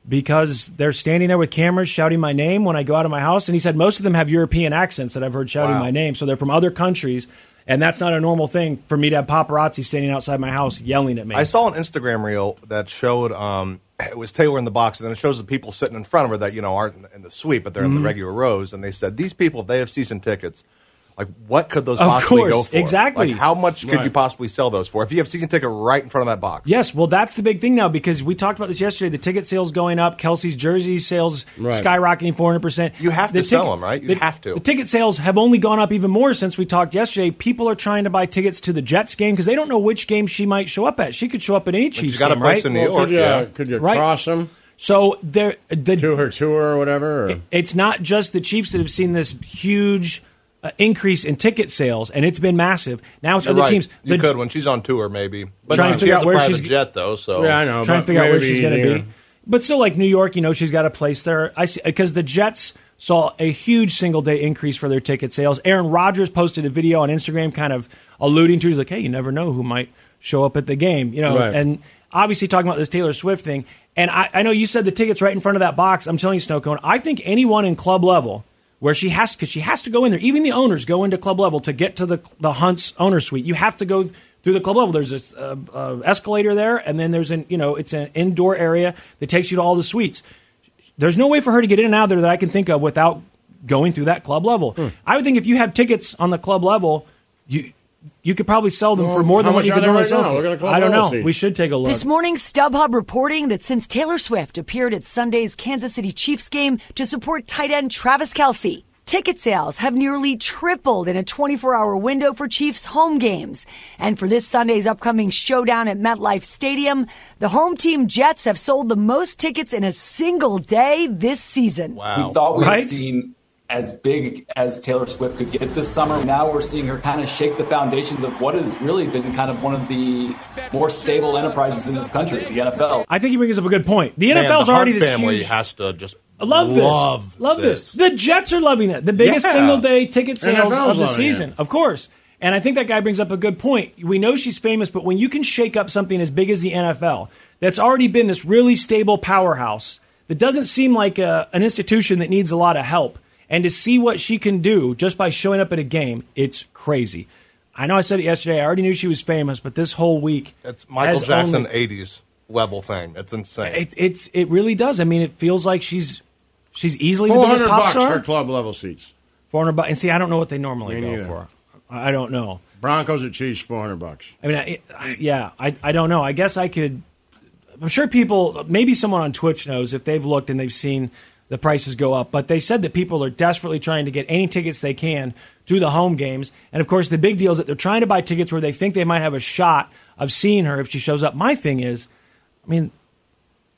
[SPEAKER 1] "Because they're standing there with cameras shouting my name when I go out of my house." And he said most of them have European accents that I've heard shouting
[SPEAKER 14] Wow.
[SPEAKER 1] my name, so they're from other countries. And that's not a normal thing for me to have paparazzi standing outside my house yelling at me.
[SPEAKER 14] I saw an Instagram reel that showed um, it was Taylor in the box, and then it shows the people sitting in front of her that you know aren't in the- in the suite, but they're in
[SPEAKER 1] Mhm.
[SPEAKER 14] the regular rows, and they said these people, if they have season tickets. Like what could those
[SPEAKER 1] Of
[SPEAKER 14] possibly go
[SPEAKER 1] course,
[SPEAKER 14] for?
[SPEAKER 1] exactly.
[SPEAKER 14] Like how much could
[SPEAKER 1] Right.
[SPEAKER 14] you possibly sell those for if you have season ticket right in front of that box?
[SPEAKER 1] Yes, well, that's the big thing now because we talked about this yesterday. The ticket sales going up, Kelsey's jersey sales
[SPEAKER 14] Right.
[SPEAKER 1] skyrocketing four hundred percent. You have
[SPEAKER 14] to sell 'em, right? You have to.
[SPEAKER 1] The ticket sales have only gone up even more since we talked yesterday. People are trying to buy tickets to the Jets game because they don't know which game she might show up at. She could show up at any Chiefs
[SPEAKER 2] got a
[SPEAKER 1] game, right?
[SPEAKER 2] place in New Well, York, could you- yeah. could you cross
[SPEAKER 1] them? So there, the to
[SPEAKER 2] her tour or whatever.
[SPEAKER 1] it's not just the Chiefs that have seen this huge. Uh, increase in ticket sales, and it's been massive. Now it's
[SPEAKER 14] You're
[SPEAKER 1] other
[SPEAKER 14] right.
[SPEAKER 1] teams.
[SPEAKER 14] You
[SPEAKER 1] The-
[SPEAKER 14] could when she's on tour, maybe. But
[SPEAKER 1] Trying to
[SPEAKER 14] she
[SPEAKER 1] figure
[SPEAKER 14] has
[SPEAKER 1] out
[SPEAKER 14] a
[SPEAKER 1] where
[SPEAKER 14] private
[SPEAKER 1] she's-
[SPEAKER 14] jet, though. So
[SPEAKER 1] Yeah, I know, Trying to but figure out where maybe she's gonna they're- be. But still, like New York, you know, she's got a place there. I see because the Jets saw a huge single day increase for their ticket sales. Aaron Rodgers posted a video on Instagram, kind of alluding to. He's like, "Hey, you never know who might show up at the game," you know,
[SPEAKER 14] Right.
[SPEAKER 1] and obviously talking about this Taylor Swift thing. And I, I know you said the tickets right in front of that box. I'm telling you, Snow Cone, I think anyone in club level. Where she has, because she has to go in there. Even the owners go into club level to get to the the Hunt's owner suite. You have to go through the club level. There's this uh, uh, escalator there, and then there's an you know it's an indoor area that takes you to all the suites. There's no way for her to get in and out of there that I can think of without going through that club level.
[SPEAKER 2] Hmm.
[SPEAKER 1] I would think if you have tickets on the club level, you you could probably sell them for more
[SPEAKER 2] how
[SPEAKER 1] than what
[SPEAKER 2] much
[SPEAKER 1] you
[SPEAKER 2] are
[SPEAKER 1] could
[SPEAKER 2] they
[SPEAKER 1] normally
[SPEAKER 2] right
[SPEAKER 1] sell.
[SPEAKER 2] now?
[SPEAKER 1] for.
[SPEAKER 2] Look at the club
[SPEAKER 1] I don't
[SPEAKER 2] level
[SPEAKER 1] know.
[SPEAKER 2] seats.
[SPEAKER 1] We should take a look.
[SPEAKER 17] This morning, StubHub reporting that since Taylor Swift appeared at Sunday's Kansas City Chiefs game to support tight end Travis Kelsey, ticket sales have nearly tripled in a 24 hour window for Chiefs home games. And for this Sunday's upcoming showdown at MetLife Stadium, the home team Jets have sold the most tickets in a single day this season.
[SPEAKER 18] We thought we
[SPEAKER 17] Right?
[SPEAKER 18] had seen as big as Taylor Swift could get this summer. Now we're seeing her kind of shake the foundations of what has really been kind of one of the more stable enterprises in this country, the NFL.
[SPEAKER 1] I think he brings up a good point. The
[SPEAKER 14] Man,
[SPEAKER 1] NFL's
[SPEAKER 14] the
[SPEAKER 1] already
[SPEAKER 14] Hunt
[SPEAKER 1] this
[SPEAKER 14] family
[SPEAKER 1] huge.
[SPEAKER 14] has to just
[SPEAKER 1] I love this.
[SPEAKER 14] love
[SPEAKER 1] love this.
[SPEAKER 14] this.
[SPEAKER 1] The Jets are loving it. The biggest
[SPEAKER 14] Yeah.
[SPEAKER 1] single day ticket sales
[SPEAKER 14] NFL's
[SPEAKER 1] of the
[SPEAKER 14] loving
[SPEAKER 1] season,
[SPEAKER 14] it.
[SPEAKER 1] of course. And I think that guy brings up a good point. We know she's famous, but when you can shake up something as big as the NFL, that's already been this really stable powerhouse that doesn't seem like a, an institution that needs a lot of help, and to see what she can do just by showing up at a game, it's crazy. I know I said it yesterday. I already knew she was famous, but this whole week,
[SPEAKER 14] it's Michael Jackson,
[SPEAKER 1] eight.
[SPEAKER 14] '80s level fame. It's insane.
[SPEAKER 1] It, it's it really does. I mean, it feels like she's she's easily the
[SPEAKER 2] Four
[SPEAKER 1] biggest
[SPEAKER 2] hundred
[SPEAKER 1] pop
[SPEAKER 2] bucks
[SPEAKER 1] star.
[SPEAKER 2] for club level seats.
[SPEAKER 1] Four hundred bucks. And see, I don't know what they normally
[SPEAKER 2] Me
[SPEAKER 1] go
[SPEAKER 2] neither.
[SPEAKER 1] for. I I don't know.
[SPEAKER 2] Broncos or Chiefs, four hundred bucks.
[SPEAKER 1] I mean, I, I, yeah, I I don't know. I guess I could. I'm sure people, maybe someone on Twitch knows if they've looked and they've seen the prices go up. But they said that people are desperately trying to get any tickets they can to the home games. And of course, the big deal is that they're trying to buy tickets where they think they might have a shot of seeing her if she shows up. My thing is, I mean,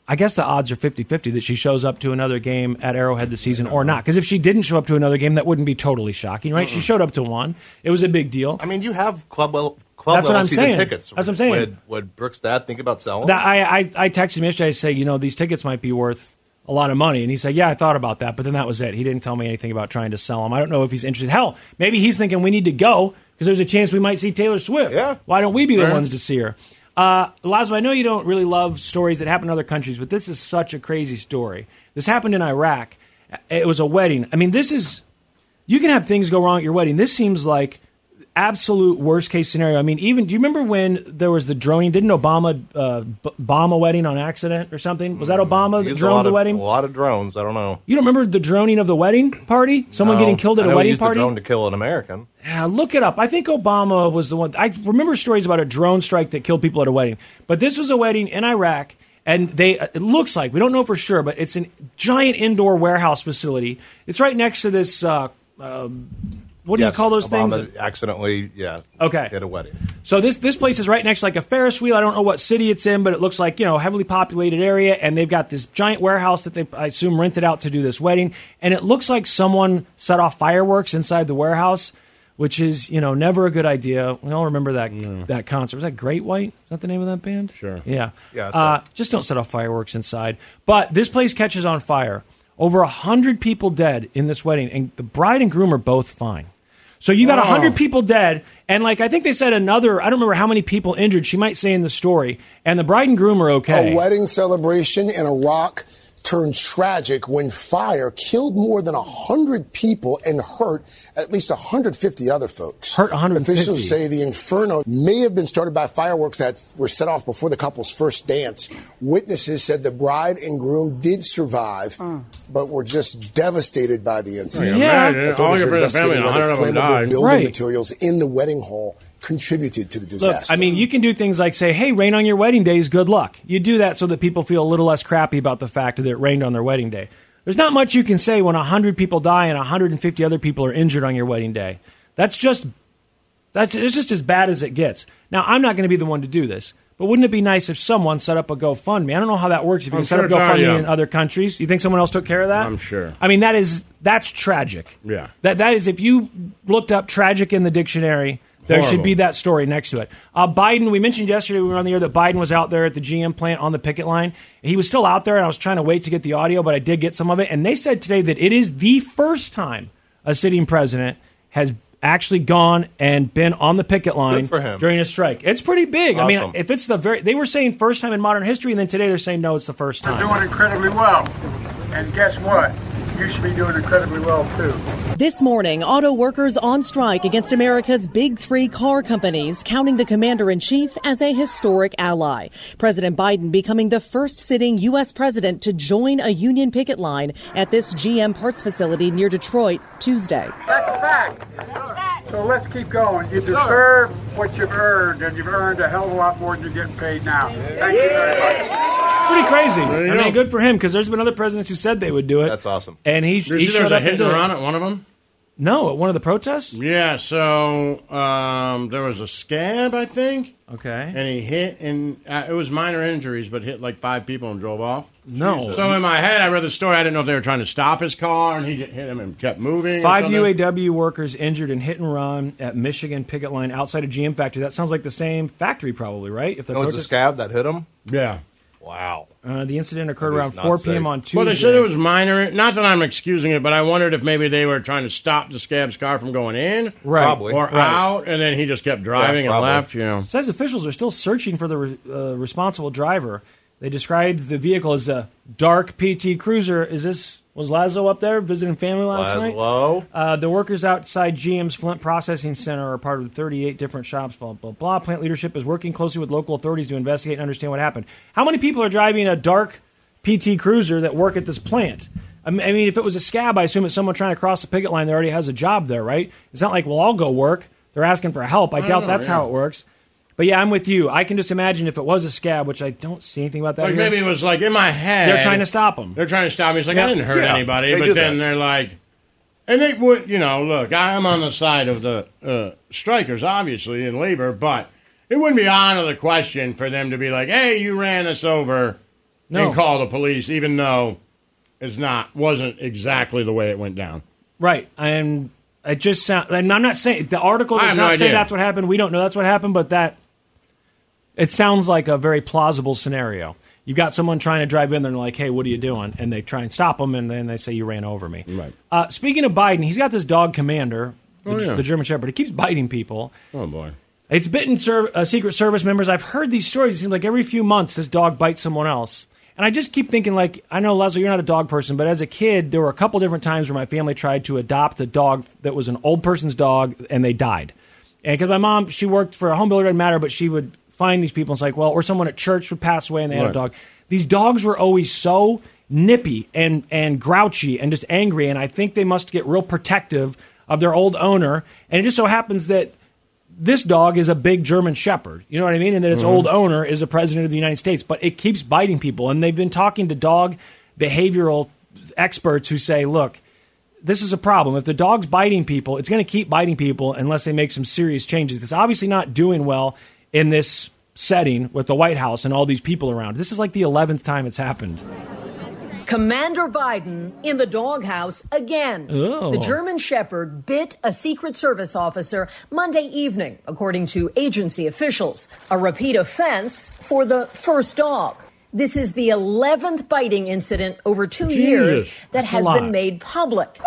[SPEAKER 1] I guess the odds are 50 50 that she shows up to another game at Arrowhead this season or not. Because if she didn't show up to another game, that wouldn't be totally shocking, right? She
[SPEAKER 14] Mm-mm.
[SPEAKER 1] showed up to one. It was a big deal.
[SPEAKER 14] I mean, you have club level, club
[SPEAKER 1] That's what
[SPEAKER 14] level
[SPEAKER 1] I'm
[SPEAKER 14] season
[SPEAKER 1] saying.
[SPEAKER 14] tickets.
[SPEAKER 1] That's what I'm saying.
[SPEAKER 14] Would, would Brooks' dad think about selling?
[SPEAKER 1] That I, I I texted him yesterday. I said, you know, these tickets might be worth a lot of money, and he said, yeah, I thought about that, but then that was it. He didn't tell me anything about trying to sell them. I don't know if he's interested. Hell, maybe he's thinking we need to go because there's a chance we might see Taylor Swift. Yeah. Why don't we be the
[SPEAKER 19] Right.
[SPEAKER 1] ones to see her? Uh, Lazo, I know you don't really love stories that happen in other countries, but this is such a crazy story. This happened in Iraq. It was a wedding. I mean, this is you can have things go wrong at your wedding. This seems like absolute worst case scenario. I mean, even do you remember when there was the droning? Didn't Obama uh, b- bomb a wedding on accident or something? Was that Obama that
[SPEAKER 14] Mm-hmm. Used a lot
[SPEAKER 1] droned the
[SPEAKER 14] of-
[SPEAKER 1] wedding?
[SPEAKER 14] A lot of drones. I don't know.
[SPEAKER 1] You don't remember the droning of the wedding party? Someone
[SPEAKER 14] No.
[SPEAKER 1] getting killed at
[SPEAKER 14] I
[SPEAKER 1] a
[SPEAKER 14] know we
[SPEAKER 1] wedding
[SPEAKER 14] used
[SPEAKER 1] party?
[SPEAKER 14] A drone to kill an American.
[SPEAKER 1] Yeah, look it up. I think Obama was the one. I remember stories about a drone strike that killed people at a wedding, but this was a wedding in Iraq, and they uh, it looks like we don't know for sure, but it's a giant indoor warehouse facility. It's right next to this. Uh, uh, what do
[SPEAKER 14] Yes,
[SPEAKER 1] you call those
[SPEAKER 14] Obama
[SPEAKER 1] things?
[SPEAKER 14] Accidentally, yeah.
[SPEAKER 1] Okay.
[SPEAKER 14] Hit a wedding.
[SPEAKER 1] So this this place is right next to like a Ferris wheel. I don't know what city it's in, but it looks like you know heavily populated area, and they've got this giant warehouse that they I assume rented out to do this wedding, and it looks like someone set off fireworks inside the warehouse, which is you know never a good idea. We all remember that
[SPEAKER 14] Mm.
[SPEAKER 1] that concert. Was that Great White? Is that the name of that band? Sure. Yeah.
[SPEAKER 19] Yeah, that's
[SPEAKER 1] Uh, just don't set off fireworks inside. But this place catches on fire. Over a hundred people dead in this wedding, and the bride and groom are both fine. So you got a
[SPEAKER 19] Oh.
[SPEAKER 1] hundred people dead, and like I think they said another. I don't remember how many people injured. She might say in the story, and the bride and groom are okay.
[SPEAKER 20] A wedding celebration in Iraq turned tragic when fire killed more than 100 people and hurt at least 150 other folks. Hurt
[SPEAKER 1] 150.
[SPEAKER 20] Officials say the inferno may have been started by fireworks that were set off before the couple's first dance. Witnesses said the bride and groom did survive, but were just devastated by the incident.
[SPEAKER 2] Yeah. Yeah.
[SPEAKER 20] Authorities
[SPEAKER 2] All
[SPEAKER 20] are
[SPEAKER 2] your friends and family,
[SPEAKER 20] investigating whether
[SPEAKER 2] 100 of them
[SPEAKER 20] flammable
[SPEAKER 2] died.
[SPEAKER 20] Building
[SPEAKER 1] Right.
[SPEAKER 20] materials in the wedding hall contributed to the disaster.
[SPEAKER 1] Look, I mean, you can do things like say, "Hey, rain on your wedding day is good luck." You do that so that people feel a little less crappy about the fact that it rained on their wedding day. There's not much you can say when 100 people die and 150 other people are injured on your wedding day. That's just that's it's just as bad as it gets. Now, I'm not going to be the one to do this, but wouldn't it be nice if someone set up a GoFundMe? I don't know how that works. If you
[SPEAKER 2] I'm
[SPEAKER 1] can set
[SPEAKER 2] sure
[SPEAKER 1] up
[SPEAKER 2] it's already um,
[SPEAKER 1] GoFundMe
[SPEAKER 2] up.
[SPEAKER 1] in other countries, you think someone else took care of that?
[SPEAKER 2] I'm sure.
[SPEAKER 1] I mean, that is that's tragic.
[SPEAKER 2] Yeah.
[SPEAKER 1] That that is if you looked up tragic in the dictionary, there
[SPEAKER 2] Horrible.
[SPEAKER 1] should be that story next to it. Uh, Biden, we mentioned yesterday we were on the air that Biden was out there at the GM plant on the picket line. He was still out there, and I was trying to wait to get the audio, but I did get some of it. And they said today that it is the first time a sitting president has actually gone and been on the picket line
[SPEAKER 19] for him.
[SPEAKER 1] during a strike. It's pretty big. I mean,
[SPEAKER 19] Awesome.
[SPEAKER 1] if it's the very they were saying first time in modern history, and then today they're saying no, it's the first time.
[SPEAKER 21] doing incredibly well. And guess what? You should be doing incredibly well too.
[SPEAKER 22] This morning, auto workers on strike against America's big three car companies, counting the commander in chief as a historic ally. President Biden becoming the first sitting U.S. president to join a union picket line at this GM parts facility near Detroit Tuesday.
[SPEAKER 21] That's a fact. So let's keep going. You deserve what you've earned, and you've earned a hell of a lot more than you're getting paid now. Thank you very much.
[SPEAKER 1] It's pretty crazy.
[SPEAKER 2] There you
[SPEAKER 1] I mean,
[SPEAKER 2] go.
[SPEAKER 1] good for him because there's been other presidents who said they would do it. That's awesome. And he,
[SPEAKER 2] Did
[SPEAKER 1] he
[SPEAKER 2] you see
[SPEAKER 1] showed
[SPEAKER 2] there was a
[SPEAKER 1] up
[SPEAKER 2] hit
[SPEAKER 1] and
[SPEAKER 2] and
[SPEAKER 1] did it.
[SPEAKER 2] run at one of them?
[SPEAKER 1] No, at one of the protests.
[SPEAKER 2] Yeah, so um, there was a scab, I think.
[SPEAKER 1] Okay.
[SPEAKER 2] And he hit, and uh, it was minor injuries, but hit like five people and drove off.
[SPEAKER 1] No.
[SPEAKER 2] Jesus. So in my head, I read the story. I didn't know if they were trying to stop his car, and he hit him and kept moving. or
[SPEAKER 1] Five
[SPEAKER 2] something.
[SPEAKER 1] UAW workers injured in hit and run at Michigan picket line outside a GM factory. That sounds like the same factory, probably, right? If
[SPEAKER 2] Oh,
[SPEAKER 14] It was the Oh, scab that hit him.
[SPEAKER 2] Yeah.
[SPEAKER 14] Wow.
[SPEAKER 1] Uh, the incident occurred
[SPEAKER 14] That is
[SPEAKER 1] around
[SPEAKER 14] not
[SPEAKER 1] 4 p.m.
[SPEAKER 14] safe.
[SPEAKER 1] on Tuesday.
[SPEAKER 2] Well, they said it was minor. Not that I'm excusing it, but I wondered if maybe they were trying to stop the scab's car from going in,
[SPEAKER 1] Right.
[SPEAKER 2] Probably. or
[SPEAKER 1] Right.
[SPEAKER 2] out, and then he just kept driving and left. You know,
[SPEAKER 1] Says officials are still searching for the re- uh, responsible driver. They described the vehicle as a dark PT Cruiser. Is this was Lazo up there visiting family last night?
[SPEAKER 14] Laszlo?
[SPEAKER 1] Uh, the workers outside GM's Flint Processing Center are part of the 38 different shops. Blah blah blah. Plant leadership is working closely with local authorities to investigate and understand what happened. How many people are driving a dark PT Cruiser that work at this plant? I mean- I mean, if it was a scab, I assume it's someone trying to cross the picket line that already has a job there, right? It's not like, well, I'll go work. They're asking for help. I
[SPEAKER 2] I
[SPEAKER 1] doubt
[SPEAKER 2] know,
[SPEAKER 1] that's
[SPEAKER 2] yeah.
[SPEAKER 1] how it works. But yeah, I'm with you. I can just imagine if it was a scab, which I don't see anything about that.
[SPEAKER 2] like
[SPEAKER 1] here.
[SPEAKER 2] maybe it was like in my head
[SPEAKER 1] They're trying to stop him.
[SPEAKER 2] They're trying to stop me. He's like,
[SPEAKER 1] Yeah.
[SPEAKER 2] I didn't hurt
[SPEAKER 1] Yeah,
[SPEAKER 2] anybody,
[SPEAKER 1] they
[SPEAKER 2] but
[SPEAKER 1] do
[SPEAKER 2] then
[SPEAKER 1] that.
[SPEAKER 2] they're like, and they would, you know, look, I am on the side of the uh, strikers, obviously, in labor, but it wouldn't be out of the question for them to be like, hey, you ran us over.
[SPEAKER 1] No.
[SPEAKER 2] and call the police, even though it's not wasn't exactly the way it went down.
[SPEAKER 1] Right. And it just sound. And I'm not saying the article
[SPEAKER 2] I
[SPEAKER 1] does
[SPEAKER 2] have
[SPEAKER 1] not
[SPEAKER 2] no
[SPEAKER 1] say
[SPEAKER 2] idea.
[SPEAKER 1] that's what happened. We don't know that's what happened, but that it sounds like a very plausible scenario. You got someone trying to drive in there and like, hey, what are you doing? And they try and stop them, and then they say you ran over me. Right. Uh, speaking of Biden, he's got this dog commander,
[SPEAKER 2] Oh,
[SPEAKER 1] the,
[SPEAKER 2] yeah.
[SPEAKER 1] the German Shepherd. He keeps biting people.
[SPEAKER 2] Oh boy.
[SPEAKER 1] It's bitten ser- uh, Secret Service members. I've heard these stories. It seems like every few months this dog bites someone else. And I just keep thinking, like, I know, Leslie, you're not a dog person, but as a kid, there were a couple different times where my family tried to adopt a dog that was an old person's dog and they died. And because my mom, she worked for a home builder, it didn't matter, but she would find these people. And it's like, well, or someone at church would pass away and they had a
[SPEAKER 19] Right.
[SPEAKER 1] dog. These dogs were always so nippy and, and grouchy and just angry. And I think they must get real protective of their old owner. And it just so happens that this dog is a big German Shepherd. You know what I mean? And that its
[SPEAKER 19] Mhm.
[SPEAKER 1] old owner is a president of the United States, but it keeps biting people. And they've been talking to dog behavioral experts who say, look, this is a problem. If the dog's biting people, it's going to keep biting people unless they make some serious changes. It's obviously not doing well in this setting with the White House and all these people around. This is like the 11th time it's happened.
[SPEAKER 23] Commander Biden in the doghouse again.
[SPEAKER 1] Oh.
[SPEAKER 23] The German Shepherd bit a Secret Service officer Monday evening, according to agency officials. A repeat offense for the first dog. This is the 11th biting incident over two
[SPEAKER 9] Jesus,
[SPEAKER 23] years that
[SPEAKER 9] that's a
[SPEAKER 23] has
[SPEAKER 9] lot.
[SPEAKER 23] been made public.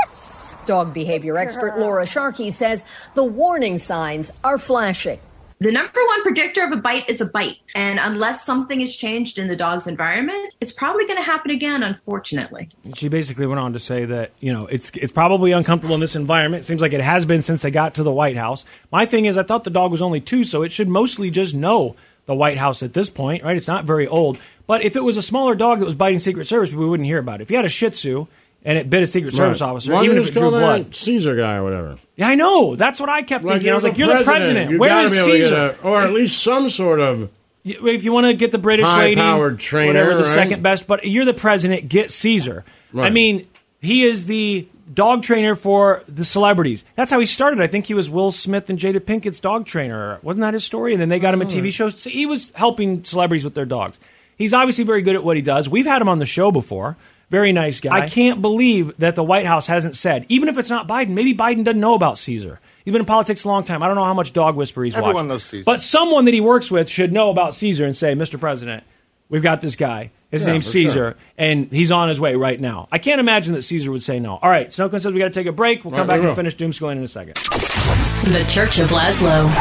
[SPEAKER 23] Dog behavior expert Laura Sharkey says the warning signs are flashing.
[SPEAKER 9] The number one predictor of a bite is a bite. And unless something is changed in the dog's environment, it's probably going to happen again, unfortunately.
[SPEAKER 1] She basically went on to say that you know it's it's probably uncomfortable in this environment. It seems like it has been since they got to the White House. My thing is, I thought the dog was only two, so it should mostly just know the White House at this point, right? It's not very old. But if it was a smaller dog that was biting Secret Service, we wouldn't hear about it. If you had a Shih Tzu and it bit a Secret Service
[SPEAKER 2] Right.
[SPEAKER 1] officer,
[SPEAKER 2] Why
[SPEAKER 1] even if
[SPEAKER 2] don't you
[SPEAKER 1] it
[SPEAKER 2] just
[SPEAKER 1] drew
[SPEAKER 2] call that
[SPEAKER 1] blood.
[SPEAKER 2] Caesar guy or whatever.
[SPEAKER 1] Yeah, I know. That's what I kept
[SPEAKER 2] Like,
[SPEAKER 1] thinking. I was like, "You're the president.
[SPEAKER 2] You
[SPEAKER 1] Where
[SPEAKER 2] gotta
[SPEAKER 1] is
[SPEAKER 2] be able to get
[SPEAKER 1] Caesar?"
[SPEAKER 2] a- or at least some sort of
[SPEAKER 1] if you want to get the British lady,
[SPEAKER 2] high-powered trainer,
[SPEAKER 1] whatever the
[SPEAKER 2] right?
[SPEAKER 1] second best. But you're the president. Get Caesar. I mean, he is the dog trainer for the celebrities. That's how he started. I think he was Will Smith and Jada Pinkett's dog trainer. Wasn't that his story? And then they got him a
[SPEAKER 4] Hmm.
[SPEAKER 1] TV show. So he was helping celebrities with their dogs. He's obviously very good at what he does. We've had him on the show before. Very nice guy. I can't believe that the White House hasn't said, even if it's not Biden, maybe Biden doesn't know about Caesar. He's been in politics a long time. I don't know how much dog whisper he's
[SPEAKER 4] Everyone
[SPEAKER 1] watched.
[SPEAKER 4] knows Caesar.
[SPEAKER 1] But someone that he works with should know about Caesar and say, Mr. President, we've got this guy. His
[SPEAKER 19] Yeah,
[SPEAKER 1] name's
[SPEAKER 19] for
[SPEAKER 1] Caesar,
[SPEAKER 19] sure.
[SPEAKER 1] and he's on his way right now. I can't imagine that Caesar would say no. All right, Snowcone says we got to take a break. We'll
[SPEAKER 19] All
[SPEAKER 1] come
[SPEAKER 19] right,
[SPEAKER 1] back
[SPEAKER 19] we
[SPEAKER 1] and
[SPEAKER 19] will.
[SPEAKER 1] finish Doom Schooling in a second.
[SPEAKER 24] The Church of Laszlo.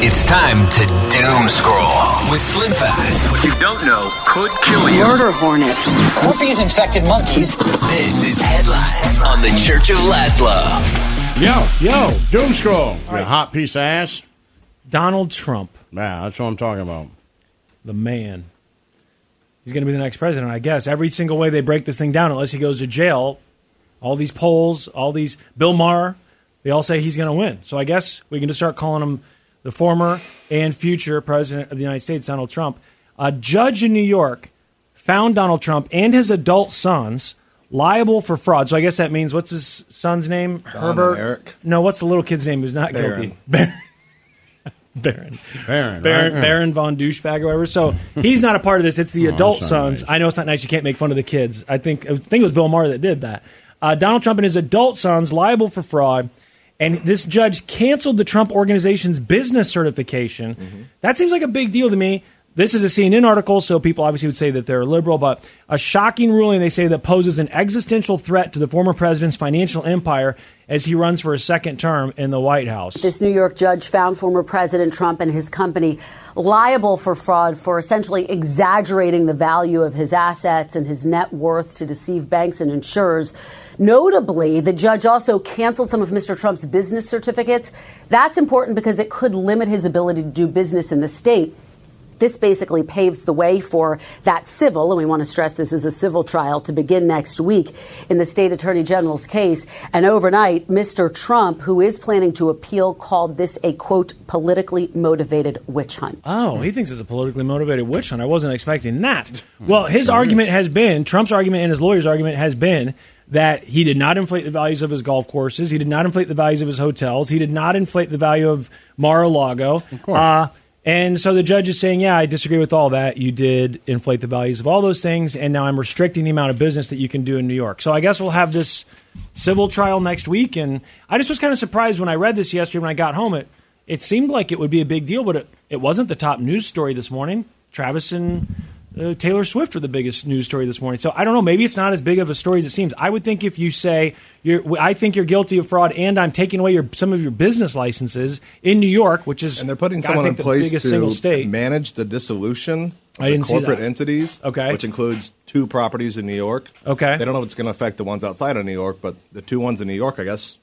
[SPEAKER 13] It's time to doom scroll with Slim Fast. What you don't know could kill you. Murder hornets. Herpes infected monkeys. This is headlines on the Church of Laszlo.
[SPEAKER 2] Yo, yo, doom scroll. You hot piece of ass.
[SPEAKER 1] Donald Trump.
[SPEAKER 2] Yeah, that's what I'm talking about.
[SPEAKER 1] The man. He's going to be the next president, I guess. Every single way they break this thing down, unless he goes to jail, all these polls, all these Bill Maher, they all say he's going to win. So I guess we can just start calling him the former and future president of the United States, Donald Trump. A judge in New York found Donald Trump and his adult sons liable for fraud. So I guess that means what's his son's name?
[SPEAKER 4] and
[SPEAKER 1] Herbert.
[SPEAKER 4] Eric.
[SPEAKER 1] No, what's the little kid's name who's not guilty? Baron. Baron.
[SPEAKER 2] Baron.
[SPEAKER 1] Baron,
[SPEAKER 2] right?
[SPEAKER 1] Baron von Douchebag or whatever. So he's not a part of this. It's the
[SPEAKER 2] Oh,
[SPEAKER 1] adult
[SPEAKER 2] that's not
[SPEAKER 1] sons. I know it's not nice. You can't make fun of the kids. I think I think it was Bill Maher that did that. Uh, Donald Trump and his adult sons liable for fraud. And this judge canceled the Trump organization's business certification.
[SPEAKER 2] Mm-hmm.
[SPEAKER 1] That seems like a big deal to me. This is a CNN article, so people obviously would say that they're liberal, but a shocking ruling they say that poses an existential threat to the former president's financial empire as he runs for a second term in the White House.
[SPEAKER 25] This New York judge found former President Trump and his company liable for fraud for essentially exaggerating the value of his assets and his net worth to deceive banks and insurers. Notably, the judge also canceled some of Mr. Trump's business certificates. That's important because it could limit his ability to do business in the state. This basically paves the way for that civil, and we want to stress this is a civil trial to begin next week in the state attorney general's case. And overnight, Mr. Trump, who is planning to appeal, called this a quote, politically motivated witch hunt.
[SPEAKER 1] Oh, he thinks it's a politically motivated witch hunt. I wasn't expecting that. Well, his argument has been Trump's argument and his lawyer's argument has been that he did not inflate the values of his golf courses. He did not inflate the values of his hotels. He did not inflate the value of Mar-a-Lago. Of course. Uh, And so the judge is saying, yeah, I disagree with all that. You did inflate the values of all those things, and now I'm restricting the amount of business that you can do in New York. So I guess we'll have this civil trial next week. And I just was kind of surprised when I read this yesterday when I got home. It it seemed like it would be a big deal, but it, it wasn't the top news story this morning. Travis and uh, Taylor Swift were the biggest news story this morning. So I don't know. Maybe it's not as big of a story as it seems. I would think if you say you're, w- I think you're guilty of fraud, and I'm taking away your some of your business licenses in New York, which is and they're
[SPEAKER 4] putting someone in place
[SPEAKER 1] the biggest
[SPEAKER 4] to
[SPEAKER 1] single state.
[SPEAKER 4] manage the dissolution of
[SPEAKER 1] I
[SPEAKER 4] the
[SPEAKER 1] didn't see
[SPEAKER 4] corporate
[SPEAKER 1] that.
[SPEAKER 4] entities, okay. which includes two properties in New York.
[SPEAKER 1] Okay.
[SPEAKER 4] They don't know if it's going to affect the ones outside of New York, but the two ones in New York, I guess,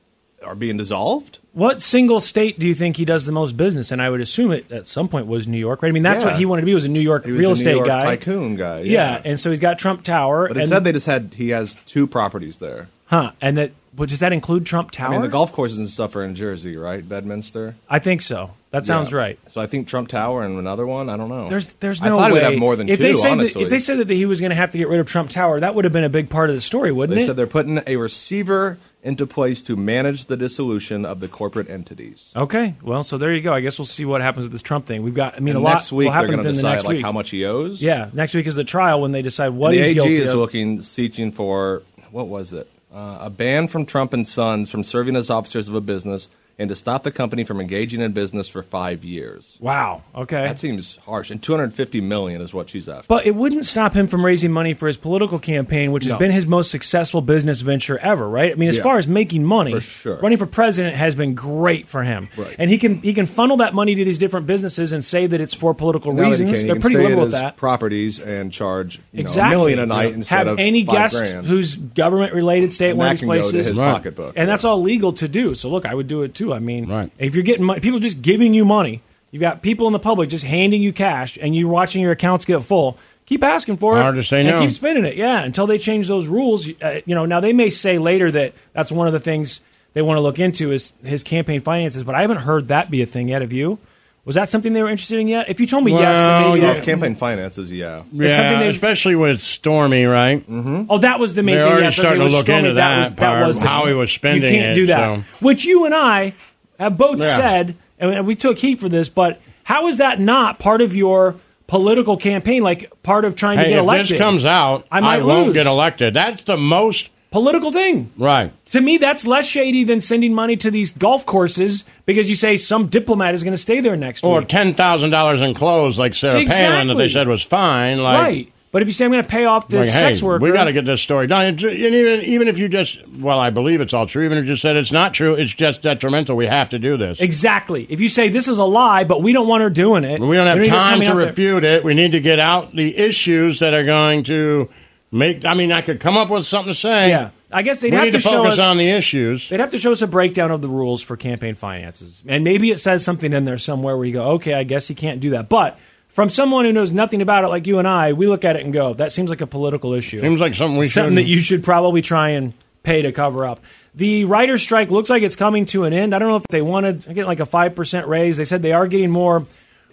[SPEAKER 4] are being dissolved.
[SPEAKER 1] What single state do you think he does the most business? And I would assume it at some point was New York, right? I mean, that's
[SPEAKER 4] Yeah.
[SPEAKER 1] what he wanted to be was a New York
[SPEAKER 4] He was
[SPEAKER 1] real
[SPEAKER 4] a New
[SPEAKER 1] estate
[SPEAKER 4] York
[SPEAKER 1] guy,
[SPEAKER 4] tycoon guy.
[SPEAKER 1] Yeah.
[SPEAKER 4] Yeah.
[SPEAKER 1] and so he's got Trump Tower.
[SPEAKER 4] But
[SPEAKER 1] and,
[SPEAKER 4] instead, they just had he has two properties there.
[SPEAKER 1] huh? And that, but does that include Trump Tower?
[SPEAKER 4] I mean, the golf courses and stuff are in Jersey, right? Bedminster.
[SPEAKER 1] I think so. That sounds
[SPEAKER 4] Yeah.
[SPEAKER 1] right.
[SPEAKER 4] So I think Trump Tower and another one. I don't know.
[SPEAKER 1] There's, there's
[SPEAKER 4] Oh. I
[SPEAKER 1] no
[SPEAKER 4] thought
[SPEAKER 1] way.
[SPEAKER 4] we'd have more than
[SPEAKER 1] if
[SPEAKER 4] two.
[SPEAKER 1] They said
[SPEAKER 4] honestly,
[SPEAKER 1] That, if they said that he was going to have to get rid of Trump Tower, that would have been a big part of the story, wouldn't
[SPEAKER 4] They
[SPEAKER 1] it?
[SPEAKER 4] said they're putting a receiver into place to manage the dissolution of the corporate entities.
[SPEAKER 1] okay. Well, so there you go. I guess we'll see what happens with this Trump thing. We've got. I mean,
[SPEAKER 4] And
[SPEAKER 1] a lot
[SPEAKER 4] next week
[SPEAKER 1] will happen
[SPEAKER 4] they're going to
[SPEAKER 1] within the
[SPEAKER 4] decide
[SPEAKER 1] next
[SPEAKER 4] like
[SPEAKER 1] week.
[SPEAKER 4] how much he owes.
[SPEAKER 1] yeah, next week is the trial when they decide what
[SPEAKER 4] the
[SPEAKER 1] he's
[SPEAKER 4] AG
[SPEAKER 1] guilty
[SPEAKER 4] is
[SPEAKER 1] of.
[SPEAKER 4] looking seeking for what was it? Uh, a ban from Trump and Sons from serving as officers of a business and to stop the company from engaging in business for five years.
[SPEAKER 1] Wow. Okay.
[SPEAKER 4] That seems harsh. And 250 million is what she's after.
[SPEAKER 1] But it wouldn't stop him from raising money for his political campaign, which has
[SPEAKER 4] No.
[SPEAKER 1] been his most successful business venture ever, right? I mean, as
[SPEAKER 4] Yeah.
[SPEAKER 1] far as making money,
[SPEAKER 4] sure.
[SPEAKER 1] running for president has been great for him,
[SPEAKER 4] Right.
[SPEAKER 1] and he can he can funnel that money to these different businesses and say that it's for political
[SPEAKER 4] Now that he
[SPEAKER 1] reasons.
[SPEAKER 4] can, he
[SPEAKER 1] They're
[SPEAKER 4] can
[SPEAKER 1] pretty
[SPEAKER 4] stay at
[SPEAKER 1] liberal with
[SPEAKER 4] his
[SPEAKER 1] that.
[SPEAKER 4] Properties and charge you know,
[SPEAKER 1] Exactly.
[SPEAKER 4] a million a night
[SPEAKER 1] Yeah.
[SPEAKER 4] instead
[SPEAKER 1] Have
[SPEAKER 4] of
[SPEAKER 1] any
[SPEAKER 4] five
[SPEAKER 1] guest
[SPEAKER 4] grand.
[SPEAKER 1] who's government related stay at
[SPEAKER 4] And
[SPEAKER 1] one
[SPEAKER 4] that
[SPEAKER 1] of these
[SPEAKER 4] can go to
[SPEAKER 1] places,
[SPEAKER 4] his Right. pocketbook,
[SPEAKER 1] and that's all legal to do. So look, I would do it too. I mean, if you're getting money, people just giving you money. You've got people in the public just handing you cash, and you're watching your accounts get full. Keep asking for it.
[SPEAKER 2] Hard to say
[SPEAKER 1] and
[SPEAKER 2] no.
[SPEAKER 1] Keep spending it. Yeah, until they change those rules. Uh, you know, now they may say later that that's one of the things they want to look into is his campaign finances, but I haven't heard that be a thing yet. Have you? Was that something they were interested in yet? If you told me yes, then
[SPEAKER 4] Well,
[SPEAKER 1] maybe
[SPEAKER 4] yeah,
[SPEAKER 1] that-
[SPEAKER 4] campaign finances, yeah.
[SPEAKER 1] It's something they-
[SPEAKER 2] especially with Stormy, right? Mm-hmm.
[SPEAKER 1] Oh, that was the main
[SPEAKER 2] They're
[SPEAKER 1] thing.
[SPEAKER 2] already
[SPEAKER 1] yes, okay, it
[SPEAKER 2] starting to
[SPEAKER 1] was
[SPEAKER 2] look
[SPEAKER 1] Stormy,
[SPEAKER 2] into
[SPEAKER 1] that
[SPEAKER 2] that
[SPEAKER 1] was,
[SPEAKER 2] part,
[SPEAKER 1] that was the,
[SPEAKER 2] how he was spending
[SPEAKER 1] You can't
[SPEAKER 2] it,
[SPEAKER 1] do that.
[SPEAKER 2] so.
[SPEAKER 1] Which you and I have both
[SPEAKER 2] Yeah.
[SPEAKER 1] said, and we took heat for this. But how is that not part of your political campaign? Like part of trying to
[SPEAKER 2] Hey,
[SPEAKER 1] get
[SPEAKER 2] if
[SPEAKER 1] elected?
[SPEAKER 2] this comes out,
[SPEAKER 1] I might
[SPEAKER 2] won't
[SPEAKER 1] lose.
[SPEAKER 2] get elected. That's the most
[SPEAKER 1] political thing,
[SPEAKER 2] right?
[SPEAKER 1] To me, that's less shady than sending money to these golf courses because you say some diplomat is going to stay there next
[SPEAKER 2] Or
[SPEAKER 1] week.
[SPEAKER 2] ten thousand dollars in clothes, like Sarah Palin, that
[SPEAKER 1] Exactly.
[SPEAKER 2] they said was fine. Like,
[SPEAKER 1] right. But if you say I'm going to pay off this
[SPEAKER 2] like,
[SPEAKER 1] sex
[SPEAKER 2] hey,
[SPEAKER 1] worker,
[SPEAKER 2] we got to get this story done. And even even if you just, well, I believe it's all true. Even if you just said it's not true, it's just detrimental. We have to do this.
[SPEAKER 1] Exactly. If you say this is a lie, but we don't want her doing it,
[SPEAKER 2] We don't have
[SPEAKER 1] need her
[SPEAKER 2] time
[SPEAKER 1] coming
[SPEAKER 2] to
[SPEAKER 1] out there-
[SPEAKER 2] refute it. We need to get out the issues that are going to make. I mean, I could come up with something to say.
[SPEAKER 1] Yeah. I guess they'd
[SPEAKER 2] we
[SPEAKER 1] have
[SPEAKER 2] need
[SPEAKER 1] to
[SPEAKER 2] to,
[SPEAKER 1] show
[SPEAKER 2] focus
[SPEAKER 1] us-
[SPEAKER 2] on the issues.
[SPEAKER 1] They'd have to show us a breakdown of the rules for campaign finances. And maybe it says something in there somewhere where you go, okay, I guess he can't do that. But from someone who knows nothing about it, like you and I, we look at it and go, that seems like a political issue.
[SPEAKER 2] Seems like something we
[SPEAKER 1] something
[SPEAKER 2] shouldn't-
[SPEAKER 1] that you should probably try and pay to cover up. The writer strike looks like it's coming to an end. I don't know if they wanted I get like a five percent raise. They said they are getting more.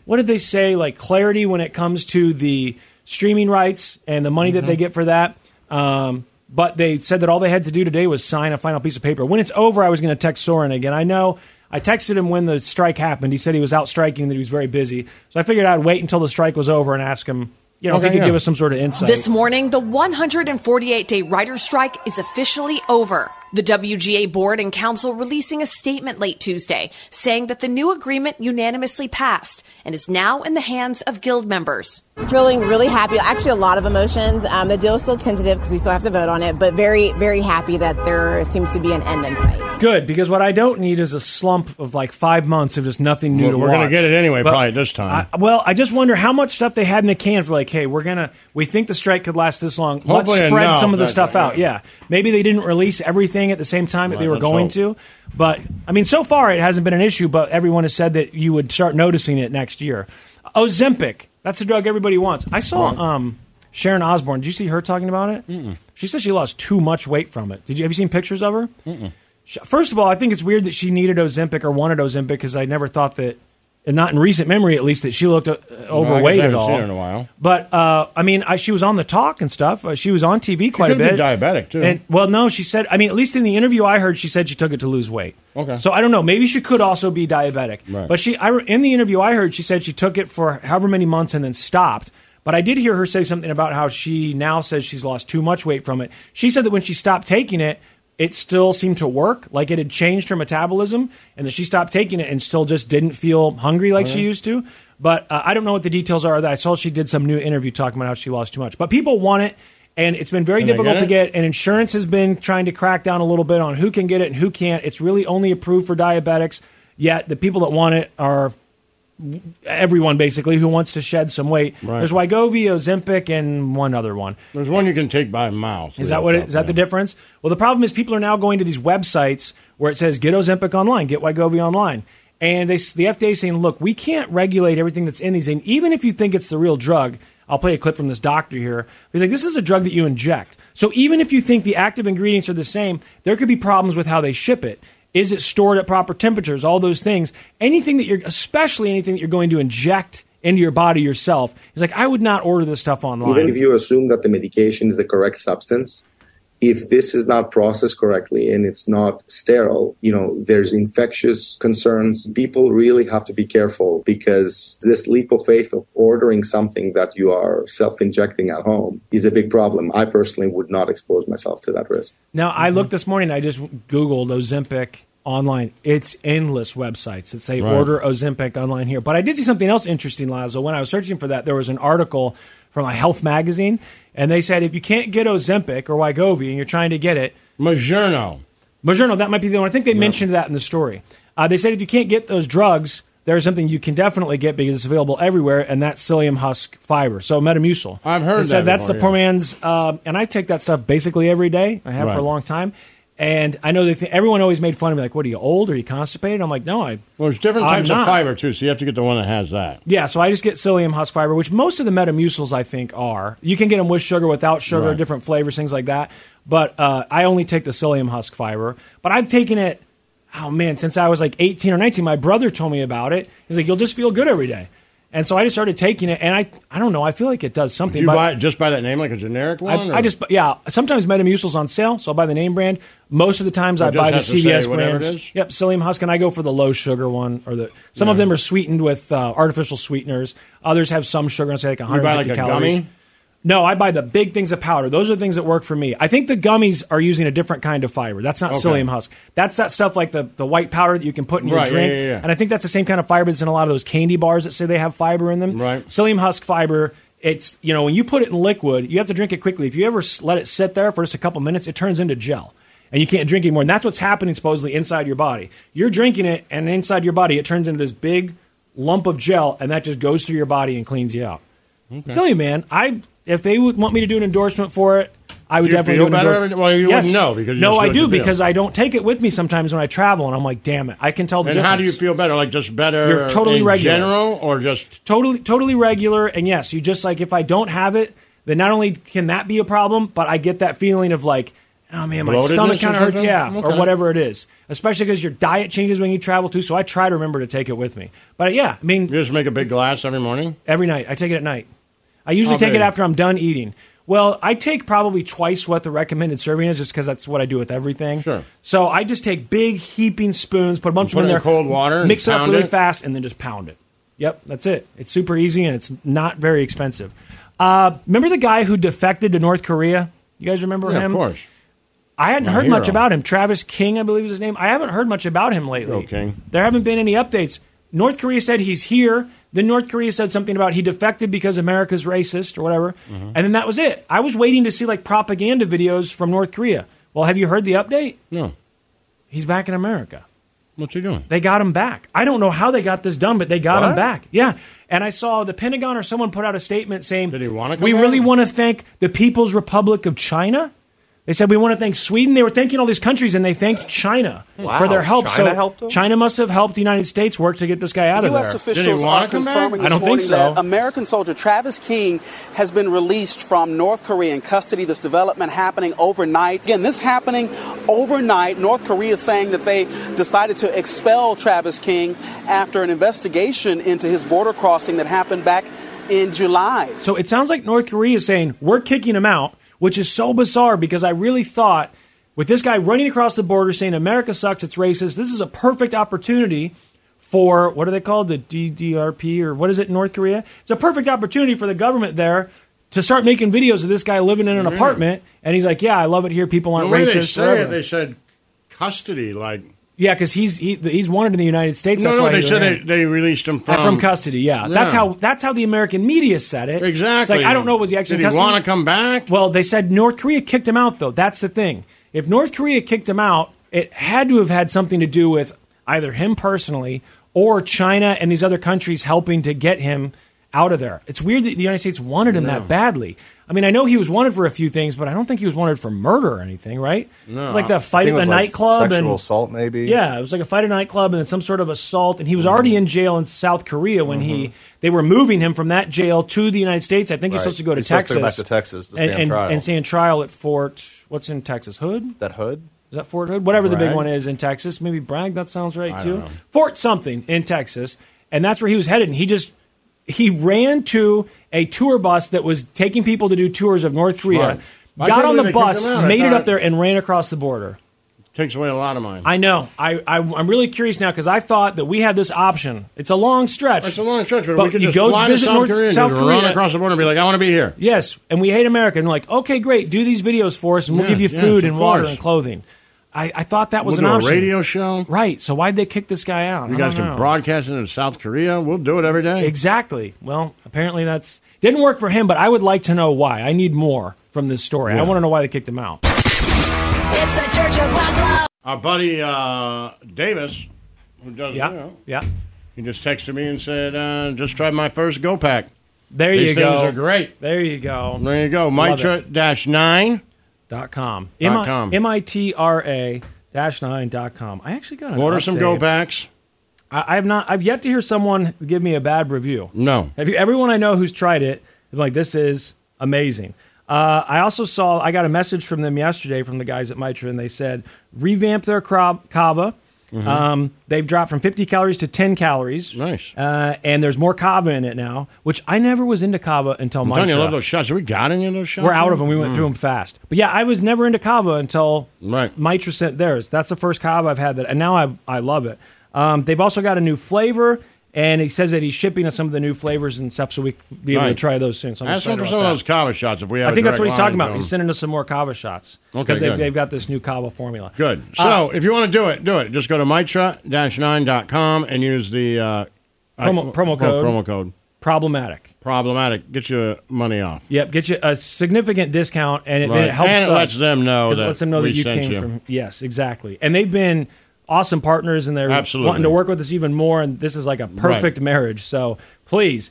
[SPEAKER 1] What did they say? Like clarity when it comes to the streaming rights and the money that
[SPEAKER 9] Mm-hmm.
[SPEAKER 1] they get for that. Um, but they said that all they had to do today was sign a final piece of paper. When it's over, I was going to text Soren again. I know I texted him when the strike happened. He said he was out striking, that he was very busy. So I figured I'd wait until the strike was over and ask him, you know, if
[SPEAKER 9] Okay,
[SPEAKER 1] he could
[SPEAKER 9] yeah.
[SPEAKER 1] give us some sort of insight.
[SPEAKER 9] This morning, the 148 day writer's strike is officially over. The WGA board and council releasing a statement late Tuesday saying that the new agreement unanimously passed and is now in the hands of guild members.
[SPEAKER 19] Feeling really happy, actually a lot of emotions. Um, the deal is still tentative because we still have to vote on it, but very, very happy that there seems to be an end in sight.
[SPEAKER 1] Good, because what I don't need is a slump of like five months of just nothing new
[SPEAKER 2] We're-
[SPEAKER 1] to
[SPEAKER 2] we're
[SPEAKER 1] watch.
[SPEAKER 2] gonna get it anyway,
[SPEAKER 1] But
[SPEAKER 2] probably this time.
[SPEAKER 1] I, well, I just wonder how much stuff they had in the can for like, hey, we're gonna, we think the strike could last this long. let's
[SPEAKER 2] Hopefully
[SPEAKER 1] spread
[SPEAKER 2] enough,
[SPEAKER 1] some of the
[SPEAKER 2] that's
[SPEAKER 1] stuff
[SPEAKER 2] right,
[SPEAKER 1] out. Yeah, maybe they didn't release everything at the same time that they
[SPEAKER 2] Right,
[SPEAKER 1] were
[SPEAKER 2] let's
[SPEAKER 1] going to.
[SPEAKER 2] hope.
[SPEAKER 1] But I mean, so far it hasn't been an issue. But everyone has said that you would start noticing it next year. Ozempic, that's a drug everybody wants. I saw um, Sharon Osbourne. Did you see her talking about it? She said she lost too much weight from it. Did you have you seen pictures of her? Sh- First of all, I think it's weird that she needed Ozempic or wanted Ozempic because I never thought that and not in recent memory at least that she looked uh, overweight
[SPEAKER 2] I
[SPEAKER 1] at
[SPEAKER 2] haven't
[SPEAKER 1] all.
[SPEAKER 2] seen her in a while.
[SPEAKER 1] But uh, I mean, I, she was on the talk and stuff. Uh, she was on TV quite a
[SPEAKER 2] could be
[SPEAKER 1] bit.
[SPEAKER 2] diabetic, too.
[SPEAKER 1] And well, no, she said. I mean, at least in the interview I heard, she said she took it to lose weight. Okay. So I don't know. Maybe she could also be diabetic.
[SPEAKER 2] Right.
[SPEAKER 1] But she, I, re- in the interview I heard, she said she took it for however many months and then stopped. But I did hear her say something about how she now says she's lost too much weight from it. She said that when she stopped taking it, it still seemed to work, like it had changed her metabolism, and that she stopped taking it and still just didn't feel hungry like she
[SPEAKER 2] Alright.
[SPEAKER 1] used to. But uh, I don't know what the details are. Of that I saw she did some new interview talking about how she lost too much. But people want it, and it's been very
[SPEAKER 2] Can they
[SPEAKER 1] difficult
[SPEAKER 2] get
[SPEAKER 1] to
[SPEAKER 2] it?
[SPEAKER 1] get. And insurance has been trying to crack down a little bit on who can get it and who can't. It's really only approved for diabetics. Yet the people that want it are everyone basically who wants to shed some weight. There's Wegovy, Ozempic, and one other one.
[SPEAKER 2] There's one you can take by mouth.
[SPEAKER 1] Is that what? It, is that the difference? Well, the problem is people are now going to these websites where it says get Ozempic online, get Wegovy online, and they s- the FDA is saying, look, we can't regulate everything that's in these, and even if you think it's the real drug. I'll play a clip from this doctor here. He's like, this is a drug that you inject. So even if you think the active ingredients are the same, there could be problems with how they ship it. Is it stored at proper temperatures? All those things. Anything that you're, especially anything that you're going to inject into your body yourself. He's like, I would not order this stuff online.
[SPEAKER 6] Even if you assume that the medication is the correct substance, if this is not processed correctly and it's not sterile, you know, there's infectious concerns. People really have to be careful because this leap of faith of ordering something that you are self injecting at home is a big problem. I personally would not expose myself to that risk.
[SPEAKER 1] Now
[SPEAKER 2] Mm-hmm.
[SPEAKER 1] I looked this morning. I just Googled Ozempic online. It's endless websites that say
[SPEAKER 2] Right.
[SPEAKER 1] order Ozempic online here. But I did see something else interesting, Lazo. When I was searching for that, there was an article from a health magazine, and they said if you can't get Ozempic or Wegovy and you're trying to get it,
[SPEAKER 2] Majerno.
[SPEAKER 1] Majerno, that might be the one. I think they mentioned that in the story. Uh, they said if you can't get those drugs. There's something you can definitely get because it's available everywhere, and that's psyllium husk fiber. So metamucil. I've
[SPEAKER 2] heard
[SPEAKER 1] said
[SPEAKER 2] that
[SPEAKER 1] that's
[SPEAKER 2] before,
[SPEAKER 1] the
[SPEAKER 2] yeah.
[SPEAKER 1] poor man's, um, and I take that stuff basically every day. I have for a
[SPEAKER 2] Right.
[SPEAKER 1] long time, and I know they think everyone always made fun of me, like, "What are you old? Are you constipated?" I'm like, "No, I."
[SPEAKER 2] Well, there's different
[SPEAKER 1] I'm
[SPEAKER 2] types
[SPEAKER 1] not.
[SPEAKER 2] of fiber too, so you have to get the one that has that.
[SPEAKER 1] Yeah, so I just get psyllium husk fiber, which most of the Metamucils I think are. You can get them with sugar, without sugar,
[SPEAKER 2] Right.
[SPEAKER 1] different flavors, things like that. But uh, I only take the psyllium husk fiber. But I've taken it, oh man, since I was like 18 or 19. My brother told me about it. He's like, "You'll just feel good every day," and so I just started taking it, and I I don't know. I feel like it does something.
[SPEAKER 2] Do you
[SPEAKER 1] but-
[SPEAKER 2] buy it just by that name, like a generic one?
[SPEAKER 1] I, I
[SPEAKER 2] or-
[SPEAKER 1] just yeah. Sometimes Metamucil's on sale, so I'll buy the name brand. Most of the times, I
[SPEAKER 2] It just
[SPEAKER 1] buy the
[SPEAKER 2] has to say
[SPEAKER 1] CVS
[SPEAKER 2] whatever
[SPEAKER 1] brand.
[SPEAKER 2] it is?
[SPEAKER 1] Yep, psyllium husk, and I go for the low sugar one, or the some of
[SPEAKER 2] Yeah.
[SPEAKER 1] them are sweetened with uh, artificial sweeteners. Others have some sugar, and say like
[SPEAKER 2] buy, like,
[SPEAKER 1] 150
[SPEAKER 2] a
[SPEAKER 1] calories.
[SPEAKER 2] gummy?
[SPEAKER 1] No, I buy the big things of powder. Those are the things that work for me. I think the gummies are using a different kind of fiber. That's not
[SPEAKER 2] Okay.
[SPEAKER 1] psyllium husk. That's that stuff like the, the white powder that you can put in
[SPEAKER 2] Right,
[SPEAKER 1] your
[SPEAKER 2] yeah,
[SPEAKER 1] drink.
[SPEAKER 2] yeah, yeah.
[SPEAKER 1] And I think that's the same kind of fiber that's in a lot of those candy bars that say they have fiber in them. Right. Psyllium husk fiber. It's you know when you put it in liquid, you have to drink it quickly. If you ever s- let it sit there for just a couple minutes, it turns into gel. And you can't drink anymore. And that's what's happening supposedly inside your body. You're drinking it, and inside your body, it turns into this big lump of gel, and that just goes through your body and cleans you out. I'm telling you, man. I if they would want me to do an endorsement for it, I would
[SPEAKER 2] Do you
[SPEAKER 1] definitely
[SPEAKER 2] feel
[SPEAKER 1] do an
[SPEAKER 2] better?
[SPEAKER 1] endorsement.
[SPEAKER 2] Well, you wouldn't know because you
[SPEAKER 1] no,
[SPEAKER 2] just
[SPEAKER 1] I
[SPEAKER 2] know
[SPEAKER 1] do
[SPEAKER 2] what you feel.
[SPEAKER 1] because I don't take it with me sometimes when I travel, and I'm like, damn it, I can tell the
[SPEAKER 2] And
[SPEAKER 1] difference.
[SPEAKER 2] how do you feel better? Like just better?
[SPEAKER 1] You're totally
[SPEAKER 2] in
[SPEAKER 1] regular.
[SPEAKER 2] General or just
[SPEAKER 1] totally totally regular and yes you just like if i don't have it then not only can that be a problem but i get that feeling of like oh man my
[SPEAKER 2] Bloatedness
[SPEAKER 1] stomach
[SPEAKER 2] or
[SPEAKER 1] kind of hurts
[SPEAKER 2] something?
[SPEAKER 1] yeah or
[SPEAKER 2] Okay.
[SPEAKER 1] whatever it is especially because your diet changes when you travel too so i try to remember to take it with me but yeah i mean you
[SPEAKER 2] just make a big glass every morning
[SPEAKER 1] every night i take it at night i usually
[SPEAKER 2] How
[SPEAKER 1] take it
[SPEAKER 2] big?
[SPEAKER 1] after i'm done eating well i take probably twice what the recommended serving is just because that's what i do with everything sure so i just take big heaping spoons put a bunch
[SPEAKER 2] Put
[SPEAKER 1] of them
[SPEAKER 2] it
[SPEAKER 1] in
[SPEAKER 2] in
[SPEAKER 1] there
[SPEAKER 2] cold water and
[SPEAKER 1] mix it up
[SPEAKER 2] pound
[SPEAKER 1] really
[SPEAKER 2] it?
[SPEAKER 1] fast and then just pound it Yep, that's it. It's super easy and it's not very expensive. Uh, remember the guy who defected to North Korea? You guys remember
[SPEAKER 2] Yeah, of
[SPEAKER 1] him?
[SPEAKER 2] course.
[SPEAKER 1] I hadn't
[SPEAKER 2] My
[SPEAKER 1] heard much
[SPEAKER 2] hero.
[SPEAKER 1] about him. Travis King, I believe is his name. I haven't heard much about him lately.
[SPEAKER 2] Okay.
[SPEAKER 1] There haven't been any updates. North Korea said he's here. Then North Korea said something about he defected because America's racist or whatever.
[SPEAKER 2] Mm-hmm.
[SPEAKER 1] And then that was it. I was waiting to see like propaganda videos from North Korea. Well, have you heard the update?
[SPEAKER 2] No.
[SPEAKER 1] He's back in America.
[SPEAKER 2] What you doing?
[SPEAKER 1] They got him back. I don't know how they got this done, but they got him
[SPEAKER 2] What?
[SPEAKER 1] back. Yeah. And I saw the Pentagon or someone put out a statement saying,
[SPEAKER 2] Did he want to?
[SPEAKER 1] We really want to thank the People's Republic of China They said we want to thank Sweden. They were thanking all these countries, and they thanked China
[SPEAKER 4] Wow,
[SPEAKER 1] for their help.
[SPEAKER 4] China
[SPEAKER 1] so
[SPEAKER 4] helped them?
[SPEAKER 1] China must have helped the United States work to get this guy out of
[SPEAKER 5] U.S.
[SPEAKER 1] there.
[SPEAKER 5] officials are confirming
[SPEAKER 1] I
[SPEAKER 5] this
[SPEAKER 1] don't
[SPEAKER 5] morning
[SPEAKER 1] think so.
[SPEAKER 5] that American soldier Travis King has been released from North Korean custody. This development happening overnight. Again, this happening overnight. North Korea is saying that they decided to expel Travis King after an investigation into his border crossing that happened back in July.
[SPEAKER 1] So it sounds like North Korea is saying we're kicking him out, which is so bizarre because I really thought with this guy running across the border saying America sucks, it's racist. This is a perfect opportunity for what are they called, the DDRP or what is it in North Korea? It's a perfect opportunity for the government there to start making videos of this guy living in an
[SPEAKER 2] Yeah.
[SPEAKER 1] apartment, and he's like, "Yeah, I love it here. People
[SPEAKER 2] The
[SPEAKER 1] aren't
[SPEAKER 2] way they
[SPEAKER 1] racist."
[SPEAKER 2] say
[SPEAKER 1] forever."
[SPEAKER 2] it, they said custody. Like
[SPEAKER 1] yeah, because he's he, he's wanted in the United States.
[SPEAKER 2] no,
[SPEAKER 1] that's
[SPEAKER 2] no,
[SPEAKER 1] why
[SPEAKER 2] they
[SPEAKER 1] he
[SPEAKER 2] said
[SPEAKER 1] was
[SPEAKER 2] they,
[SPEAKER 1] in.
[SPEAKER 2] they released him
[SPEAKER 1] Uh,
[SPEAKER 2] from
[SPEAKER 1] from custody. Yeah. that's
[SPEAKER 2] Yeah.
[SPEAKER 1] how that's how the American media said it. Exactly. It's like I don't know was he actually
[SPEAKER 2] Did he
[SPEAKER 1] in custody?
[SPEAKER 2] wanna come back?
[SPEAKER 1] Well, they said North Korea kicked him out though. That's the thing. If North Korea kicked him out, it had to have had something to do with either him personally or China and these other countries helping to get him out of there. It's weird that the United States wanted him that badly. I mean, I know he was wanted for a few things, but I don't think he was wanted for murder or anything, right? It was like that fight at the nightclub
[SPEAKER 4] sexual
[SPEAKER 1] and
[SPEAKER 4] assault, maybe.
[SPEAKER 1] yeah, it was like a fight at a nightclub and then some sort of assault. And he was already in jail in South Korea when he they were moving him from that jail to the United States. I think he's
[SPEAKER 4] Mm-hmm. Right.
[SPEAKER 1] supposed to go to
[SPEAKER 4] He's supposed
[SPEAKER 1] Texas.
[SPEAKER 4] to go back to Texas to stand
[SPEAKER 1] and, and,
[SPEAKER 4] trial.
[SPEAKER 1] and stand trial at Fort what's in Texas Hood.
[SPEAKER 4] That Hood.
[SPEAKER 1] Is that Fort Hood? Whatever the big
[SPEAKER 4] Bragg?
[SPEAKER 1] one is in Texas. Maybe Bragg, that sounds right
[SPEAKER 4] I
[SPEAKER 1] too.
[SPEAKER 4] don't know.
[SPEAKER 1] Fort something in Texas. And that's where he was headed. And he just he ran to a tour bus that was taking people to do tours of North Korea.
[SPEAKER 2] Smart. I
[SPEAKER 1] Got
[SPEAKER 2] can't
[SPEAKER 1] on
[SPEAKER 2] believe
[SPEAKER 1] the
[SPEAKER 2] they kicked
[SPEAKER 1] bus,
[SPEAKER 2] him out. I
[SPEAKER 1] made it
[SPEAKER 2] thought-
[SPEAKER 1] up there, and ran across the border.
[SPEAKER 2] takes away a lot of mine.
[SPEAKER 1] I know. I, I I'm really curious now because I thought that we had this option. It's a long stretch.
[SPEAKER 2] It's a long stretch, but, we
[SPEAKER 1] But
[SPEAKER 2] could
[SPEAKER 1] you
[SPEAKER 2] just
[SPEAKER 1] go
[SPEAKER 2] fly
[SPEAKER 1] visit
[SPEAKER 2] to South
[SPEAKER 1] North-
[SPEAKER 2] Korea and
[SPEAKER 1] South
[SPEAKER 2] just
[SPEAKER 1] Korea.
[SPEAKER 2] run across the border and be like, I want to be here.
[SPEAKER 1] Yes, and we hate America, and we're like, okay, great, do these videos for us, and we'll
[SPEAKER 2] Yeah,
[SPEAKER 1] give you
[SPEAKER 2] yes,
[SPEAKER 1] food
[SPEAKER 2] of
[SPEAKER 1] and water
[SPEAKER 2] course.
[SPEAKER 1] and clothing. I, I thought that was
[SPEAKER 2] We'll
[SPEAKER 1] an
[SPEAKER 2] do a
[SPEAKER 1] option.
[SPEAKER 2] radio show,
[SPEAKER 1] right? So why'd they kick this guy out?
[SPEAKER 2] You
[SPEAKER 1] I
[SPEAKER 2] guys
[SPEAKER 1] don't
[SPEAKER 2] can
[SPEAKER 1] know.
[SPEAKER 2] broadcast it in South Korea. We'll do it every day.
[SPEAKER 1] Exactly. Well, apparently that's didn't work for him, but I would like to know why. I need more from this story. I
[SPEAKER 2] Yeah.
[SPEAKER 1] want to know why they kicked him out.
[SPEAKER 10] It's the Church of Laszlo.
[SPEAKER 2] Our buddy uh, Davis, who does
[SPEAKER 1] Yeah,
[SPEAKER 2] you know,
[SPEAKER 1] yeah,
[SPEAKER 2] he just texted me and said, uh, "Just tried my first Go Pack.
[SPEAKER 1] There
[SPEAKER 2] These
[SPEAKER 1] you
[SPEAKER 2] things
[SPEAKER 1] go.
[SPEAKER 2] Are great.
[SPEAKER 1] There you go.
[SPEAKER 2] There you go.
[SPEAKER 1] Love it.
[SPEAKER 2] Mitra dash nine
[SPEAKER 1] dot com.
[SPEAKER 2] dot com.
[SPEAKER 1] M I T R A dash nine dot com. I actually got an
[SPEAKER 2] Order some
[SPEAKER 1] update.
[SPEAKER 2] Go Packs.
[SPEAKER 1] I, I've not. I've yet to hear someone give me a bad review.
[SPEAKER 2] No.
[SPEAKER 1] Have you? Everyone I know who's tried it, they're like this is amazing. Uh, I also saw. I got a message from them yesterday from the guys at Mitra, and they said revamp their crab, kava.
[SPEAKER 2] Mhm.
[SPEAKER 1] Um, they've dropped from 50 calories to 10 calories.
[SPEAKER 2] Nice.
[SPEAKER 1] Uh, and there's more kava in it now, which I never was into kava until
[SPEAKER 2] I'm
[SPEAKER 1] Mitra.
[SPEAKER 2] telling you, I love those shots. Have we got any of those shots?
[SPEAKER 1] uh,
[SPEAKER 2] Mm.
[SPEAKER 1] We're out of them. We went through them fast. But yeah, I was never into kava until
[SPEAKER 2] right.
[SPEAKER 1] Mitra sent theirs. That's the first kava I've had that, and now I I love it. Um, they've also got a new flavor, and he says that he's shipping us some of the new flavors and stuff, so we can be able to
[SPEAKER 2] Right.
[SPEAKER 1] try those soon. So I'm
[SPEAKER 2] Ask him
[SPEAKER 1] excited
[SPEAKER 2] for
[SPEAKER 1] about
[SPEAKER 2] some
[SPEAKER 1] that.
[SPEAKER 2] of those kava shots if we have.
[SPEAKER 1] I
[SPEAKER 2] a
[SPEAKER 1] think that's what
[SPEAKER 2] direct
[SPEAKER 1] he's
[SPEAKER 2] line
[SPEAKER 1] talking
[SPEAKER 2] to
[SPEAKER 1] about.
[SPEAKER 2] him.
[SPEAKER 1] He's sending us some more kava shots
[SPEAKER 2] Okay,
[SPEAKER 1] they've,
[SPEAKER 2] good.
[SPEAKER 1] they've got this new kava formula. Uh,
[SPEAKER 2] Good. So if you want to do it, do it. Just go to mitra-9.com and use the uh,
[SPEAKER 1] Promo- promo
[SPEAKER 2] I- pro-
[SPEAKER 1] code.
[SPEAKER 2] Promo code.
[SPEAKER 1] Problematic.
[SPEAKER 2] Problematic. Get your money off.
[SPEAKER 1] Yep, get you a significant discount, and it, then
[SPEAKER 2] Right.
[SPEAKER 1] it helps
[SPEAKER 2] And it
[SPEAKER 1] us.
[SPEAKER 2] lets them know
[SPEAKER 1] 'Cause it
[SPEAKER 2] that
[SPEAKER 1] lets them know
[SPEAKER 2] we
[SPEAKER 1] that you
[SPEAKER 2] sent
[SPEAKER 1] came
[SPEAKER 2] you.
[SPEAKER 1] from. Yes, exactly. And they've been awesome partners, and they're
[SPEAKER 2] Absolutely.
[SPEAKER 1] wanting to work with us even more. And this is like a perfect marriage. So please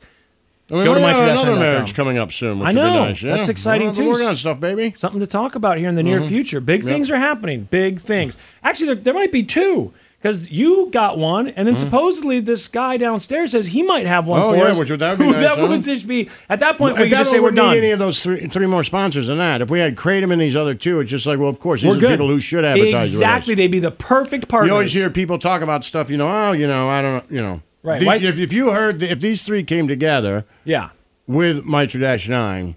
[SPEAKER 2] And we
[SPEAKER 1] go to
[SPEAKER 2] might have
[SPEAKER 1] my
[SPEAKER 2] another marriage coming up soon. Which
[SPEAKER 1] I know
[SPEAKER 2] Would be nice. Yeah.
[SPEAKER 1] that's exciting
[SPEAKER 2] Well,
[SPEAKER 1] too.
[SPEAKER 2] We're working on stuff, baby.
[SPEAKER 1] Something to talk about here in the near
[SPEAKER 2] Mhm.
[SPEAKER 1] future. Big
[SPEAKER 2] Yep.
[SPEAKER 1] things are happening. Big things. Actually, there, there might be two because you got one, and then supposedly this guy downstairs says he might have one
[SPEAKER 2] Mm-hmm. Oh,
[SPEAKER 1] for
[SPEAKER 2] yeah,
[SPEAKER 1] us.
[SPEAKER 2] which would- that would be nice,
[SPEAKER 1] that
[SPEAKER 2] huh?
[SPEAKER 1] would just be at that point we
[SPEAKER 2] At
[SPEAKER 1] could
[SPEAKER 2] that
[SPEAKER 1] just
[SPEAKER 2] point,
[SPEAKER 1] say we're
[SPEAKER 2] we don't
[SPEAKER 1] done.
[SPEAKER 2] need any of those three, three more sponsors than that. If we had Kratom and these other two, it's just like, well, of course, these
[SPEAKER 1] We're
[SPEAKER 2] are
[SPEAKER 1] good.
[SPEAKER 2] people who should advertise. with us.
[SPEAKER 1] Exactly, they'd be the perfect partners.
[SPEAKER 2] You always hear people talk about stuff, you know, oh, you know, I don't know, you know.
[SPEAKER 1] Right.
[SPEAKER 2] The-
[SPEAKER 1] Why-
[SPEAKER 2] if, if you heard, if these three came together
[SPEAKER 1] yeah.
[SPEAKER 2] with Mitra Dash 9,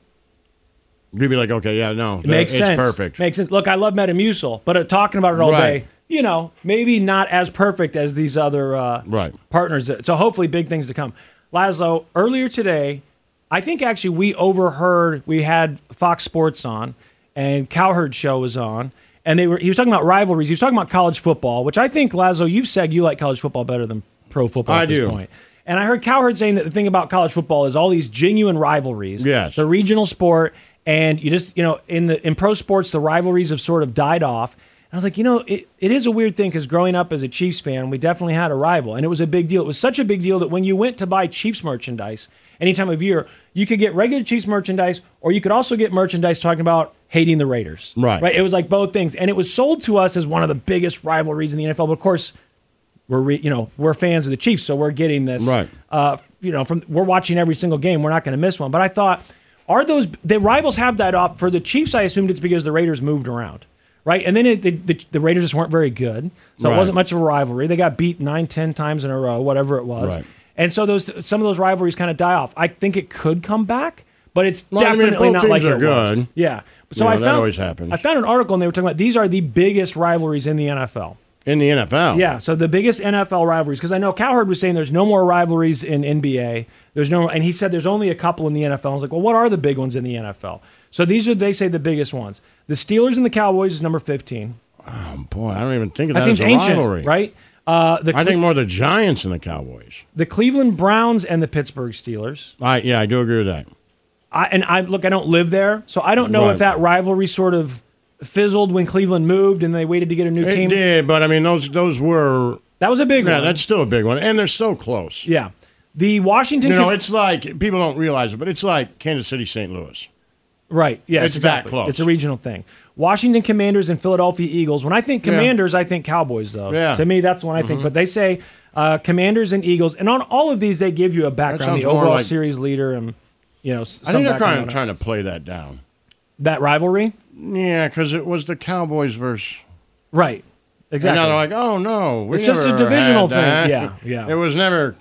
[SPEAKER 2] you'd be like, okay, yeah, no.
[SPEAKER 1] It makes
[SPEAKER 2] it's
[SPEAKER 1] sense.
[SPEAKER 2] perfect.
[SPEAKER 1] Makes sense. Look, I love Metamucil, but uh, talking about it all
[SPEAKER 2] Right.
[SPEAKER 1] day, you know, maybe not as perfect as these other uh,
[SPEAKER 2] Right.
[SPEAKER 1] partners. So hopefully, big things to come. Laszlo, earlier today, I think actually we overheard we had Fox Sports on, and Cowherd Show was on, and they were he was talking about rivalries. He was talking about college football, which I think Laszlo, you've said you like college football better than pro football
[SPEAKER 2] I
[SPEAKER 1] at this
[SPEAKER 2] do.
[SPEAKER 1] point. And I heard Cowherd saying that the thing about college football is all these genuine rivalries. Yes. It's a regional sport. And you just, you know, in the in pro sports, the rivalries have sort of died off. I was like, you know, it, it is a weird thing because growing up as a Chiefs fan, we definitely had a rival, and it was a big deal. It was such a big deal that when you went to buy Chiefs merchandise any time of year, you could get regular Chiefs merchandise, or you could also get merchandise talking about hating the Raiders.
[SPEAKER 2] Right.
[SPEAKER 1] Right. It was like both things, and it was sold to us as one of the biggest rivalries in the NFL. But of course, we're re, you know we're fans of the Chiefs, so we're getting this.
[SPEAKER 2] Right.
[SPEAKER 1] Uh, you know, from we're watching every single game. We're not going to miss one. But I thought, are those the rivals have that off for the Chiefs? I assumed it's because the Raiders moved around, right? And then it, the, the the Raiders just weren't very good, so
[SPEAKER 2] Right.
[SPEAKER 1] it wasn't much of a rivalry. They got beat nine, ten times in a row, whatever it was.
[SPEAKER 2] Right.
[SPEAKER 1] And so those some of those rivalries kind of die off. I think it could come back, but it's
[SPEAKER 2] Well, I mean,
[SPEAKER 1] definitely
[SPEAKER 2] both
[SPEAKER 1] not
[SPEAKER 2] teams
[SPEAKER 1] like
[SPEAKER 2] are
[SPEAKER 1] it was.
[SPEAKER 2] good.
[SPEAKER 1] Yeah. So
[SPEAKER 2] You
[SPEAKER 1] I
[SPEAKER 2] know, that
[SPEAKER 1] found
[SPEAKER 2] always happens.
[SPEAKER 1] I found an article and they were talking about these are the biggest rivalries in the NFL.
[SPEAKER 2] in the NFL.
[SPEAKER 1] Yeah, so the biggest NFL rivalries because I know Cowherd was saying there's no more rivalries in NBA. There's no, and he said there's only a couple in the NFL. I was like, well, what are the big ones in the NFL? So these are they say the biggest ones. The Steelers and the Cowboys is number fifteen.
[SPEAKER 2] Boy, I don't even think of
[SPEAKER 1] That
[SPEAKER 2] that,
[SPEAKER 1] seems
[SPEAKER 2] as a
[SPEAKER 1] ancient,
[SPEAKER 2] rivalry.
[SPEAKER 1] right? Uh, the
[SPEAKER 2] I
[SPEAKER 1] Cle-
[SPEAKER 2] think more the Giants and the Cowboys.
[SPEAKER 1] the Cleveland Browns and the Pittsburgh Steelers.
[SPEAKER 2] I yeah, I do agree with that.
[SPEAKER 1] I, and I look, I don't live there, so I don't know
[SPEAKER 2] Right.
[SPEAKER 1] if that rivalry sort of fizzled when Cleveland moved and they waited to get a new
[SPEAKER 2] It
[SPEAKER 1] team.
[SPEAKER 2] did, but I mean those those were
[SPEAKER 1] that was a big
[SPEAKER 2] yeah,
[SPEAKER 1] one.
[SPEAKER 2] that's still a big one, and they're so close.
[SPEAKER 1] Yeah, the Washington.
[SPEAKER 2] You know,
[SPEAKER 1] Com-
[SPEAKER 2] it's like people don't realize it, but it's like Kansas City, St. Louis.
[SPEAKER 1] Right. Yes.
[SPEAKER 2] It's that
[SPEAKER 1] exactly.
[SPEAKER 2] close.
[SPEAKER 1] It's a regional thing. Washington Commanders and Philadelphia Eagles. When I think
[SPEAKER 2] Yeah.
[SPEAKER 1] Commanders, I think Cowboys, though.
[SPEAKER 2] Yeah.
[SPEAKER 1] To me, that's one I think.
[SPEAKER 2] Mhm.
[SPEAKER 1] But they say uh, Commanders and Eagles, and on all of these, they give you a background,
[SPEAKER 2] sounds
[SPEAKER 1] the
[SPEAKER 2] more
[SPEAKER 1] overall
[SPEAKER 2] like-
[SPEAKER 1] series leader, and you know. s-
[SPEAKER 2] I
[SPEAKER 1] some
[SPEAKER 2] think they're
[SPEAKER 1] background
[SPEAKER 2] trying,
[SPEAKER 1] on it.
[SPEAKER 2] trying to play that down.
[SPEAKER 1] that rivalry.
[SPEAKER 2] Yeah, because it was the Cowboys versus.
[SPEAKER 1] Right. Exactly.
[SPEAKER 2] And now they're like, oh no, we
[SPEAKER 1] It's just a
[SPEAKER 2] never
[SPEAKER 1] divisional
[SPEAKER 2] had that."
[SPEAKER 1] thing. Yeah, yeah.
[SPEAKER 2] It was never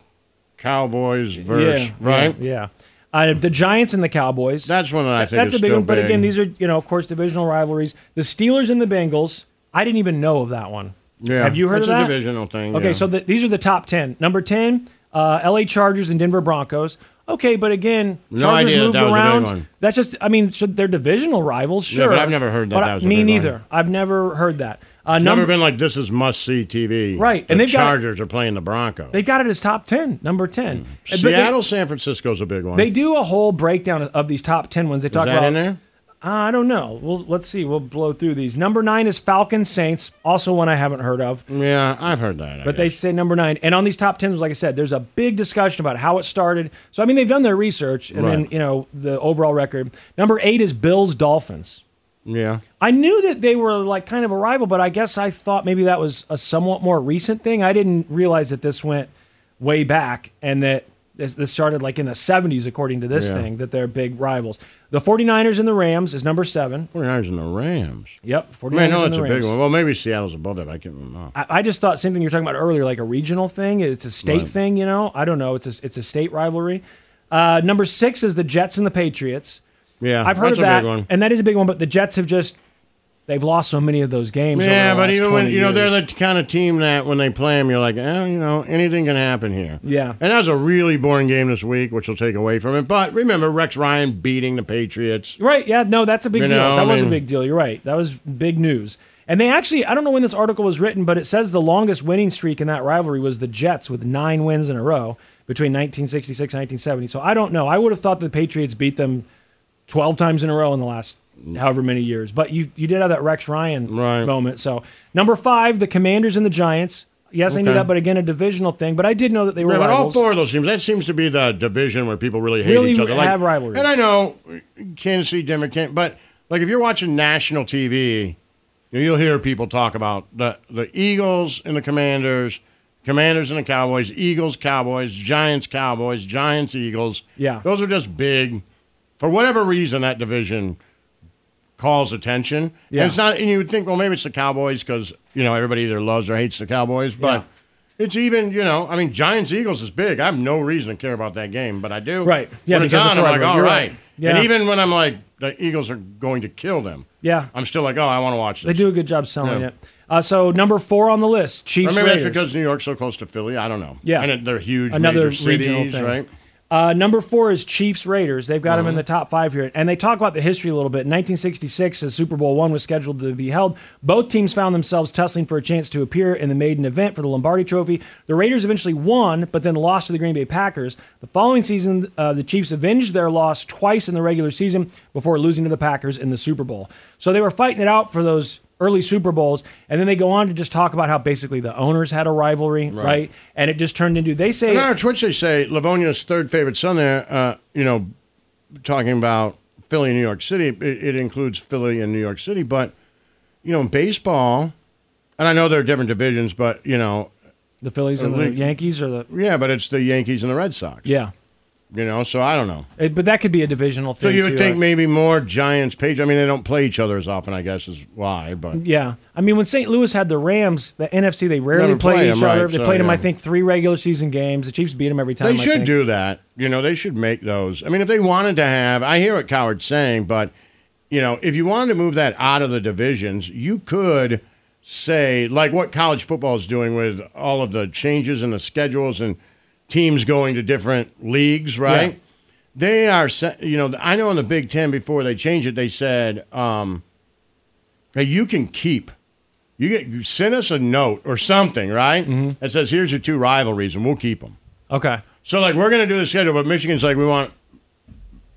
[SPEAKER 2] Cowboys versus
[SPEAKER 1] yeah,
[SPEAKER 2] right.
[SPEAKER 1] Yeah. yeah. Uh, the Giants and the Cowboys.
[SPEAKER 2] That's one that I think
[SPEAKER 1] That's
[SPEAKER 2] is
[SPEAKER 1] a big
[SPEAKER 2] still
[SPEAKER 1] one. But
[SPEAKER 2] big.
[SPEAKER 1] again, these are you know, of course, divisional rivalries. The Steelers and the Bengals. I didn't even know of that one.
[SPEAKER 2] Yeah.
[SPEAKER 1] Have you heard
[SPEAKER 2] It's
[SPEAKER 1] of
[SPEAKER 2] a
[SPEAKER 1] that?
[SPEAKER 2] divisional thing,
[SPEAKER 1] Okay,
[SPEAKER 2] yeah.
[SPEAKER 1] so the, these are the top ten. Number ten, uh, L.A. Chargers and Denver Broncos. Okay, but again,
[SPEAKER 2] No
[SPEAKER 1] Chargers
[SPEAKER 2] idea that
[SPEAKER 1] moved
[SPEAKER 2] that was a big
[SPEAKER 1] around.
[SPEAKER 2] one.
[SPEAKER 1] That's just, I mean, so they're divisional rivals,
[SPEAKER 2] Yeah,
[SPEAKER 1] sure.
[SPEAKER 2] but I've never heard that
[SPEAKER 1] But
[SPEAKER 2] that
[SPEAKER 1] I-
[SPEAKER 2] was a
[SPEAKER 1] me
[SPEAKER 2] big one.
[SPEAKER 1] neither. I've never heard that. Uh,
[SPEAKER 2] It's
[SPEAKER 1] number
[SPEAKER 2] never been like this is must see TV.
[SPEAKER 1] Right,
[SPEAKER 2] The
[SPEAKER 1] and they've got-
[SPEAKER 2] Chargers are playing the Broncos.
[SPEAKER 1] they've got it as top ten, number ten. But they-
[SPEAKER 2] Hmm. Seattle, San Francisco's a big one.
[SPEAKER 1] They do a whole breakdown of these top ten ones. They talk
[SPEAKER 2] that
[SPEAKER 1] about
[SPEAKER 2] in there?
[SPEAKER 1] Uh, I don't know. Well, let's see. We'll blow through these. Number nine is Falcons Saints, also one I haven't heard of.
[SPEAKER 2] Yeah, I've heard that. I
[SPEAKER 1] But they say number nine, and on these top tens, like I said, there's a big discussion about how it started. So I mean, they've done their research, and then
[SPEAKER 2] Right.
[SPEAKER 1] you know the overall record. Number eight is Bills Dolphins.
[SPEAKER 2] yeah.
[SPEAKER 1] I knew that they were like kind of a rival, but I guess I thought maybe that was a somewhat more recent thing. I didn't realize that this went way back and that this, this started like in the 70s, according to this
[SPEAKER 2] Yeah.
[SPEAKER 1] thing, that they're big rivals. The 49ers and the Rams is number seven.
[SPEAKER 2] 49ers and the Rams.
[SPEAKER 1] Yep, 49ers
[SPEAKER 2] Man, no,
[SPEAKER 1] and
[SPEAKER 2] that's
[SPEAKER 1] the
[SPEAKER 2] a
[SPEAKER 1] Rams.
[SPEAKER 2] big one. Well, maybe Seattle's above that. but I can't remember.
[SPEAKER 1] I, I just thought same thing you were talking about earlier, like a regional thing. It's a state
[SPEAKER 2] Right.
[SPEAKER 1] thing, you know. I don't know. It's a it's a state rivalry. Uh, number six is the Jets and the Patriots.
[SPEAKER 2] Yeah,
[SPEAKER 1] I've heard of
[SPEAKER 2] that's a
[SPEAKER 1] that,
[SPEAKER 2] big one.
[SPEAKER 1] and that is a big one. But the Jets have just they've lost so many of those games. over
[SPEAKER 2] Yeah,
[SPEAKER 1] the
[SPEAKER 2] but
[SPEAKER 1] last
[SPEAKER 2] even when
[SPEAKER 1] 20
[SPEAKER 2] you know
[SPEAKER 1] years.
[SPEAKER 2] they're the kind of team that when they play them, you're like, oh, you know, anything can happen here.
[SPEAKER 1] Yeah.
[SPEAKER 2] and that was a really boring game this week, which will take away from it. But remember, Rex Ryan beating the Patriots.
[SPEAKER 1] Right. Yeah. No, that's a big
[SPEAKER 2] You
[SPEAKER 1] deal.
[SPEAKER 2] know,
[SPEAKER 1] that
[SPEAKER 2] I
[SPEAKER 1] was a
[SPEAKER 2] mean-
[SPEAKER 1] big deal. You're right. That was big news. And they actually, I don't know when this article was written, but it says the longest winning streak in that rivalry was the Jets with nine wins in a row between 1966 and 1970. So I don't know. I would have thought the Patriots beat them 12 times in a row in the last however many years. But you, you did have that Rex Ryan moment. So number five, the Commanders and the Giants. Yes, I knew
[SPEAKER 2] Okay.
[SPEAKER 1] that, but again, a divisional thing. But I did know that they were
[SPEAKER 2] Yeah, but all
[SPEAKER 1] rivals.
[SPEAKER 2] four of those teams, that seems to be the division where people really hate
[SPEAKER 1] Really
[SPEAKER 2] each other. Like,
[SPEAKER 1] have rivalries.
[SPEAKER 2] And I know Kansas City, Denver, can but like if you're watching national TV, you'll hear people talk about the, the Eagles and the Commanders, Commanders and the Cowboys, Eagles, Cowboys, Giants, Cowboys, Giants, Eagles.
[SPEAKER 1] Yeah.
[SPEAKER 2] Those are just big. For whatever reason, that division calls attention.
[SPEAKER 1] Yeah.
[SPEAKER 2] And it's not, and you would think, well, maybe it's the Cowboys because, you know, everybody either loves or hates the Cowboys, but. It's even, you know, I mean, Giants Eagles is big. I have no reason to care about that game, but I do.
[SPEAKER 1] Right. Yeah,
[SPEAKER 2] When it's
[SPEAKER 1] because
[SPEAKER 2] on,
[SPEAKER 1] it's a
[SPEAKER 2] I'm like,
[SPEAKER 1] rivalry.
[SPEAKER 2] all
[SPEAKER 1] You're
[SPEAKER 2] right.
[SPEAKER 1] right. Yeah.
[SPEAKER 2] And even when I'm like, the Eagles are going to kill them,
[SPEAKER 1] Yeah.
[SPEAKER 2] I'm still like, oh, I want to watch
[SPEAKER 1] They
[SPEAKER 2] this.
[SPEAKER 1] do a good job selling
[SPEAKER 2] Yeah.
[SPEAKER 1] it. Uh, so number four on the list,
[SPEAKER 2] Or
[SPEAKER 1] Chiefs
[SPEAKER 2] maybe
[SPEAKER 1] Raiders.
[SPEAKER 2] that's because New York's so close to Philly. I don't know.
[SPEAKER 1] Yeah.
[SPEAKER 2] And it- they're huge.
[SPEAKER 1] Another
[SPEAKER 2] major cities,
[SPEAKER 1] regional thing.
[SPEAKER 2] right?
[SPEAKER 1] Uh, number four is Chiefs Raiders. They've got them in
[SPEAKER 2] Mhm.
[SPEAKER 1] the top five here, and they talk about the history a little bit. In 1966, as Super Bowl one was scheduled to be held, both teams found themselves tussling for a chance to appear in the maiden event for the Lombardi Trophy. The Raiders eventually won, but then lost to the Green Bay Packers. The following season, uh, the Chiefs avenged their loss twice in the regular season before losing to the Packers in the Super Bowl. So they were fighting it out for those early Super Bowls, and then they go on to just talk about how basically the owners had a rivalry, right? And it just turned into they say
[SPEAKER 2] And on Twitch, they say Livonia's third favorite son there, uh, you know, talking about Philly and New York City. It, it includes Philly and New York City, but, you know, in baseball, and I know there are different divisions, but, you know.
[SPEAKER 1] The Phillies and the Yankees or the.
[SPEAKER 2] Yeah, but it's the Yankees and the Red Sox.
[SPEAKER 1] Yeah.
[SPEAKER 2] You know, so I don't know.
[SPEAKER 1] It- but that could be a divisional
[SPEAKER 2] So
[SPEAKER 1] thing.
[SPEAKER 2] you would
[SPEAKER 1] too,
[SPEAKER 2] think
[SPEAKER 1] I-
[SPEAKER 2] maybe more Giants, Patriots. I mean, they don't play each other as often, I guess, is why. But
[SPEAKER 1] Uh, Yeah, I mean when St. Louis had the Rams, the NFC they rarely
[SPEAKER 2] Never
[SPEAKER 1] played
[SPEAKER 2] play 'em,
[SPEAKER 1] each
[SPEAKER 2] right,
[SPEAKER 1] other. They
[SPEAKER 2] so,
[SPEAKER 1] played them,
[SPEAKER 2] yeah.
[SPEAKER 1] I think, three regular season games. The Chiefs beat them every time.
[SPEAKER 2] They
[SPEAKER 1] I
[SPEAKER 2] should
[SPEAKER 1] think.
[SPEAKER 2] do that. You know, they should make those. I mean, if they wanted to have, I hear what Coward's saying, but you know, if you wanted to move that out of the divisions, you could say like what college football is doing with all of the changes in the schedules and teams going to different leagues, right?
[SPEAKER 1] Yeah.
[SPEAKER 2] They are, se- you know, I know in the Big Ten before they changed it, they said, um, hey, you can keep. You get you send us a note or something, right?
[SPEAKER 1] Mm-hmm.
[SPEAKER 2] That says here's your two rivalries, and we'll keep them.
[SPEAKER 1] Okay.
[SPEAKER 2] So like we're gonna do the schedule, but Michigan's like we want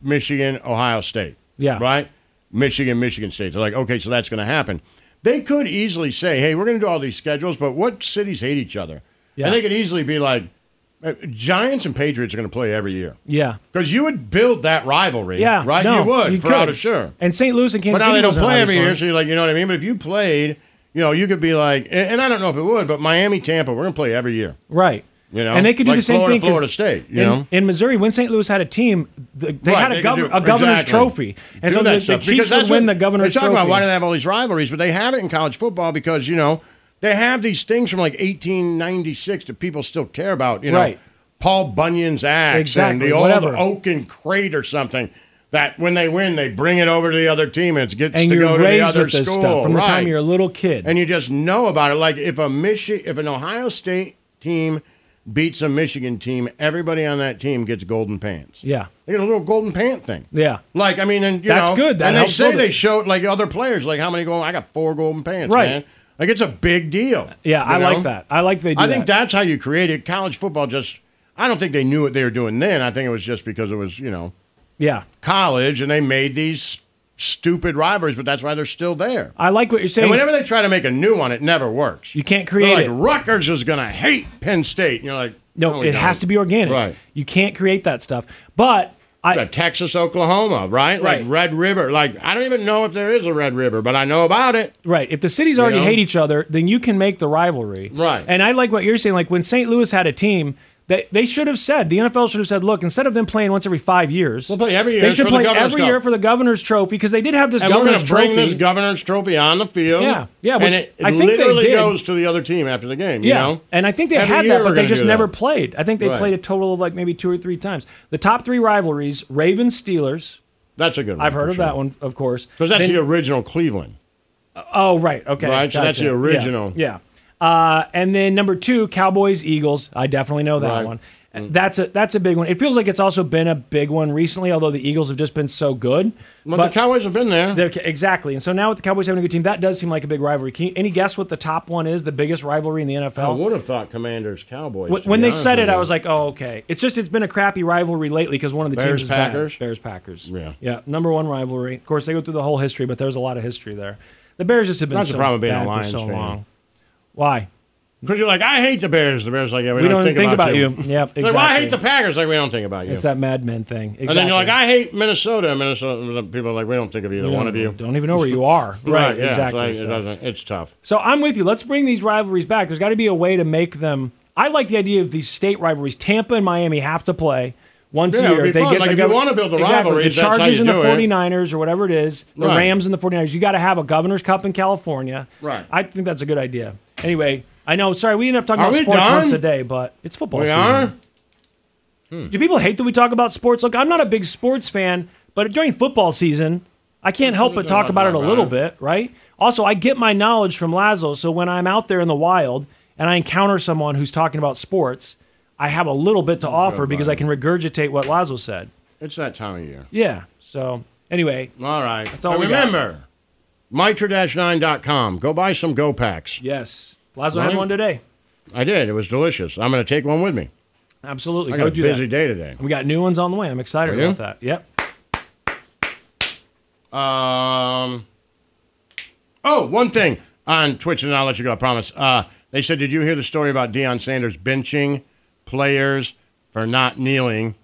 [SPEAKER 2] Michigan, Ohio State.
[SPEAKER 1] Yeah.
[SPEAKER 2] Right? Michigan, Michigan State. They're like, okay, so that's gonna happen. They could easily say, hey, we're gonna do all these schedules, but what cities hate each other?
[SPEAKER 1] Yeah.
[SPEAKER 2] And they could easily be like, uh, Giants and Patriots are gonna play every year.
[SPEAKER 1] Yeah,
[SPEAKER 2] Because you would build that rivalry.
[SPEAKER 1] yeah,
[SPEAKER 2] Right?
[SPEAKER 1] No,
[SPEAKER 2] you would, for
[SPEAKER 1] could.
[SPEAKER 2] out of sure.
[SPEAKER 1] And St. Louis and Kansas
[SPEAKER 2] but now
[SPEAKER 1] City
[SPEAKER 2] they don't
[SPEAKER 1] wasn't
[SPEAKER 2] play
[SPEAKER 1] on
[SPEAKER 2] every
[SPEAKER 1] this
[SPEAKER 2] year,
[SPEAKER 1] one.
[SPEAKER 2] so you're like, you know what I mean? But if you played, you know, you could be like, and and I don't know if it would, but Miami, Tampa, we're gonna play every year.
[SPEAKER 1] Right.
[SPEAKER 2] You know,
[SPEAKER 1] and they could do
[SPEAKER 2] Like
[SPEAKER 1] the same
[SPEAKER 2] Florida,
[SPEAKER 1] thing. 'cause
[SPEAKER 2] Florida State, you
[SPEAKER 1] in,
[SPEAKER 2] know?
[SPEAKER 1] in Missouri, when St. Louis had a team, th- they
[SPEAKER 2] Right,
[SPEAKER 1] had a,
[SPEAKER 2] can
[SPEAKER 1] gov-
[SPEAKER 2] do-
[SPEAKER 1] a governor's
[SPEAKER 2] exactly.
[SPEAKER 1] trophy, and
[SPEAKER 2] Do
[SPEAKER 1] so
[SPEAKER 2] that
[SPEAKER 1] the, the
[SPEAKER 2] stuff,
[SPEAKER 1] Chiefs
[SPEAKER 2] because
[SPEAKER 1] would
[SPEAKER 2] that's
[SPEAKER 1] win
[SPEAKER 2] what-
[SPEAKER 1] the governor's
[SPEAKER 2] They're talking
[SPEAKER 1] trophy.
[SPEAKER 2] about why do they have all these rivalries, but they have it in college football because you know they have these things from like 1896 that people still care about. You know,
[SPEAKER 1] Right.
[SPEAKER 2] Paul Bunyan's axe
[SPEAKER 1] Exactly,
[SPEAKER 2] and the
[SPEAKER 1] whatever.
[SPEAKER 2] old oak and crate or something. That when they win, they bring it over to the other team and it gets
[SPEAKER 1] and
[SPEAKER 2] to go
[SPEAKER 1] you're
[SPEAKER 2] to the
[SPEAKER 1] raised
[SPEAKER 2] other
[SPEAKER 1] with this
[SPEAKER 2] school.
[SPEAKER 1] stuff from the time
[SPEAKER 2] right.
[SPEAKER 1] you're a little kid.
[SPEAKER 2] And you just know about it. Like if a Michi- if an Ohio State team beats a Michigan team, everybody on that team gets golden pants.
[SPEAKER 1] Yeah,
[SPEAKER 2] They get a little golden pant thing.
[SPEAKER 1] yeah.
[SPEAKER 2] Like I mean, and you
[SPEAKER 1] That's
[SPEAKER 2] know,
[SPEAKER 1] good. That
[SPEAKER 2] and they
[SPEAKER 1] helps
[SPEAKER 2] say
[SPEAKER 1] build it.
[SPEAKER 2] they showed like other players, like how many golden? I got four golden pants,
[SPEAKER 1] Right.
[SPEAKER 2] man. Like it's a big deal.
[SPEAKER 1] Yeah,
[SPEAKER 2] you
[SPEAKER 1] I
[SPEAKER 2] know?
[SPEAKER 1] like that. I like they. Do
[SPEAKER 2] I think
[SPEAKER 1] that.
[SPEAKER 2] that's how you create it. College football just. I don't think they knew what they were doing then. I think it was just because it was you know
[SPEAKER 1] Yeah,
[SPEAKER 2] college and they made these stupid rivalries, but that's why they're still there.
[SPEAKER 1] I like what you're saying.
[SPEAKER 2] And whenever they try to make a new one, it never works.
[SPEAKER 1] You can't create
[SPEAKER 2] like
[SPEAKER 1] it.
[SPEAKER 2] Rutgers is going to hate Penn State, and you're like,
[SPEAKER 1] No,
[SPEAKER 2] we
[SPEAKER 1] it has
[SPEAKER 2] don't.
[SPEAKER 1] to be organic.
[SPEAKER 2] Right.
[SPEAKER 1] You can't create that stuff. But I
[SPEAKER 2] Texas, Oklahoma, right?
[SPEAKER 1] Right.
[SPEAKER 2] Like Red River. Like I don't even know if there is a Red River, but I know about it.
[SPEAKER 1] Right. If the cities
[SPEAKER 2] You
[SPEAKER 1] already
[SPEAKER 2] know?
[SPEAKER 1] hate each other, then you can make the rivalry. Right. And I like what you're saying. Like when St. Louis had a team, they, they should have said, the NFL should have said, look, instead of them playing once every five years, we'll
[SPEAKER 2] play every year
[SPEAKER 1] they should
[SPEAKER 2] for the
[SPEAKER 1] play
[SPEAKER 2] Governor's
[SPEAKER 1] every
[SPEAKER 2] Cup.
[SPEAKER 1] year for the governor's trophy because they did have this
[SPEAKER 2] and we're going
[SPEAKER 1] governor's
[SPEAKER 2] to bring
[SPEAKER 1] trophy.
[SPEAKER 2] this governor's trophy on the field.
[SPEAKER 1] Yeah. Yeah,
[SPEAKER 2] and
[SPEAKER 1] which
[SPEAKER 2] it
[SPEAKER 1] I think they
[SPEAKER 2] literally
[SPEAKER 1] did.
[SPEAKER 2] goes to the other team after the game.
[SPEAKER 1] yeah.
[SPEAKER 2] you know?
[SPEAKER 1] And I think they
[SPEAKER 2] Every
[SPEAKER 1] had
[SPEAKER 2] year
[SPEAKER 1] that,
[SPEAKER 2] we're
[SPEAKER 1] but they
[SPEAKER 2] gonna
[SPEAKER 1] just
[SPEAKER 2] do that.
[SPEAKER 1] never played. I think they
[SPEAKER 2] Right.
[SPEAKER 1] played a total of like maybe two or three times. The top three rivalries, Ravens, Steelers.
[SPEAKER 2] That's a good one.
[SPEAKER 1] I've heard
[SPEAKER 2] for
[SPEAKER 1] of
[SPEAKER 2] sure.
[SPEAKER 1] that one, of course.
[SPEAKER 2] because that's
[SPEAKER 1] Then-
[SPEAKER 2] the original Cleveland.
[SPEAKER 1] Oh, right. Okay.
[SPEAKER 2] Right, so that's the
[SPEAKER 1] Yeah,
[SPEAKER 2] original.
[SPEAKER 1] Yeah. Uh, and then number two, Cowboys, Eagles. I definitely know that
[SPEAKER 2] Right.
[SPEAKER 1] one. That's a that's a big one. It feels like it's also been a big one recently, although the Eagles have just been so good.
[SPEAKER 2] Well, the Cowboys have been there.
[SPEAKER 1] Exactly. And so now with the Cowboys having a good team, that does seem like a big rivalry. Can you, any guess what the top one is, the biggest rivalry in the
[SPEAKER 2] I
[SPEAKER 1] NFL?
[SPEAKER 2] would have thought Commanders Cowboys.
[SPEAKER 1] Wh-
[SPEAKER 2] to
[SPEAKER 1] when
[SPEAKER 2] be
[SPEAKER 1] they
[SPEAKER 2] honest
[SPEAKER 1] said
[SPEAKER 2] with
[SPEAKER 1] it, I
[SPEAKER 2] you.
[SPEAKER 1] was like, oh, okay. It's just it's been a crappy rivalry lately because one of the teams
[SPEAKER 2] Bears
[SPEAKER 1] is
[SPEAKER 2] Packers.
[SPEAKER 1] bad. Bears Packers.
[SPEAKER 2] Yeah.
[SPEAKER 1] Yeah, number one rivalry. Of course, they go through the whole history, but there's a lot of history there. The Bears just have been
[SPEAKER 2] That's the
[SPEAKER 1] so
[SPEAKER 2] problem with being
[SPEAKER 1] bad
[SPEAKER 2] a Lions
[SPEAKER 1] for so
[SPEAKER 2] fan.
[SPEAKER 1] long. Why?
[SPEAKER 2] Because you're like, I hate the Bears. The Bears are like, yeah, we,
[SPEAKER 1] We don't even think about
[SPEAKER 2] you.
[SPEAKER 1] you. Yep,
[SPEAKER 2] Like, well, I hate
[SPEAKER 1] exactly.
[SPEAKER 2] the Packers. Like, we don't think about you.
[SPEAKER 1] It's that Mad Men thing. Exactly.
[SPEAKER 2] And then you're like, I hate Minnesota. And Minnesota people are like, we don't think of either
[SPEAKER 1] We
[SPEAKER 2] one
[SPEAKER 1] don't-
[SPEAKER 2] of you.
[SPEAKER 1] don't even know where you are.
[SPEAKER 2] right,
[SPEAKER 1] Right,
[SPEAKER 2] yeah,
[SPEAKER 1] exactly,
[SPEAKER 2] It's, like,
[SPEAKER 1] so.
[SPEAKER 2] it doesn't, it's tough.
[SPEAKER 1] So I'm with you. Let's bring these rivalries back. There's got to be a way to make them. I like the idea of these state rivalries. Tampa and Miami have to play once
[SPEAKER 2] Yeah,
[SPEAKER 1] a
[SPEAKER 2] it
[SPEAKER 1] year.
[SPEAKER 2] would be
[SPEAKER 1] They
[SPEAKER 2] fun.
[SPEAKER 1] get
[SPEAKER 2] Like,
[SPEAKER 1] the
[SPEAKER 2] if you
[SPEAKER 1] govern-
[SPEAKER 2] wanna build the
[SPEAKER 1] exactly.
[SPEAKER 2] rivalries,
[SPEAKER 1] the
[SPEAKER 2] that's how you
[SPEAKER 1] Chargers and the
[SPEAKER 2] do it.
[SPEAKER 1] 49ers or whatever it is, the
[SPEAKER 2] Right.
[SPEAKER 1] Rams and the 49ers. You got to have a governor's cup in California.
[SPEAKER 2] Right.
[SPEAKER 1] I think that's a good idea. Anyway, I know. Sorry, we end up talking
[SPEAKER 2] Are
[SPEAKER 1] about
[SPEAKER 2] we
[SPEAKER 1] sports
[SPEAKER 2] done?
[SPEAKER 1] once a day, but it's football
[SPEAKER 2] We
[SPEAKER 1] season.
[SPEAKER 2] are?
[SPEAKER 1] Hmm. Do people hate that we talk about sports? Look, I'm not a big sports fan, but during football season, I can't help but talk about it a little bit, right? Also, I get my knowledge from Lazo, so when I'm out there in the wild and I encounter someone who's talking about sports, I have a little bit to offer because I can regurgitate what Lazo said.
[SPEAKER 2] It's that time of year.
[SPEAKER 1] Yeah. So anyway,
[SPEAKER 2] All right.
[SPEAKER 1] That's all
[SPEAKER 2] And
[SPEAKER 1] we got.
[SPEAKER 2] remember, mitra-9.com. Go buy some Go Packs.
[SPEAKER 1] yes, Lazo had
[SPEAKER 2] Right.
[SPEAKER 1] one today.
[SPEAKER 2] I did. It was delicious. I'm going to take one with me.
[SPEAKER 1] Absolutely.
[SPEAKER 2] I
[SPEAKER 1] Go
[SPEAKER 2] got a
[SPEAKER 1] do
[SPEAKER 2] busy
[SPEAKER 1] that.
[SPEAKER 2] day today.
[SPEAKER 1] We got new ones on the way. I'm excited
[SPEAKER 2] Are you?
[SPEAKER 1] about that. Yep.
[SPEAKER 2] Um, Oh, one thing on Twitch, and I'll let you go. I promise. Uh, they said, did you hear the story about Deion Sanders benching players for not kneeling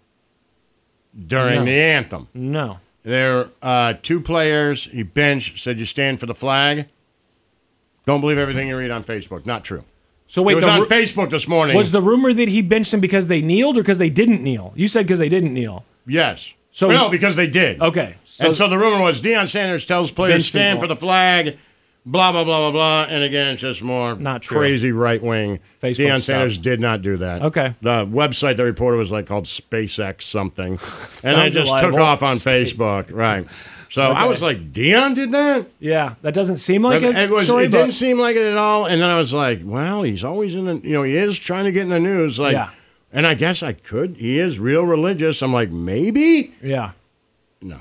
[SPEAKER 2] during
[SPEAKER 1] No.
[SPEAKER 2] the anthem?
[SPEAKER 1] No.
[SPEAKER 2] There are uh, two players he benched. Said you stand for the flag. Don't believe everything you read on Facebook. Not true.
[SPEAKER 1] So wait,
[SPEAKER 2] it was
[SPEAKER 1] the
[SPEAKER 2] on
[SPEAKER 1] ru-
[SPEAKER 2] Facebook this morning.
[SPEAKER 1] Was the rumor that he benched him because they kneeled or because they didn't kneel? You said because they didn't kneel.
[SPEAKER 2] Yes.
[SPEAKER 1] So
[SPEAKER 2] no, because they did.
[SPEAKER 1] Okay.
[SPEAKER 2] and so the rumor was Deion Sanders tells players
[SPEAKER 1] Bench
[SPEAKER 2] stand
[SPEAKER 1] people.
[SPEAKER 2] for the flag, blah blah blah blah blah. And again, it's just more
[SPEAKER 1] Not true.
[SPEAKER 2] crazy right wing.
[SPEAKER 1] Facebook stuff.
[SPEAKER 2] Deion Sanders did not do that.
[SPEAKER 1] Okay.
[SPEAKER 2] The website the reporter was like called SpaceX something, and they
[SPEAKER 1] Sounds
[SPEAKER 2] just
[SPEAKER 1] reliable.
[SPEAKER 2] took off on
[SPEAKER 1] Space-
[SPEAKER 2] Facebook. Right. So I
[SPEAKER 1] Okay.
[SPEAKER 2] was like, Deion did that.
[SPEAKER 1] Yeah, that doesn't seem like a
[SPEAKER 2] it was,
[SPEAKER 1] story.
[SPEAKER 2] It
[SPEAKER 1] but-
[SPEAKER 2] didn't seem like it at all. And then I was like, well, he's always in the, you know, he is trying to get in the news. Like,
[SPEAKER 1] Yeah.
[SPEAKER 2] and I guess I could. He is real religious. I'm like, maybe.
[SPEAKER 1] yeah.
[SPEAKER 2] No.